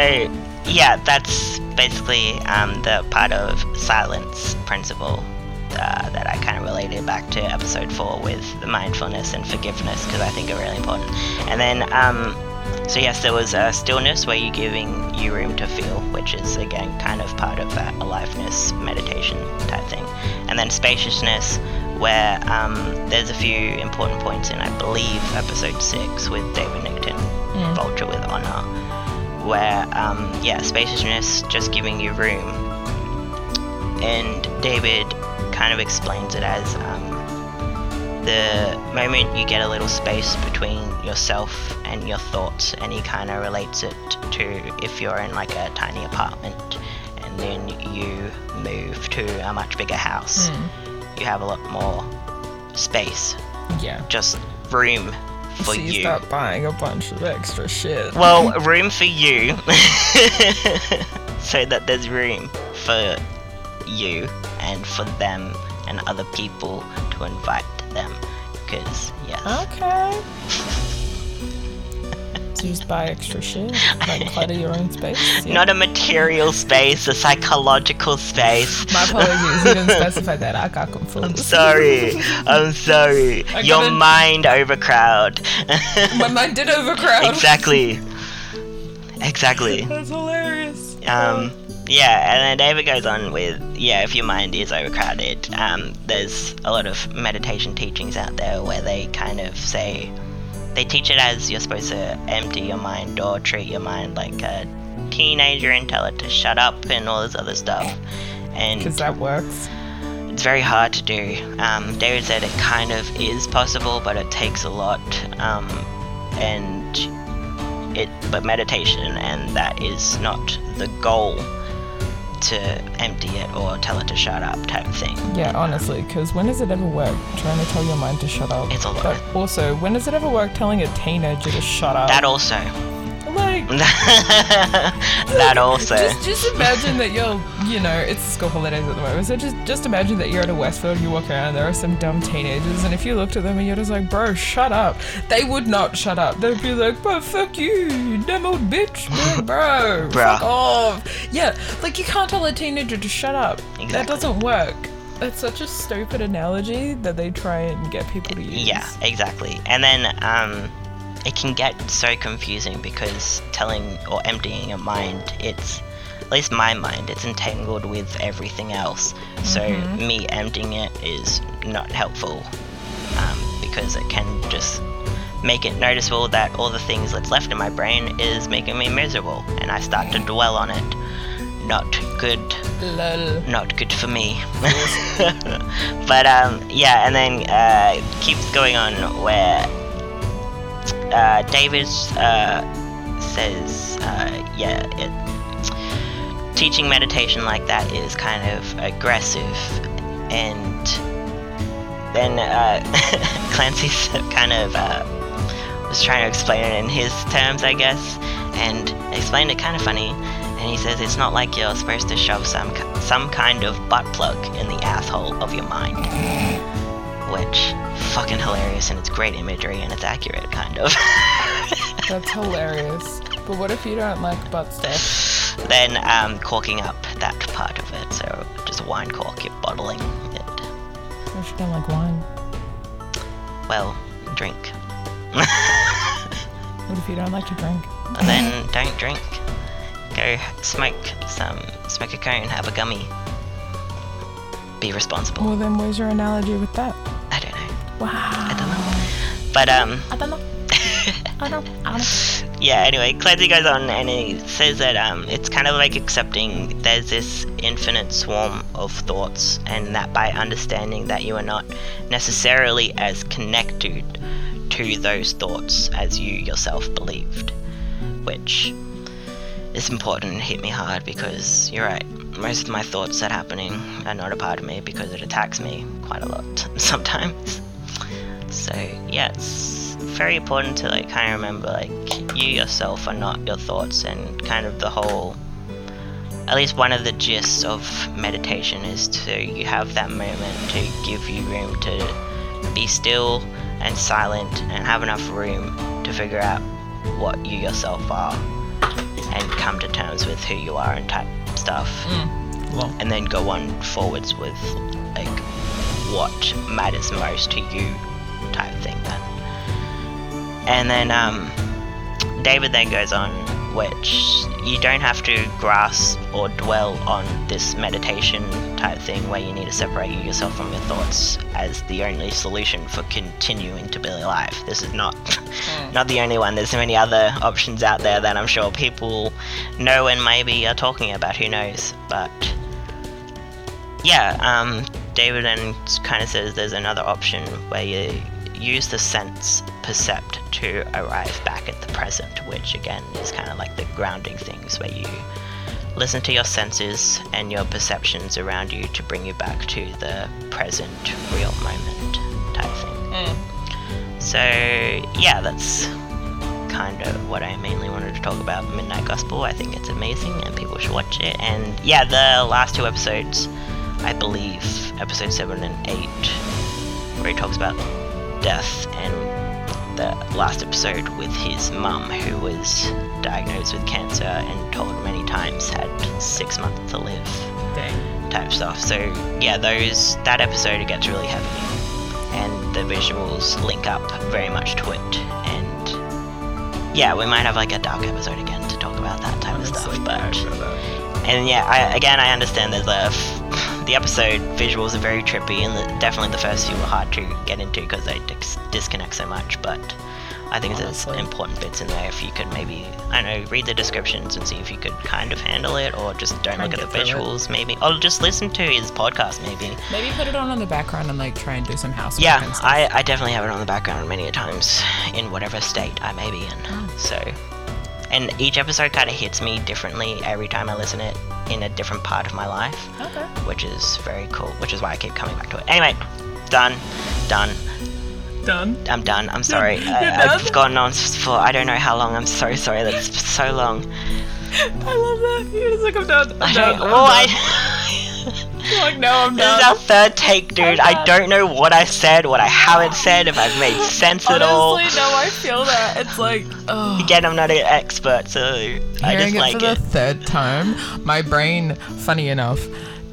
S2: yeah, that's basically um the part of silence principle. Uh, that I kind of related back to episode four with the mindfulness and forgiveness because I think are really important. And then, um, so yes, there was a stillness where you're giving you room to feel, which is again kind of part of that aliveness meditation type thing. And then spaciousness, where um, there's a few important points in I believe episode six with David Nickton,
S1: Mm.
S2: Vulture with Honor, where um, yeah, spaciousness just giving you room and David kind of explains it as um, the moment you get a little space between yourself and your thoughts, and he kind of relates it to if you're in like a tiny apartment and then you move to a much bigger house,
S1: Mm.
S2: you have a lot more space,
S1: Yeah.
S2: just room for
S1: so you,
S2: you.
S1: start buying a bunch of extra shit.
S2: Well, room for you, so that there's room for you and for them and other people to invite them. Because yes,
S1: Okay. so you just buy extra shit, like clutter your own space. Yeah.
S2: not a material space, a psychological space.
S1: My apologies, you didn't specify that. I got confused.
S2: I'm sorry. I'm sorry.
S1: I
S2: Your
S1: gotta-
S2: mind overcrowd.
S1: My mind did overcrowd.
S2: exactly. Exactly.
S3: That's hilarious.
S2: Um, yeah, and then David goes on with, yeah, if your mind is overcrowded, um, there's a lot of meditation teachings out there where they kind of say, they teach it as you're supposed to empty your mind or treat your mind like a teenager and tell it to shut up and all this other stuff. And
S1: Because that works.
S2: it's very hard to do. Um, David said it kind of is possible, but it takes a lot. Um, and it, but meditation, and that is not the goal to empty it or tell it to shut up type thing.
S1: Yeah, honestly, because when does it ever work trying to tell your mind to shut up?
S2: It's a lot.
S1: But also, when does it ever work telling a teenager to shut up?
S2: That also.
S1: like,
S2: that also.
S1: Just, just imagine that you're, you know, it's school holidays at the moment. So just, just imagine that you're at a Westfield and you walk around and there are some dumb teenagers. And if you looked at them and you're just like, bro, shut up, they would not shut up. They'd be like, bro, fuck you, you dumb old bitch, Be like, bro,
S2: Bruh.
S1: fuck off. Yeah, like you can't tell a teenager to shut up. That
S2: Exactly.
S1: doesn't work.
S5: That's such a stupid analogy that they try and get people to use.
S2: Yeah, exactly. And then um, it can get so confusing because telling or emptying your mind, it's at least my mind, it's entangled with everything else. So me emptying it is not helpful um, because it can just make it noticeable that all the things that's left in my brain is making me miserable, and I start to dwell on it. Not good
S5: Lol.
S2: not good for me. but um, yeah, and then uh, keeps going on where uh, David uh, says, uh, yeah, it, teaching meditation like that is kind of aggressive, and then uh, Clancy's kind of. Uh, was trying to explain it in his terms, I guess, and explained it kind of funny. And he says it's not like you're supposed to shove some ki- some kind of butt plug in the asshole of your mind, which fucking hilarious and it's great imagery and it's accurate, kind of.
S5: That's hilarious. But what if you don't like butt stuff?
S2: then um, corking up that part of it, so just wine cork, you're bottling it.
S4: Or she don't like wine.
S2: Well, drink.
S5: What if you don't like to drink?
S2: And then don't drink. Go smoke some, smoke a cone, have a gummy. Be responsible.
S5: Well, then where's your analogy with that?
S2: I don't know.
S5: Wow.
S2: I don't know. But um,
S4: I don't know. I don't. I don't.
S2: yeah. Anyway, Clancy goes on and he says that um, it's kind of like accepting there's this infinite swarm of thoughts, and that by understanding that you are not necessarily as connected to those thoughts as you yourself believed, which is important and hit me hard because you're right. Most of my thoughts that happening are not a part of me because it attacks me quite a lot sometimes. So yeah, it's very important to like kind of remember like you yourself are not your thoughts and kind of the whole at least one of the gists of meditation is to you have that moment to give you room to be still and silent and have enough room to figure out what you yourself are and come to terms with who you are and type stuff
S1: Well.
S2: and then go on forwards with like what matters most to you type thing then and then um, david then goes on which you don't have to grasp or dwell on this meditation type thing where you need to separate yourself from your thoughts as the only solution for continuing to be alive this is not not the only one there's many other options out there that i'm sure people know and maybe are talking about who knows but yeah, um, David and kind of says there's another option where you use the sense percept to arrive back at the present, which again is kind of like the grounding things where you listen to your senses and your perceptions around you to bring you back to the present real moment type thing. So yeah, that's kind of what I mainly wanted to talk about Midnight Gospel. I think it's amazing and people should watch it. And yeah, the last two episodes, I believe, episode 7 and 8, where he talks about death, and the last episode with his mum, who was diagnosed with cancer and told many times had six months to live
S1: Dang.
S2: type stuff. So yeah, those that episode gets really heavy, and the visuals link up very much to it. And yeah, we might have like a dark episode again to talk about that type of stuff. But and yeah, I, again, I understand that the f- the episode visuals are very trippy, and the, definitely the first few were hard to get into because they dis- disconnect so much. But I think there's important bits in there. If you could maybe, I don't know, read the descriptions and see if you could kind of handle it, or just don't look at the visuals, maybe, or just listen to his podcast, maybe.
S1: Maybe put it on in the background and like try and do some housework.
S2: Yeah,
S1: and stuff.
S2: I, I definitely have it on the background many a times in whatever state I may be in. So, and each episode kind of hits me differently every time I listen it in a different part of my life,
S1: Okay.
S2: which is very cool. Which is why I keep coming back to it. Anyway, done, done.
S5: Done.
S2: I'm done. I'm sorry. I, I've gone on s- for I don't know how long. I'm so sorry. That's so long.
S5: I love that. You're just like, I'm done. I'm
S2: I
S5: done.
S2: don't.
S5: I'm
S2: Oh,
S5: done.
S2: I.
S5: You're like, no, I'm
S2: This
S5: done.
S2: is our third take, dude. I don't know what I said, what I haven't said, if I've made sense at all.
S5: Honestly, no, I feel that. It's like, oh.
S2: Again, I'm not an expert, so I
S1: Hearing
S2: just
S1: it
S2: like
S1: for the
S2: it.
S1: third time, my brain, funny enough,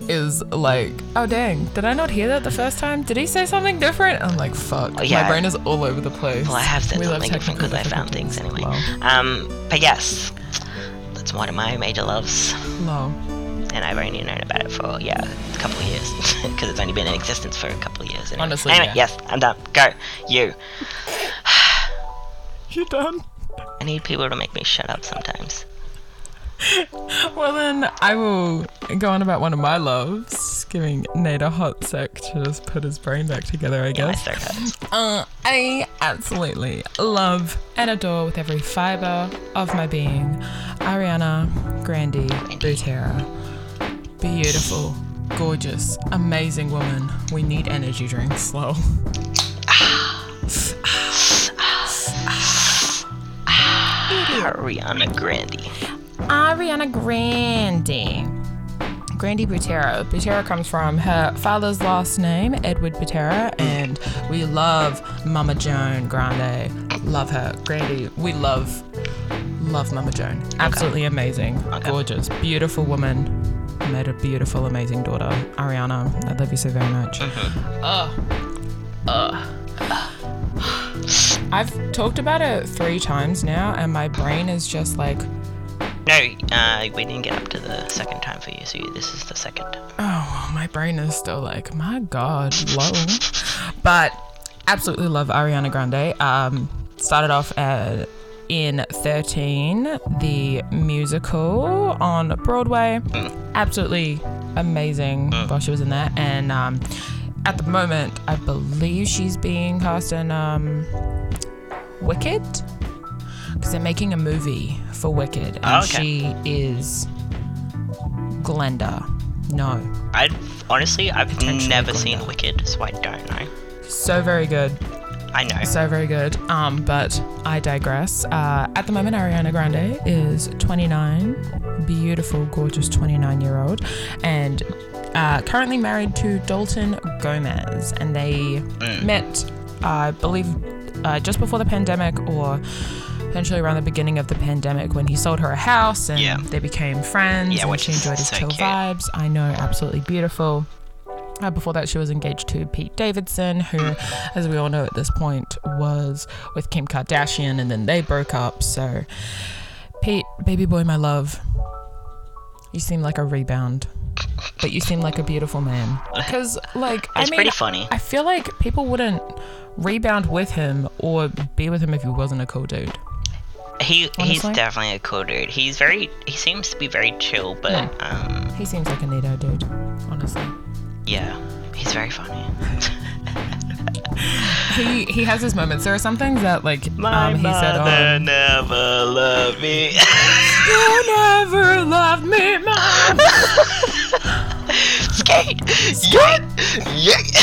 S1: is like, oh dang, did I not hear that the first time? Did he say something different? I'm like, fuck.
S2: yeah.
S1: My brain is all over the place.
S2: Well, I have said
S1: We love
S2: something different
S1: technical
S2: because I found things anyway.
S1: difficulties.
S2: Um, but yes, that's one of my major loves,
S1: Lol. Lol.
S2: and I've only known about it for yeah a couple of years because it's only been in existence for a couple of years. Anyway.
S1: Honestly,
S2: Anyway,
S1: yeah.
S2: yes, I'm done. Go you.
S1: You done?
S2: I need people to make me shut up sometimes.
S1: Well then, I will go on about one of my loves, giving Nate a hot sec to just put his brain back together, I
S2: My
S1: guess.
S2: throat hurts.
S1: Uh, I absolutely love and adore with every fiber of my being Ariana Grande Butera. Beautiful, gorgeous, amazing woman. We need energy drinks, lol.
S2: Ariana Grande.
S1: Ariana Grande. Grande Butera. Butera comes from her father's last name, Edward Butera, and we love Mama Joan Grande. Love her. Grande, we love, love Mama Joan. Absolutely amazing,
S2: Okay.
S1: gorgeous, beautiful woman. Made a beautiful, amazing daughter. Ariana, I love you so very much. Ugh. Ugh. I've talked about it three times now, and my brain is just like,
S2: No, uh, we didn't get up to the second time for you, so this is the second.
S1: Oh, my brain is still like, my God, low. but absolutely love Ariana Grande. Um, started off uh in 13, the musical on Broadway. Absolutely amazing while she was in that. And um, at the moment, I believe she's being cast in um, Wicked because they're making a movie for Wicked. And
S2: Oh,
S1: she
S2: okay.
S1: is Glenda. No.
S2: I honestly, I've
S1: Potentially
S2: never
S1: going
S2: seen
S1: down.
S2: Wicked, so I don't know.
S1: So very good.
S2: I know.
S1: So very good. Um, but I digress. Uh, at the moment, Ariana Grande is 29, beautiful, gorgeous 29 year old, and uh, currently married to Dalton Gomez. And they
S2: Mm.
S1: met, I believe, uh, just before the pandemic or potentially around the beginning of the pandemic when he sold her a house and
S2: Yeah.
S1: they became friends
S2: Yeah,
S1: and
S2: which
S1: she
S2: is
S1: enjoyed his
S2: so
S1: chill
S2: cute.
S1: vibes. I know, absolutely beautiful. Uh, before that, she was engaged to Pete Davidson, who,
S2: Mm-hmm.
S1: as we all know at this point, was with Kim Kardashian, and then they broke up. So, Pete, baby boy, my love, you seem like a rebound, but you seem like a beautiful man. Because, like, I
S2: It's
S1: mean,
S2: pretty funny.
S1: I feel like people wouldn't rebound with him or be with him if he wasn't a cool dude.
S2: He he's
S1: Honestly?
S2: definitely a cool dude. He's very he seems to be very chill, but um
S1: He seems like a neato dude, honestly.
S2: yeah, he's very funny.
S1: He he has his moments. There are some things that, like, um, he said, oh,
S2: never loved me.
S1: You never loved me, mom.
S2: Skate, skate, yeah,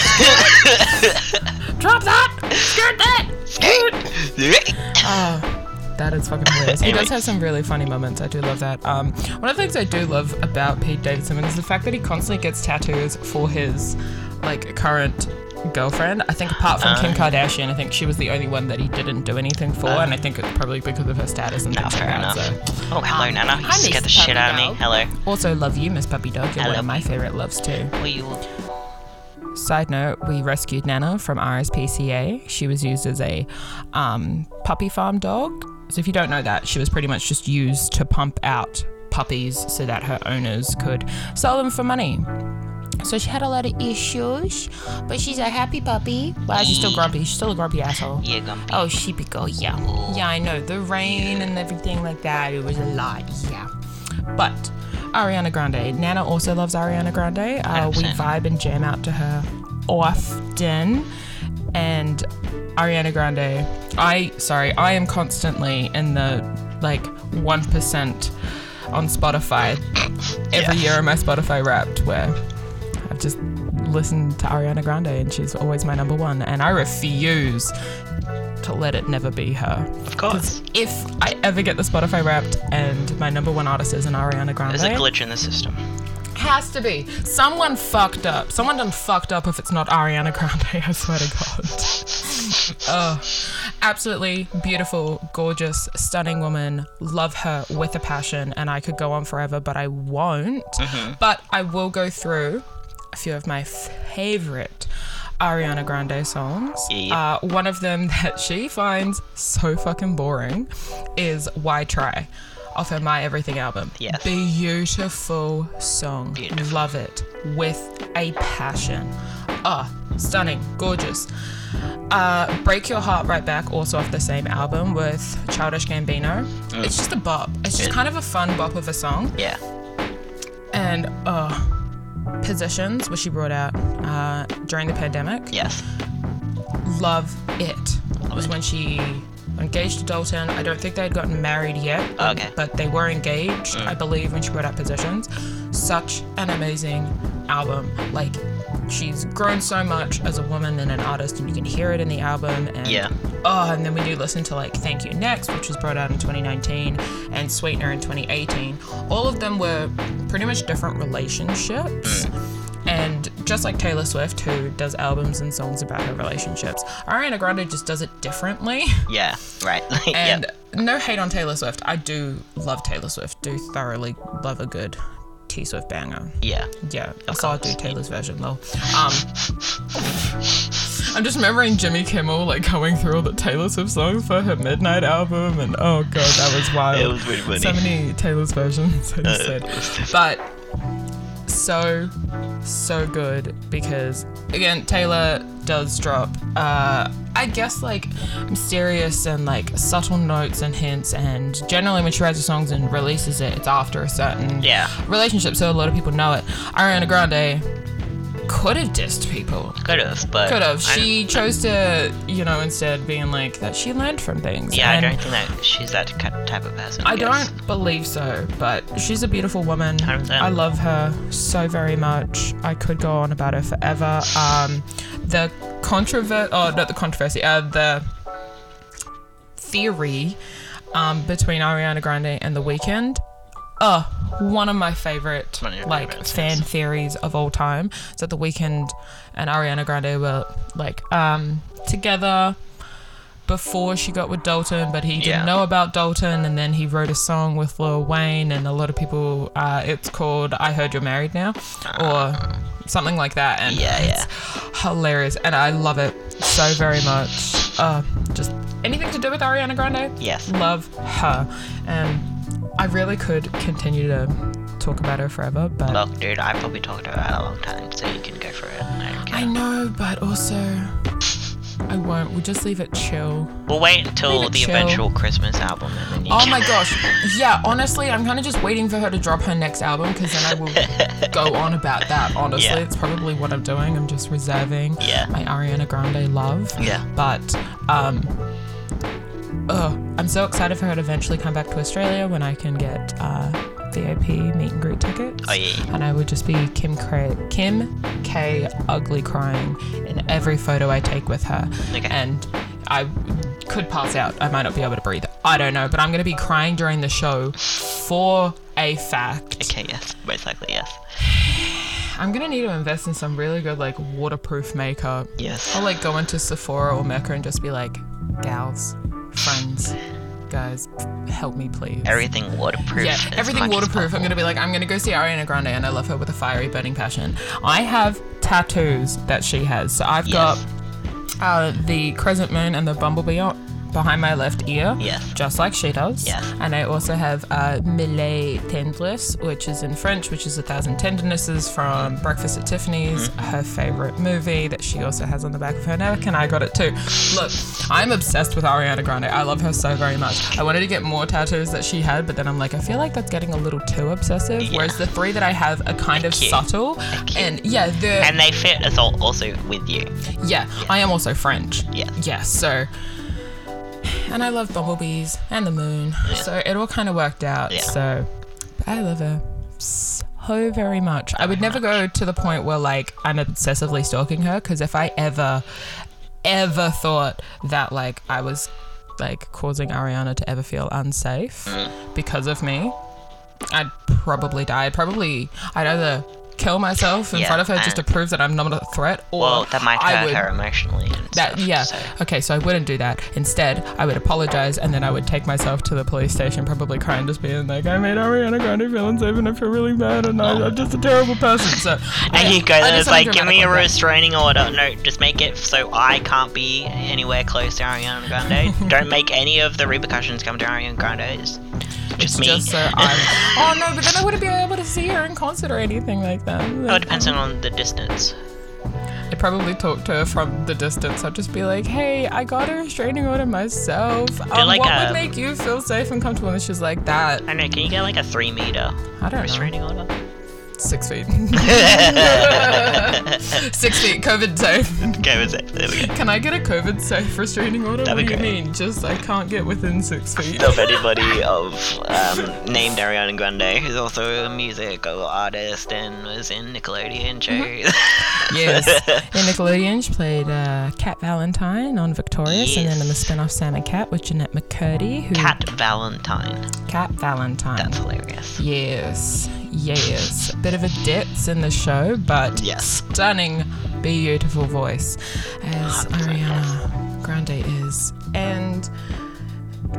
S1: Drop that. Skirt that.
S2: skate.
S1: Oh, that is fucking hilarious. He does have some really funny moments. I do love that. Um, one of the things I do love about Pete Davidson is the fact that he constantly gets tattoos for his like current girlfriend. I think apart from
S2: Ah.
S1: Kim Kardashian, I think she was the only one that he didn't do anything for, and I think it's probably because of her status and
S2: Nah,
S1: things like
S2: Ah. fair
S1: that.
S2: enough.
S1: So.
S2: Oh, hello,
S1: Um,
S2: Nana. You
S1: hi,
S2: scared the
S1: Miss
S2: shit out of me.
S1: Puppy
S2: Hello.
S1: Also, love you, Miss Puppy Dog. You're
S2: I
S1: one
S2: love
S1: of my favorite loves too.
S2: Were you?
S1: Side note, we rescued Nana from RSPCA. She was used as a um, puppy farm dog. So, if you don't know that, she was pretty much just used to pump out puppies so that her owners could sell them for money. So, she had a lot of issues, but she's a happy puppy. Wow, she's still grumpy. She's still a grumpy asshole.
S2: Yeah, Gumpy.
S1: Oh, she be go, yeah. Yeah, I know. The rain and everything like that, it was a lot, yeah. But Ariana Grande. Nana also loves Ariana Grande. Uh, we
S2: 100%.
S1: vibe and jam out to her often. And Ariana Grande, I, sorry, I am constantly in the like 1% on Spotify every year on my Spotify wrapped where I've just listened to Ariana Grande and she's always my number one. And I refuse to let it never be her.
S2: Of course.
S1: If I ever get the Spotify wrapped and my number one artist is an Ariana Grande,
S2: There's a glitch in the system.
S1: has to be. Someone fucked up. Someone done fucked up if it's not Ariana Grande, I swear to God. oh. absolutely beautiful, gorgeous, stunning woman. Love her with a passion, and I could go on forever, but I won't.
S2: Mm-hmm.
S1: But I will go through a few of my favorite Ariana Grande songs.
S2: Yeah.
S1: Uh, one of them that she finds so fucking boring is Why Try off her My Everything album.
S2: Yes.
S1: Beautiful song.
S2: Beautiful.
S1: Love it with a passion. Ah, stunning, gorgeous. Uh, Break Your Heart Right Back, also off the same album with Childish Gambino. It's just a bop. It's just kind of a fun bop of a song
S2: Yeah.
S1: and uh positions which she brought out uh, during the pandemic
S2: Yes.
S1: love it was when she engaged to dalton i don't think they'd gotten married yet
S2: Okay.
S1: but they were engaged i believe when she brought out positions such an amazing album like she's grown so much as a woman and an artist and you can hear it in the album and
S2: Yeah.
S1: oh and then we do listen to like thank you next which was brought out in 2019 and sweetener in 2018 all of them were pretty much different relationships and just like Taylor Swift, who does albums and songs about her relationships, Ariana Grande just does it differently.
S2: Yeah. Right. yeah.
S1: And no hate on Taylor Swift. I do love Taylor Swift. Do thoroughly love a good T Swift banger.
S2: Yeah.
S1: Yeah, I saw do
S2: course.
S1: Taylor's version though. Um, I'm just remembering Jimmy Kimmel like going through all the Taylor Swift songs for her Midnight album, and oh god, that was wild.
S2: It was really
S1: So
S2: funny. Uh,
S1: many Taylor's versions, I just said, but so so good because again Taylor does drop. Uh, I guess like mysterious and like subtle notes and hints, and generally when she writes her songs and releases it, it's after a certain
S2: Yeah.
S1: relationship, so a lot of people know it. Ariana Grande could have dissed people.
S2: Could have, but
S1: Could have.
S2: I-
S1: She chose to, you know, instead being like that she learned from things.
S2: Yeah, I
S1: And
S2: don't think that she's that ki- type of person.
S1: I
S2: guess.
S1: don't believe so, but she's a beautiful woman.
S2: 100%.
S1: I love her so very much. I could go on about her forever. Um, the controversy, oh, not the controversy, uh, the theory um, between Ariana Grande and The Weeknd. Uh, one of my favorite
S2: One of your
S1: like
S2: favorites,
S1: fan theories of all time is that The Weeknd and Ariana Grande were like um, together before she got with Dalton, but he didn't
S2: Yeah.
S1: know about Dalton, and then he wrote a song with Lil Wayne, and a lot of people. Uh, it's called "I Heard You're Married Now," or something like that. And
S2: Yeah, yeah.
S1: it's hilarious, and I love it so very much. Uh, just anything to do with Ariana Grande,
S2: Yes.
S1: love her, and I really could continue to talk about her forever, but.
S2: Look, dude, I probably talked about it a long time, so you can go for it. I don't care.
S1: I know, but also I won't. We'll just leave it chill.
S2: We'll wait until
S1: Leave it
S2: the
S1: chill.
S2: eventual Christmas album, and then you
S1: Oh
S2: can-
S1: my gosh. Yeah, honestly, I'm kind of just waiting for her to drop her next album because then I will go on about that. Honestly,
S2: Yeah.
S1: it's probably what I'm doing. I'm just reserving
S2: Yeah.
S1: my Ariana Grande love.
S2: Yeah.
S1: But, um, ugh, I'm so excited for her to eventually come back to Australia when I can get uh, VIP meet and greet tickets.
S2: Oh, yeah, yeah.
S1: And I would just be Kim, Cra- Kim K. ugly crying in every photo I take with her.
S2: Okay.
S1: And I could pass out. I might not be able to breathe. I don't know, but I'm going to be crying during the show for a fact.
S2: Okay, yes, most likely, yes,
S1: I'm going to need to invest in some really good, like, waterproof makeup.
S2: yes.
S1: I'll, like, go into Sephora or Mecca and just be like, gals, friends, guys, help me, please.
S2: Everything waterproof.
S1: Yeah,
S2: as
S1: everything
S2: much as
S1: waterproof. I'm
S2: possible.
S1: gonna be like, I'm gonna go see Ariana Grande, and I love her with a fiery, burning passion. I have tattoos that she has. So I've
S2: Yes.
S1: got uh, the crescent moon and the bumblebee on, behind my left ear,
S2: Yes.
S1: just like she does.
S2: Yes.
S1: And I also have uh, Millet Tendresse, which is in French, which is a thousand tendernesses from Breakfast at Tiffany's,
S2: Mm-hmm.
S1: her favorite movie that she also has on the back of her napkin. I got it too. Look, I'm obsessed with Ariana Grande. I love her so very much. I wanted to get more tattoos that she had, but then I'm like, I feel like that's getting a little too obsessive.
S2: Yeah.
S1: Whereas the three that I have are kind of
S2: cute.
S1: subtle, and yeah, they're
S2: And they fit us all also with you.
S1: yeah, I am also French.
S2: Yes.
S1: Yes, so. And I love bumblebees and the moon. So it all kind of worked out.
S2: Yeah.
S1: So I love her so very much. I would never go to the point where, like, I'm obsessively stalking her because if I ever, ever thought that, like, I was, like, causing Ariana to ever feel
S2: Mm.
S1: unsafe because of me, I'd probably die. I'd probably, I'd either kill myself in
S2: Yeah,
S1: front of her just to
S2: and-
S1: prove that I'm not a threat, or
S2: Well, that might
S1: I
S2: hurt
S1: would,
S2: her emotionally. And
S1: That
S2: stuff,
S1: yeah.
S2: so-
S1: Okay, so I wouldn't do that. Instead, I would apologize and then I would take myself to the police station, probably crying, just being like, I made Ariana Grande feel unsafe and I feel really bad and I, I'm just a terrible person. So I-
S2: And you go
S1: I
S2: there,
S1: did
S2: it's
S1: something
S2: like, give me a
S1: dramatic
S2: restraining order. No, just make it so I can't be anywhere close to Ariana Grande. Don't make any of the repercussions come to Ariana Grande. It's just me.
S1: Just so I. oh no, but then I wouldn't be able to see her in concert or anything like that.
S2: Oh, it depends on the distance.
S1: I'd probably talk to her from the distance. I'd just be like, "Hey, I got a restraining order myself. Um,
S2: like
S1: what
S2: a-
S1: would make you feel safe and comfortable?" And she's like, "That
S2: I don't know, can you get like a three meter
S1: I don't know,
S2: restraining order?
S1: six feet, six feet, COVID safe.
S2: Okay, was it? There we go.
S1: Can I get a COVID safe restraining order?
S2: That'd
S1: what
S2: be
S1: do you
S2: great.
S1: mean? Just I can't get within six feet."
S2: Of anybody of um, named Ariana Grande, who's also a musical artist and was in Nickelodeon shows.
S1: yes. In Nickelodeon, she played uh, Cat Valentine on Victorious, and then in the spin-off Sam and Cat with Jeanette McCurdy, who
S2: Cat Valentine.
S1: Cat Valentine.
S2: That's hilarious.
S1: Yes, yes. Bit of a depth in the show, but
S2: Yes.
S1: stunning, beautiful voice as Ariana Grande is. And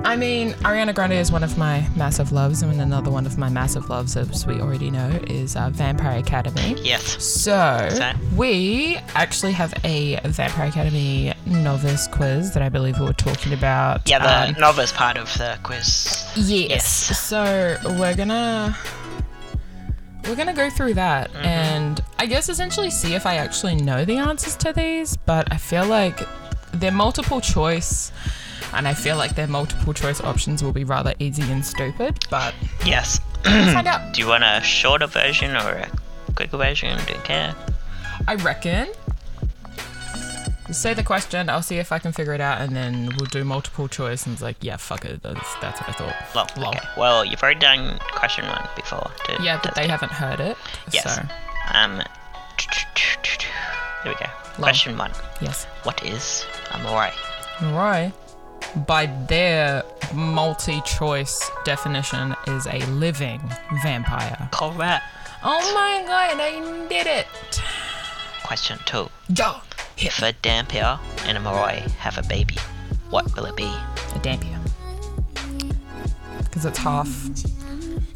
S1: I mean, Ariana Grande is one of my massive loves, and another one of my massive loves, as we already know, is uh, Vampire Academy.
S2: Yes.
S1: So,
S2: That-
S1: we actually have a Vampire Academy novice quiz that I believe we were talking about.
S2: Yeah, the
S1: um,
S2: novice part of the quiz.
S1: Yes.
S2: Yes.
S1: So we're gonna we're gonna go through that and I guess essentially see if I actually know the answers to these, but I feel like they're multiple choice and I feel like their multiple choice options will be rather easy and stupid, but
S2: Yes.
S1: let's find out.
S2: Do you want a shorter version or a quicker version? Don't care.
S1: I reckon. Say the question, I'll see if I can figure it out, and then we'll do multiple choice. And it's like, yeah, fuck it, that's, that's what I thought.
S2: Well,
S1: Lol.
S2: okay. Well, you've already done question one before. Too.
S1: Yeah, but
S2: That's
S1: they
S2: good.
S1: haven't heard it.
S2: Yes.
S1: So,
S2: Um. There we go. Question one.
S1: yes.
S2: What is a moray?
S1: Right. By their multi choice definition, is a living vampire.
S2: Correct.
S1: Oh my god, I did it!
S2: Question two.
S1: Yo! Hit
S2: If a dampier and a moray have a baby, what will it be?
S1: a dampier. Because it's half.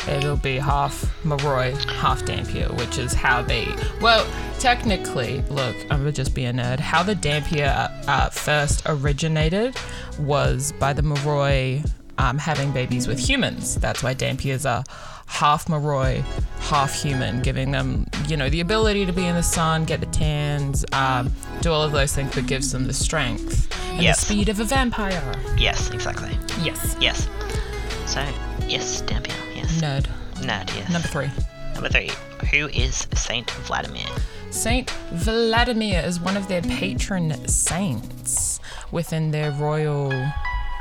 S1: It'll be half Maroi, half Dampier, which is how they. Well, technically, look, I'm gonna just be a nerd. How the Dampier uh, first originated was by the Maroi um, having babies with humans. That's why Dampiers are half Maroi, half human, giving them, you know, the ability to be in the sun, get the tans, um, do all of those things, but gives them the strength and
S2: Yes.
S1: the speed of a vampire.
S2: Yes, exactly.
S1: Yes.
S2: Yes. So, yes, dampier. Yes.
S1: Nerd.
S2: Nerd. Yes.
S1: Number three.
S2: Number three. Who is Saint Vladimir?
S1: Saint Vladimir is one of their patron saints within their royal,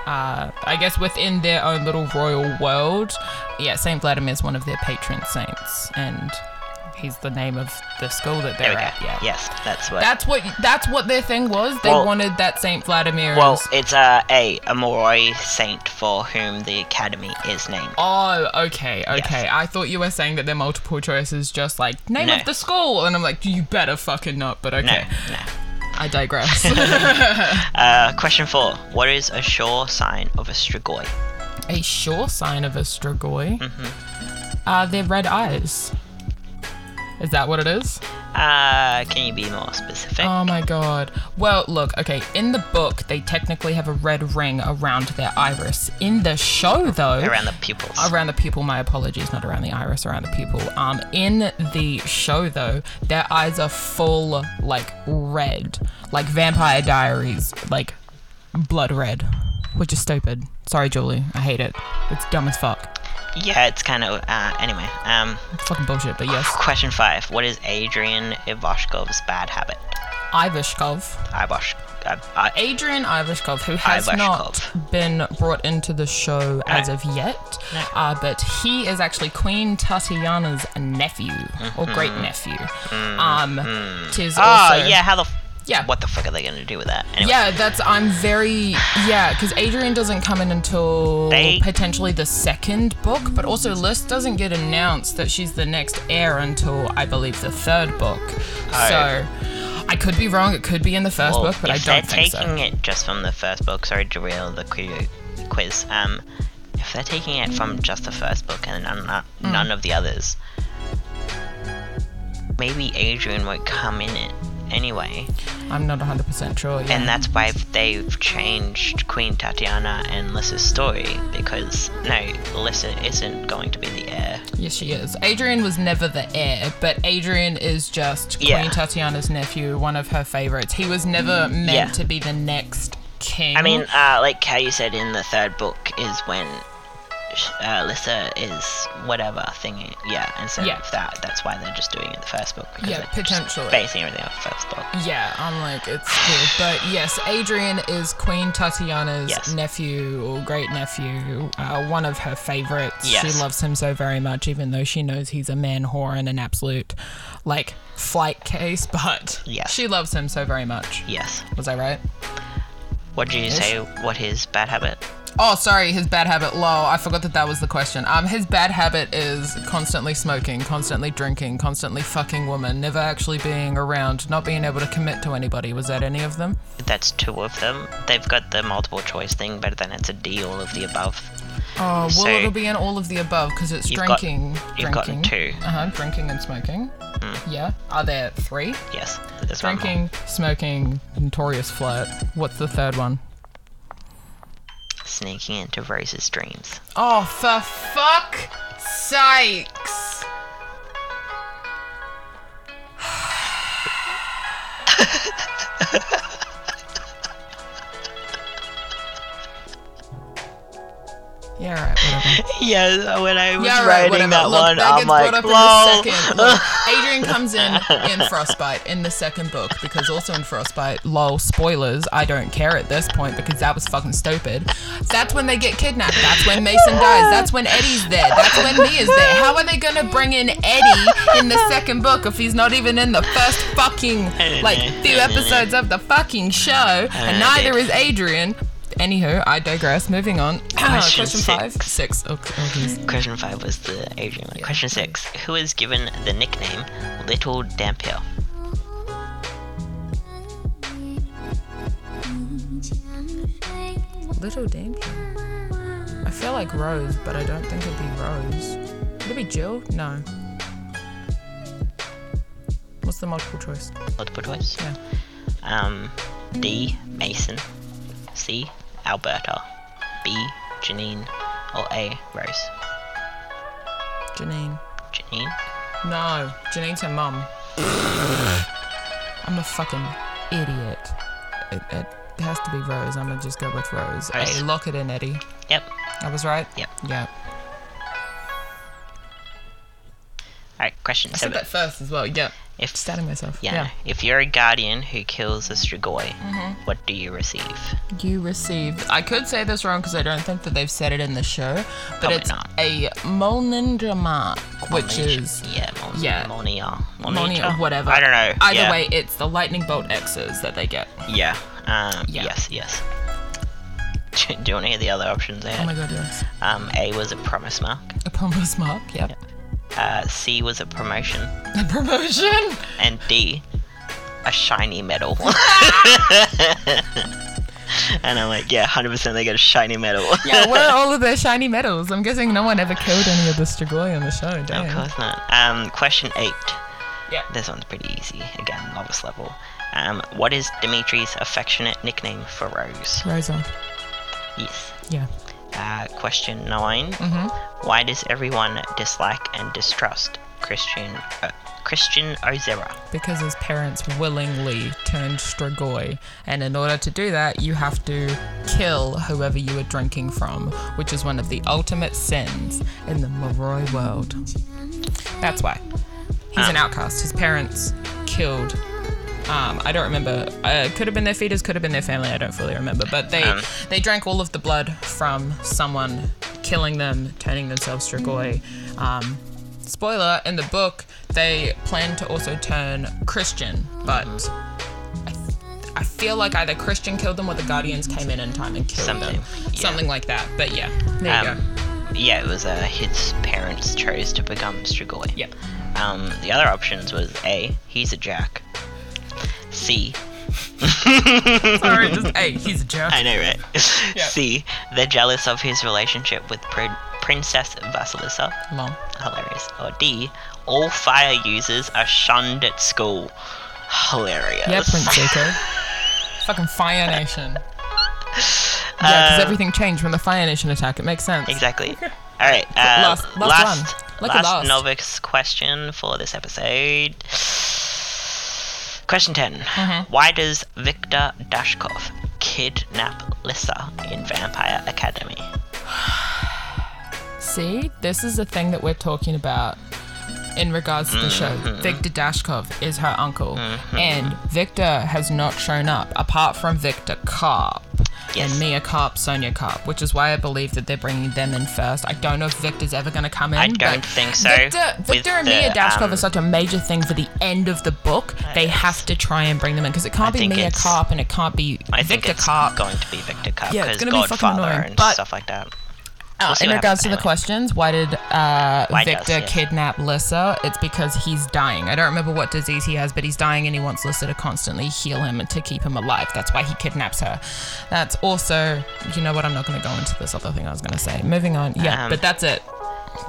S1: uh, I guess within their own little royal world. Yeah, Saint Vladimir is one of their patron saints, and he's the name of the school that
S2: There
S1: they're
S2: we go.
S1: at. Yeah.
S2: Yes, that's what.
S1: That's what that's what their thing was. They
S2: Well-
S1: wanted that Saint Vladimir.
S2: well, it's uh, a Amoroi saint for whom the academy is named.
S1: Oh, okay, okay. I thought you were saying that their multiple choice is just like name
S2: No.
S1: of the school, and I'm like, you better fucking not. But
S2: No,
S1: okay,
S2: no.
S1: I digress.
S2: Uh, question four. What is a sure sign of a strigoi?
S1: a sure sign of a strigoi are their red eyes. Is that what it is?
S2: Uh, can you be more specific?
S1: Oh my god. Well, look, okay, in the book, they technically have a red ring around their iris. In the show, though,
S2: Around the pupils.
S1: around the pupil, my apologies, not around the iris, around the pupil. Um, in the show, though, their eyes are full, like, red. Like Vampire Diaries, like, blood red, which is stupid. Sorry, Julie. I hate it. It's dumb as fuck.
S2: yeah, it's kind of. Uh, anyway. Um,
S1: fucking bullshit, but yes.
S2: question five. What is Adrian Ivashkov's bad habit?
S1: Ivashkov.
S2: Ivash. Uh, uh,
S1: Adrian Ivashkov, who has
S2: Ivashkov.
S1: not been brought into the show as of yet, uh, but he is actually Queen Tatiana's nephew or great nephew. Um, tis
S2: oh
S1: also
S2: yeah. How the
S1: Yeah.
S2: What the fuck are they gonna do with that? Anyway,
S1: Yeah, that's. I'm very. Yeah, because Adrian doesn't come in until
S2: They-
S1: potentially the second book, but also Liz doesn't get announced that she's the next heir until I believe the third book. So I could be wrong. It could be in the first
S2: well,
S1: book, but I
S2: if
S1: don't
S2: they're
S1: think
S2: taking
S1: so.
S2: it just from the first book, sorry to derail the qui- quiz. Um, if they're taking it from just the first book and none, uh,
S1: Hmm.
S2: none of the others, maybe Adrian won't come in it anyway.
S1: I'm not 100 percent sure. Yeah.
S2: And that's why they've changed Queen Tatiana and Lissa's story because no, Lissa isn't going to be the heir.
S1: Yes, she is. Adrian was never the heir, but Adrian is just
S2: Yeah.
S1: Queen Tatiana's nephew, one of her favorites. He was never meant
S2: yeah.
S1: to be the next king.
S2: I mean, uh, like how you said in the third book is when sh- uh, Lissa is whatever thing. Yeah, and so
S1: Yeah.
S2: of that, that's why they're just doing it in the first book. Because
S1: Yeah,
S2: they're just
S1: potentially.
S2: Basing everything off the first book.
S1: yeah, I'm like, it's good. But yes, Adrian is Queen Tatiana's
S2: Yes.
S1: nephew or great nephew, uh, one of her favorites.
S2: Yes.
S1: She loves him so very much, even though she knows he's a man whore and an absolute, like, flight case, but
S2: Yes.
S1: she loves him so very much.
S2: Yes.
S1: Was I right?
S2: What did you say? What his bad habit?
S1: Oh, sorry, his bad habit. Lol, I forgot that that was the question. Um, his bad habit is constantly smoking, constantly drinking, constantly fucking women, never actually being around, not being able to commit to anybody. Was that any of them?
S2: That's two of them. They've got the multiple choice thing, but then it's a D all of the above.
S1: Oh, well,
S2: So-
S1: it'll be in all of the above because it's
S2: You've got-
S1: drinking,
S2: you've got
S1: drinking,
S2: two. Hmm.
S1: Uh huh. Drinking and smoking. Yeah. Are there three?
S2: Yes. There's one more.
S1: Drinking, smoking, notorious flirt. What's the third one?
S2: Sneaking into Rose's dreams.
S1: Oh, for fuck sakes! yeah, right, whatever.
S2: Yeah, when I was
S1: Yeah, right, whatever. Look, that gets brought up in the second. Look, Adrian comes in in Frostbite in the second book because also in Frostbite, lol, spoilers. I don't care at this point because that was fucking stupid. That's when they get kidnapped. That's when Mason dies. That's when Eddie's there. That's when Mia's there. How are they gonna bring in Eddie in the second book if he's not even in the first fucking
S2: don't
S1: like
S2: know.
S1: few
S2: I don't know.
S1: episodes of the fucking show? And
S2: know,
S1: neither
S2: dude.
S1: is Adrian. Anywho, I digress. Moving on.
S2: Question
S1: Question, five,
S2: six.
S1: six. Oh, oh, geez.
S2: Question five was the Adrian one. Question six: Who is given the nickname Little Dampier?
S1: Little Dampier. I feel like Rose, but I don't think it'd be Rose. Would it be Jill? No. What's the multiple choice?
S2: Multiple choice.
S1: Yeah.
S2: Um, D. Mason. C. Alberta. B. Janine. Or A. Rose.
S1: Janine.
S2: Janine.
S1: No, Janine's her mum. I'm a fucking idiot. It, it has to be Rose. I'm gonna just go with Rose.
S2: Rose.
S1: Hey, lock it in, Eddie.
S2: Yep.
S1: I was right?
S2: Yep.
S1: Yeah.
S2: Alright. Question
S1: I said
S2: seven.
S1: that first as well. Yeah.
S2: If
S1: Stabbing myself.
S2: yeah, no. if you're a guardian who kills a Strigoi,
S1: Mm-hmm.
S2: what do you receive?
S1: you received. I could say this wrong because I don't think that they've said it in the show, but
S2: Probably
S1: it's
S2: not.
S1: a Molnindra mark, which
S2: Monish-
S1: is
S2: yeah, Mon-
S1: yeah.
S2: Monia,
S1: Moni or
S2: Monija?
S1: whatever.
S2: I don't know.
S1: Either
S2: yeah.
S1: way, it's the lightning bolt X's that they get.
S2: Yeah. Um,
S1: Yeah.
S2: Yes. Yes. Do you want to hear the other options I
S1: Oh my god,
S2: had?
S1: yes.
S2: um, A was a promise mark.
S1: A promise mark. Yep.
S2: Uh, C was a promotion,
S1: A promotion.
S2: and D, a shiny medal. and I'm like, yeah, 100% they get a shiny medal.
S1: Yeah, where are all of their shiny medals? I'm guessing no one ever killed any of the Strigoi on the show,
S2: Of
S1: damn.
S2: course not. Um, question eight.
S1: Yeah.
S2: This one's pretty easy. Again, novice level. Um, what is Dimitri's affectionate nickname for Rose?
S1: Rosa. Hmm.
S2: Yes.
S1: Yeah.
S2: Uh, question 9
S1: Mm-hmm.
S2: Why does everyone dislike and distrust Christian uh, Christian Ozera?
S1: because his parents willingly turned Strigoi. And in order to do that, you have to kill whoever you were drinking from, which is one of the ultimate sins in the Moroi world. That's why. He's an
S2: Um,
S1: outcast. His parents killed. Um, I don't remember. Uh, could have been their feeders, could have been their family. I don't fully remember. But they
S2: Um,
S1: they drank all of the blood from someone, killing them, turning themselves Strigoi. Um, spoiler
S2: Mm-hmm.
S1: in the book they plan to also turn christian but I th- I feel like either Christian killed them or the Guardians came in in time and killed
S2: Something,
S1: them.
S2: yeah.
S1: Something like that. But yeah, there you
S2: Um,
S1: go.
S2: yeah, it was uh, his parents chose to become Strigoi.
S1: Yep.
S2: Um, the other options was A, he's a jack. C,
S1: Sorry, just, hey, he's a jerk.
S2: I know, right? C, they're jealous of his relationship with Prin- Princess Vasilisa.
S1: Lol.
S2: Hilarious. Or D, all fire users are shunned at school. Hilarious.
S1: Yeah, Prince Zuko. Fucking Fire Nation. Yeah, because
S2: Um,
S1: everything changed when the Fire Nation attacked. It makes sense.
S2: Exactly. All right. Uh,
S1: Last- last one. Look at
S2: last
S1: last.
S2: Novix question for this episode. Question 10
S1: Mm-hmm.
S2: Why does Victor Dashkov kidnap Lissa in Vampire Academy?
S1: See, this is the thing that we're talking about in regards to the show.
S2: Mm-hmm.
S1: Victor Dashkov is her uncle, and Victor has not shown up apart from Victor Karp
S2: Yes.
S1: and Mia Karp, Sonia Karp, which is why I believe that they're bringing them in first. I don't know if Victor's ever going to come in.
S2: I don't
S1: but
S2: think so.
S1: Victor,
S2: With
S1: Victor and
S2: the,
S1: Mia Dashkov
S2: um,
S1: are such a major thing for the end of the book. They have to try and bring them in because it can't be
S2: think
S1: Mia
S2: it's-
S1: Karp and it can't be
S2: I think
S1: Victor
S2: it's
S1: Karp.
S2: going to be Victor Karp
S1: Yeah, it's
S2: because
S1: gonna be fucking
S2: Godfather
S1: annoying,
S2: and
S1: but-
S2: stuff like that.
S1: Uh,
S2: see
S1: in
S2: what
S1: regards
S2: happens
S1: to the
S2: anyway.
S1: questions, why did uh,
S2: Why does,
S1: Victor
S2: yeah.
S1: kidnap Lissa? It's because he's dying. I don't remember what disease he has, but he's dying and he wants Lissa to constantly heal him and to keep him alive. That's why he kidnaps her. That's also, you know what? I'm not going to go into this other thing I was going to say. Moving on. Yeah,
S2: Um,
S1: but that's it.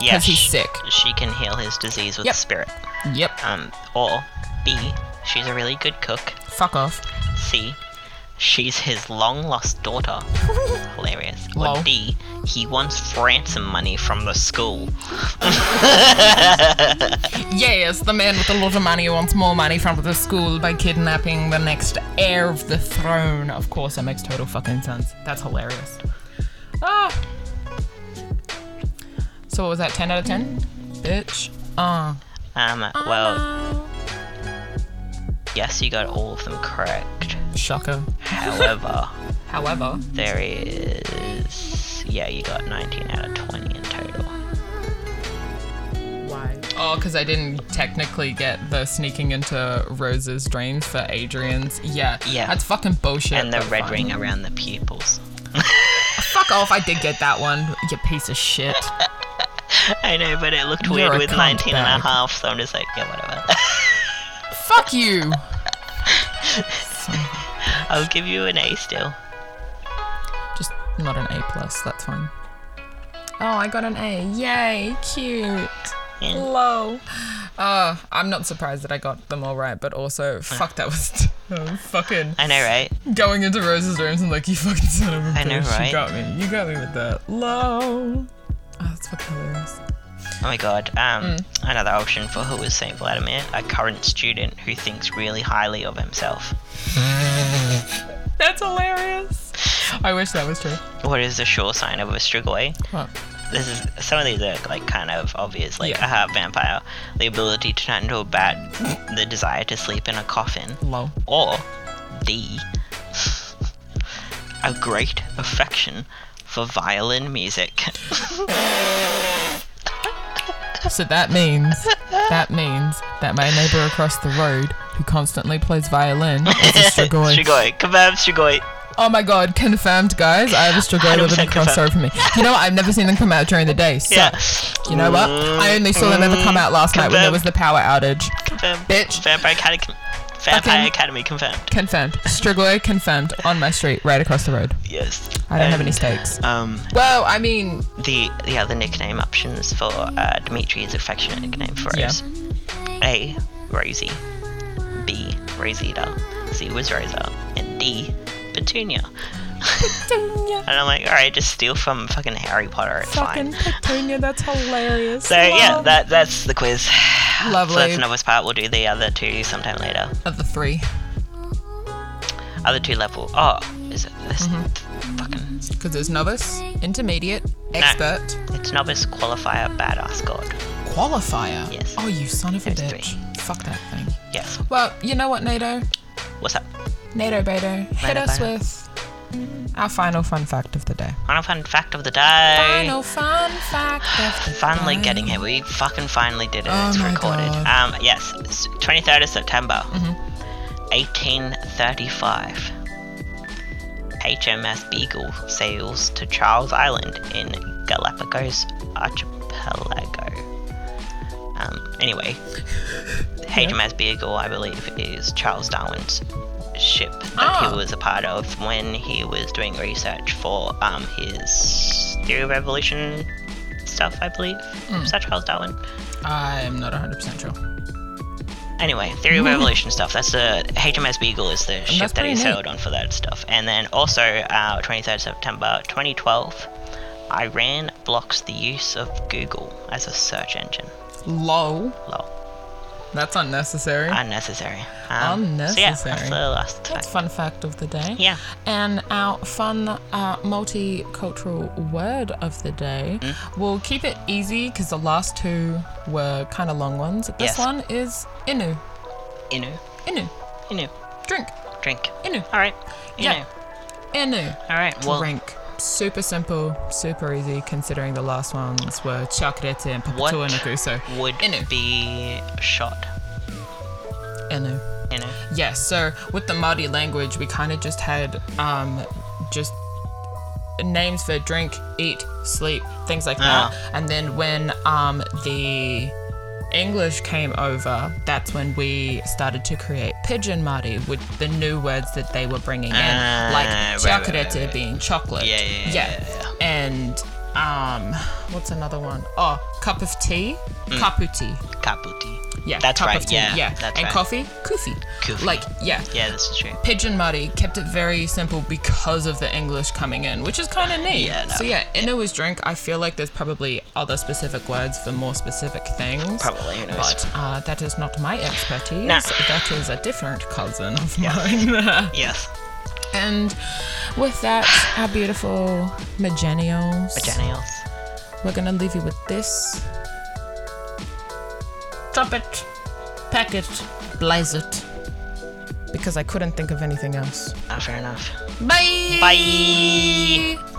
S2: Yeah,
S1: 'Cause he's
S2: sh-
S1: sick.
S2: She can heal his disease with
S1: Yep.
S2: spirit.
S1: Yep.
S2: Um, or B, she's a really good cook.
S1: Fuck off.
S2: C. She's his long lost daughter. Hilarious. Or
S1: Lol.
S2: D. He wants ransom money from the school.
S1: Yes, the man with a lot of money wants more money from the school by kidnapping the next heir of the throne. Of course, that makes total fucking sense. That's hilarious. Ah. So what was that? Ten out of ten, bitch. Uh,
S2: Um, well. Yes, you got all of them correct.
S1: shocker.
S2: However,
S1: However,
S2: there is. Yeah, you got 19 out of 20 in total.
S1: oh, because I didn't technically get the sneaking into Rose's dreams for Adrian's. Yeah,
S2: Yeah.
S1: that's fucking bullshit.
S2: And the
S1: but
S2: red
S1: fine.
S2: ring around the pupils.
S1: Fuck off! I did get that one. You piece of shit.
S2: I know, but it looked
S1: You're
S2: weird
S1: a
S2: with
S1: cunt
S2: 19 and
S1: bag.
S2: a half, so I'm just like, yeah, whatever.
S1: Fuck you.
S2: I'll give you an A still.
S1: Just not an A plus. That's fine. Oh, I got an A! Yay! Cute.
S2: Yeah.
S1: Oh. Low. Uh, I'm not surprised that I got them all right, but also fuck that was oh, fucking
S2: I know, right?
S1: going into Rose's rooms and like you fucking son of a bitch.
S2: I know, right?
S1: You got me. You got me with that. Low. Oh, that's fucking hilarious.
S2: Oh my god.
S1: Mm.
S2: Um, Another option for who is St. Vladimir? A current student who thinks really highly of himself.
S1: That's hilarious. I wish that was true.
S2: What is the sure sign of a Strigoi?
S1: What?
S2: This is some of these are like kind of obvious, like
S1: Yeah.
S2: aha, vampire, the ability to turn into a bat, the desire to sleep in a coffin,
S1: Low.
S2: or D, a great affection for violin music.
S1: So that means that means that my neighbor across the road who constantly plays violin is a Strigoi.
S2: Strigoi, confirm Strigoi.
S1: Oh my god, confirmed, guys. I have a Strigoi living
S2: 100%
S1: across the road from me. You know what? I've never seen them come out during the day. So,
S2: Yeah,
S1: you know what? I only saw them ever come out last night when there was the power outage.
S2: confirm.
S1: Bitch.
S2: Vampire Academy, Vampire
S1: Fucking-
S2: Academy, confirmed.
S1: Confirmed. Strigoi confirmed on my street, right across the road.
S2: Yes.
S1: I don't have any
S2: And,
S1: stakes.
S2: Um,
S1: Well, I mean,
S2: the the other nickname options for uh, Dimitri's affectionate nickname for
S1: Yeah.
S2: us: A. Rosie, B. Rosita, C. Was Rosa, and D. Petunia. and I'm like, all right, just steal from fucking Harry Potter. It's fine.
S1: Petunia, that's hilarious.
S2: So yeah, that that's the quiz. So that's
S1: Lovely.
S2: the novice part. We'll do the other two sometime later.
S1: Of the three,
S2: Other two level. Oh, is it this?
S1: Mm-hmm.
S2: Fucking.
S1: because there's novice, intermediate, expert,
S2: It's novice qualifier badass god.
S1: qualifier.
S2: Yes.
S1: Oh, you son of a
S2: There's
S1: bitch. Fuck that thing.
S2: Yes.
S1: Well, you know what, NATO?
S2: What's up?
S1: NATO Beto, hit
S2: NATO
S1: us
S2: Beto.
S1: with our final fun fact of the day.
S2: Final fun fact of the day.
S1: Final fun fact of the
S2: Finally
S1: day.
S2: getting it. We fucking finally did it.
S1: Oh
S2: it's
S1: my
S2: recorded. Um, yes, it's 23rd of September.
S1: Mm-hmm.
S2: 1835. HMS Beagle sails to Charles Island in Galapagos Archipelago. Um, anyway, HMS Beagle, I believe, is Charles Darwin's ship that
S1: Ah.
S2: he was a part of when he was doing research for um, his theory of evolution stuff, I believe.
S1: Hmm.
S2: Is that Charles Darwin?
S1: I'm not 100% sure.
S2: Anyway, Theory of Evolution stuff. That's the HMS Beagle is the ship that
S1: Hmm. pretty
S2: he
S1: neat.
S2: sailed on for that stuff. And then also, uh, 23rd September 2012, Iran blocks the use of Google as a search engine.
S1: Lol.
S2: Lol.
S1: That's unnecessary.
S2: Unnecessary. Um, So yeah,
S1: Unnecessary.
S2: that's the last
S1: That's
S2: fact.
S1: fun fact of the day.
S2: Yeah.
S1: And our fun uh, multicultural word of the day.
S2: Mm.
S1: We'll keep it easy because the last two were kind of long ones. This
S2: Yes.
S1: one is Inu.
S2: Inu.
S1: Inu.
S2: Inu.
S1: Drink.
S2: Drink.
S1: Inu.
S2: All right. Inu.
S1: Yeah. Inu.
S2: All right. Well,
S1: Drink. Super simple, super easy considering the last ones were Chakrete and
S2: What
S1: Papatua Nakuso.
S2: would
S1: Inu.
S2: be shot?
S1: Inu.
S2: Inu.
S1: Yes, so with the Māori language, we kind of just had um, just names for drink, eat, sleep, things like
S2: Ah.
S1: that. And then when um, the English came over, that's when we started to create pidgin Māori with the new words that they were bringing in,
S2: Ah,
S1: like
S2: right, right,
S1: chakarete
S2: right, right.
S1: being chocolate.
S2: Yeah, yeah, yeah, yeah,
S1: And um, what's another one? Oh, cup of tea, kaputi.
S2: Kaputi.
S1: Yeah,
S2: Mm. That's
S1: cup
S2: right.
S1: Of tea.
S2: yeah.
S1: yeah.
S2: That's
S1: and
S2: right.
S1: coffee, kufi.
S2: Kufi.
S1: Like, yeah.
S2: Yeah, this is true.
S1: Pigeon Muddy kept it very simple because of the English coming in, which is kind of neat.
S2: Yeah, no.
S1: so yeah, Inno was drink. I feel like there's probably other specific words for more specific things.
S2: Probably, who knows?
S1: But uh, that is not my expertise.
S2: No.
S1: That is a different cousin of mine.
S2: Yes.
S1: and with that, our beautiful Magenials,
S2: Vaginals.
S1: we're going to leave you with this. Drop it, pack it, blaze it. Because I couldn't think of anything else.
S2: Ah, fair enough.
S1: Bye.
S2: Bye.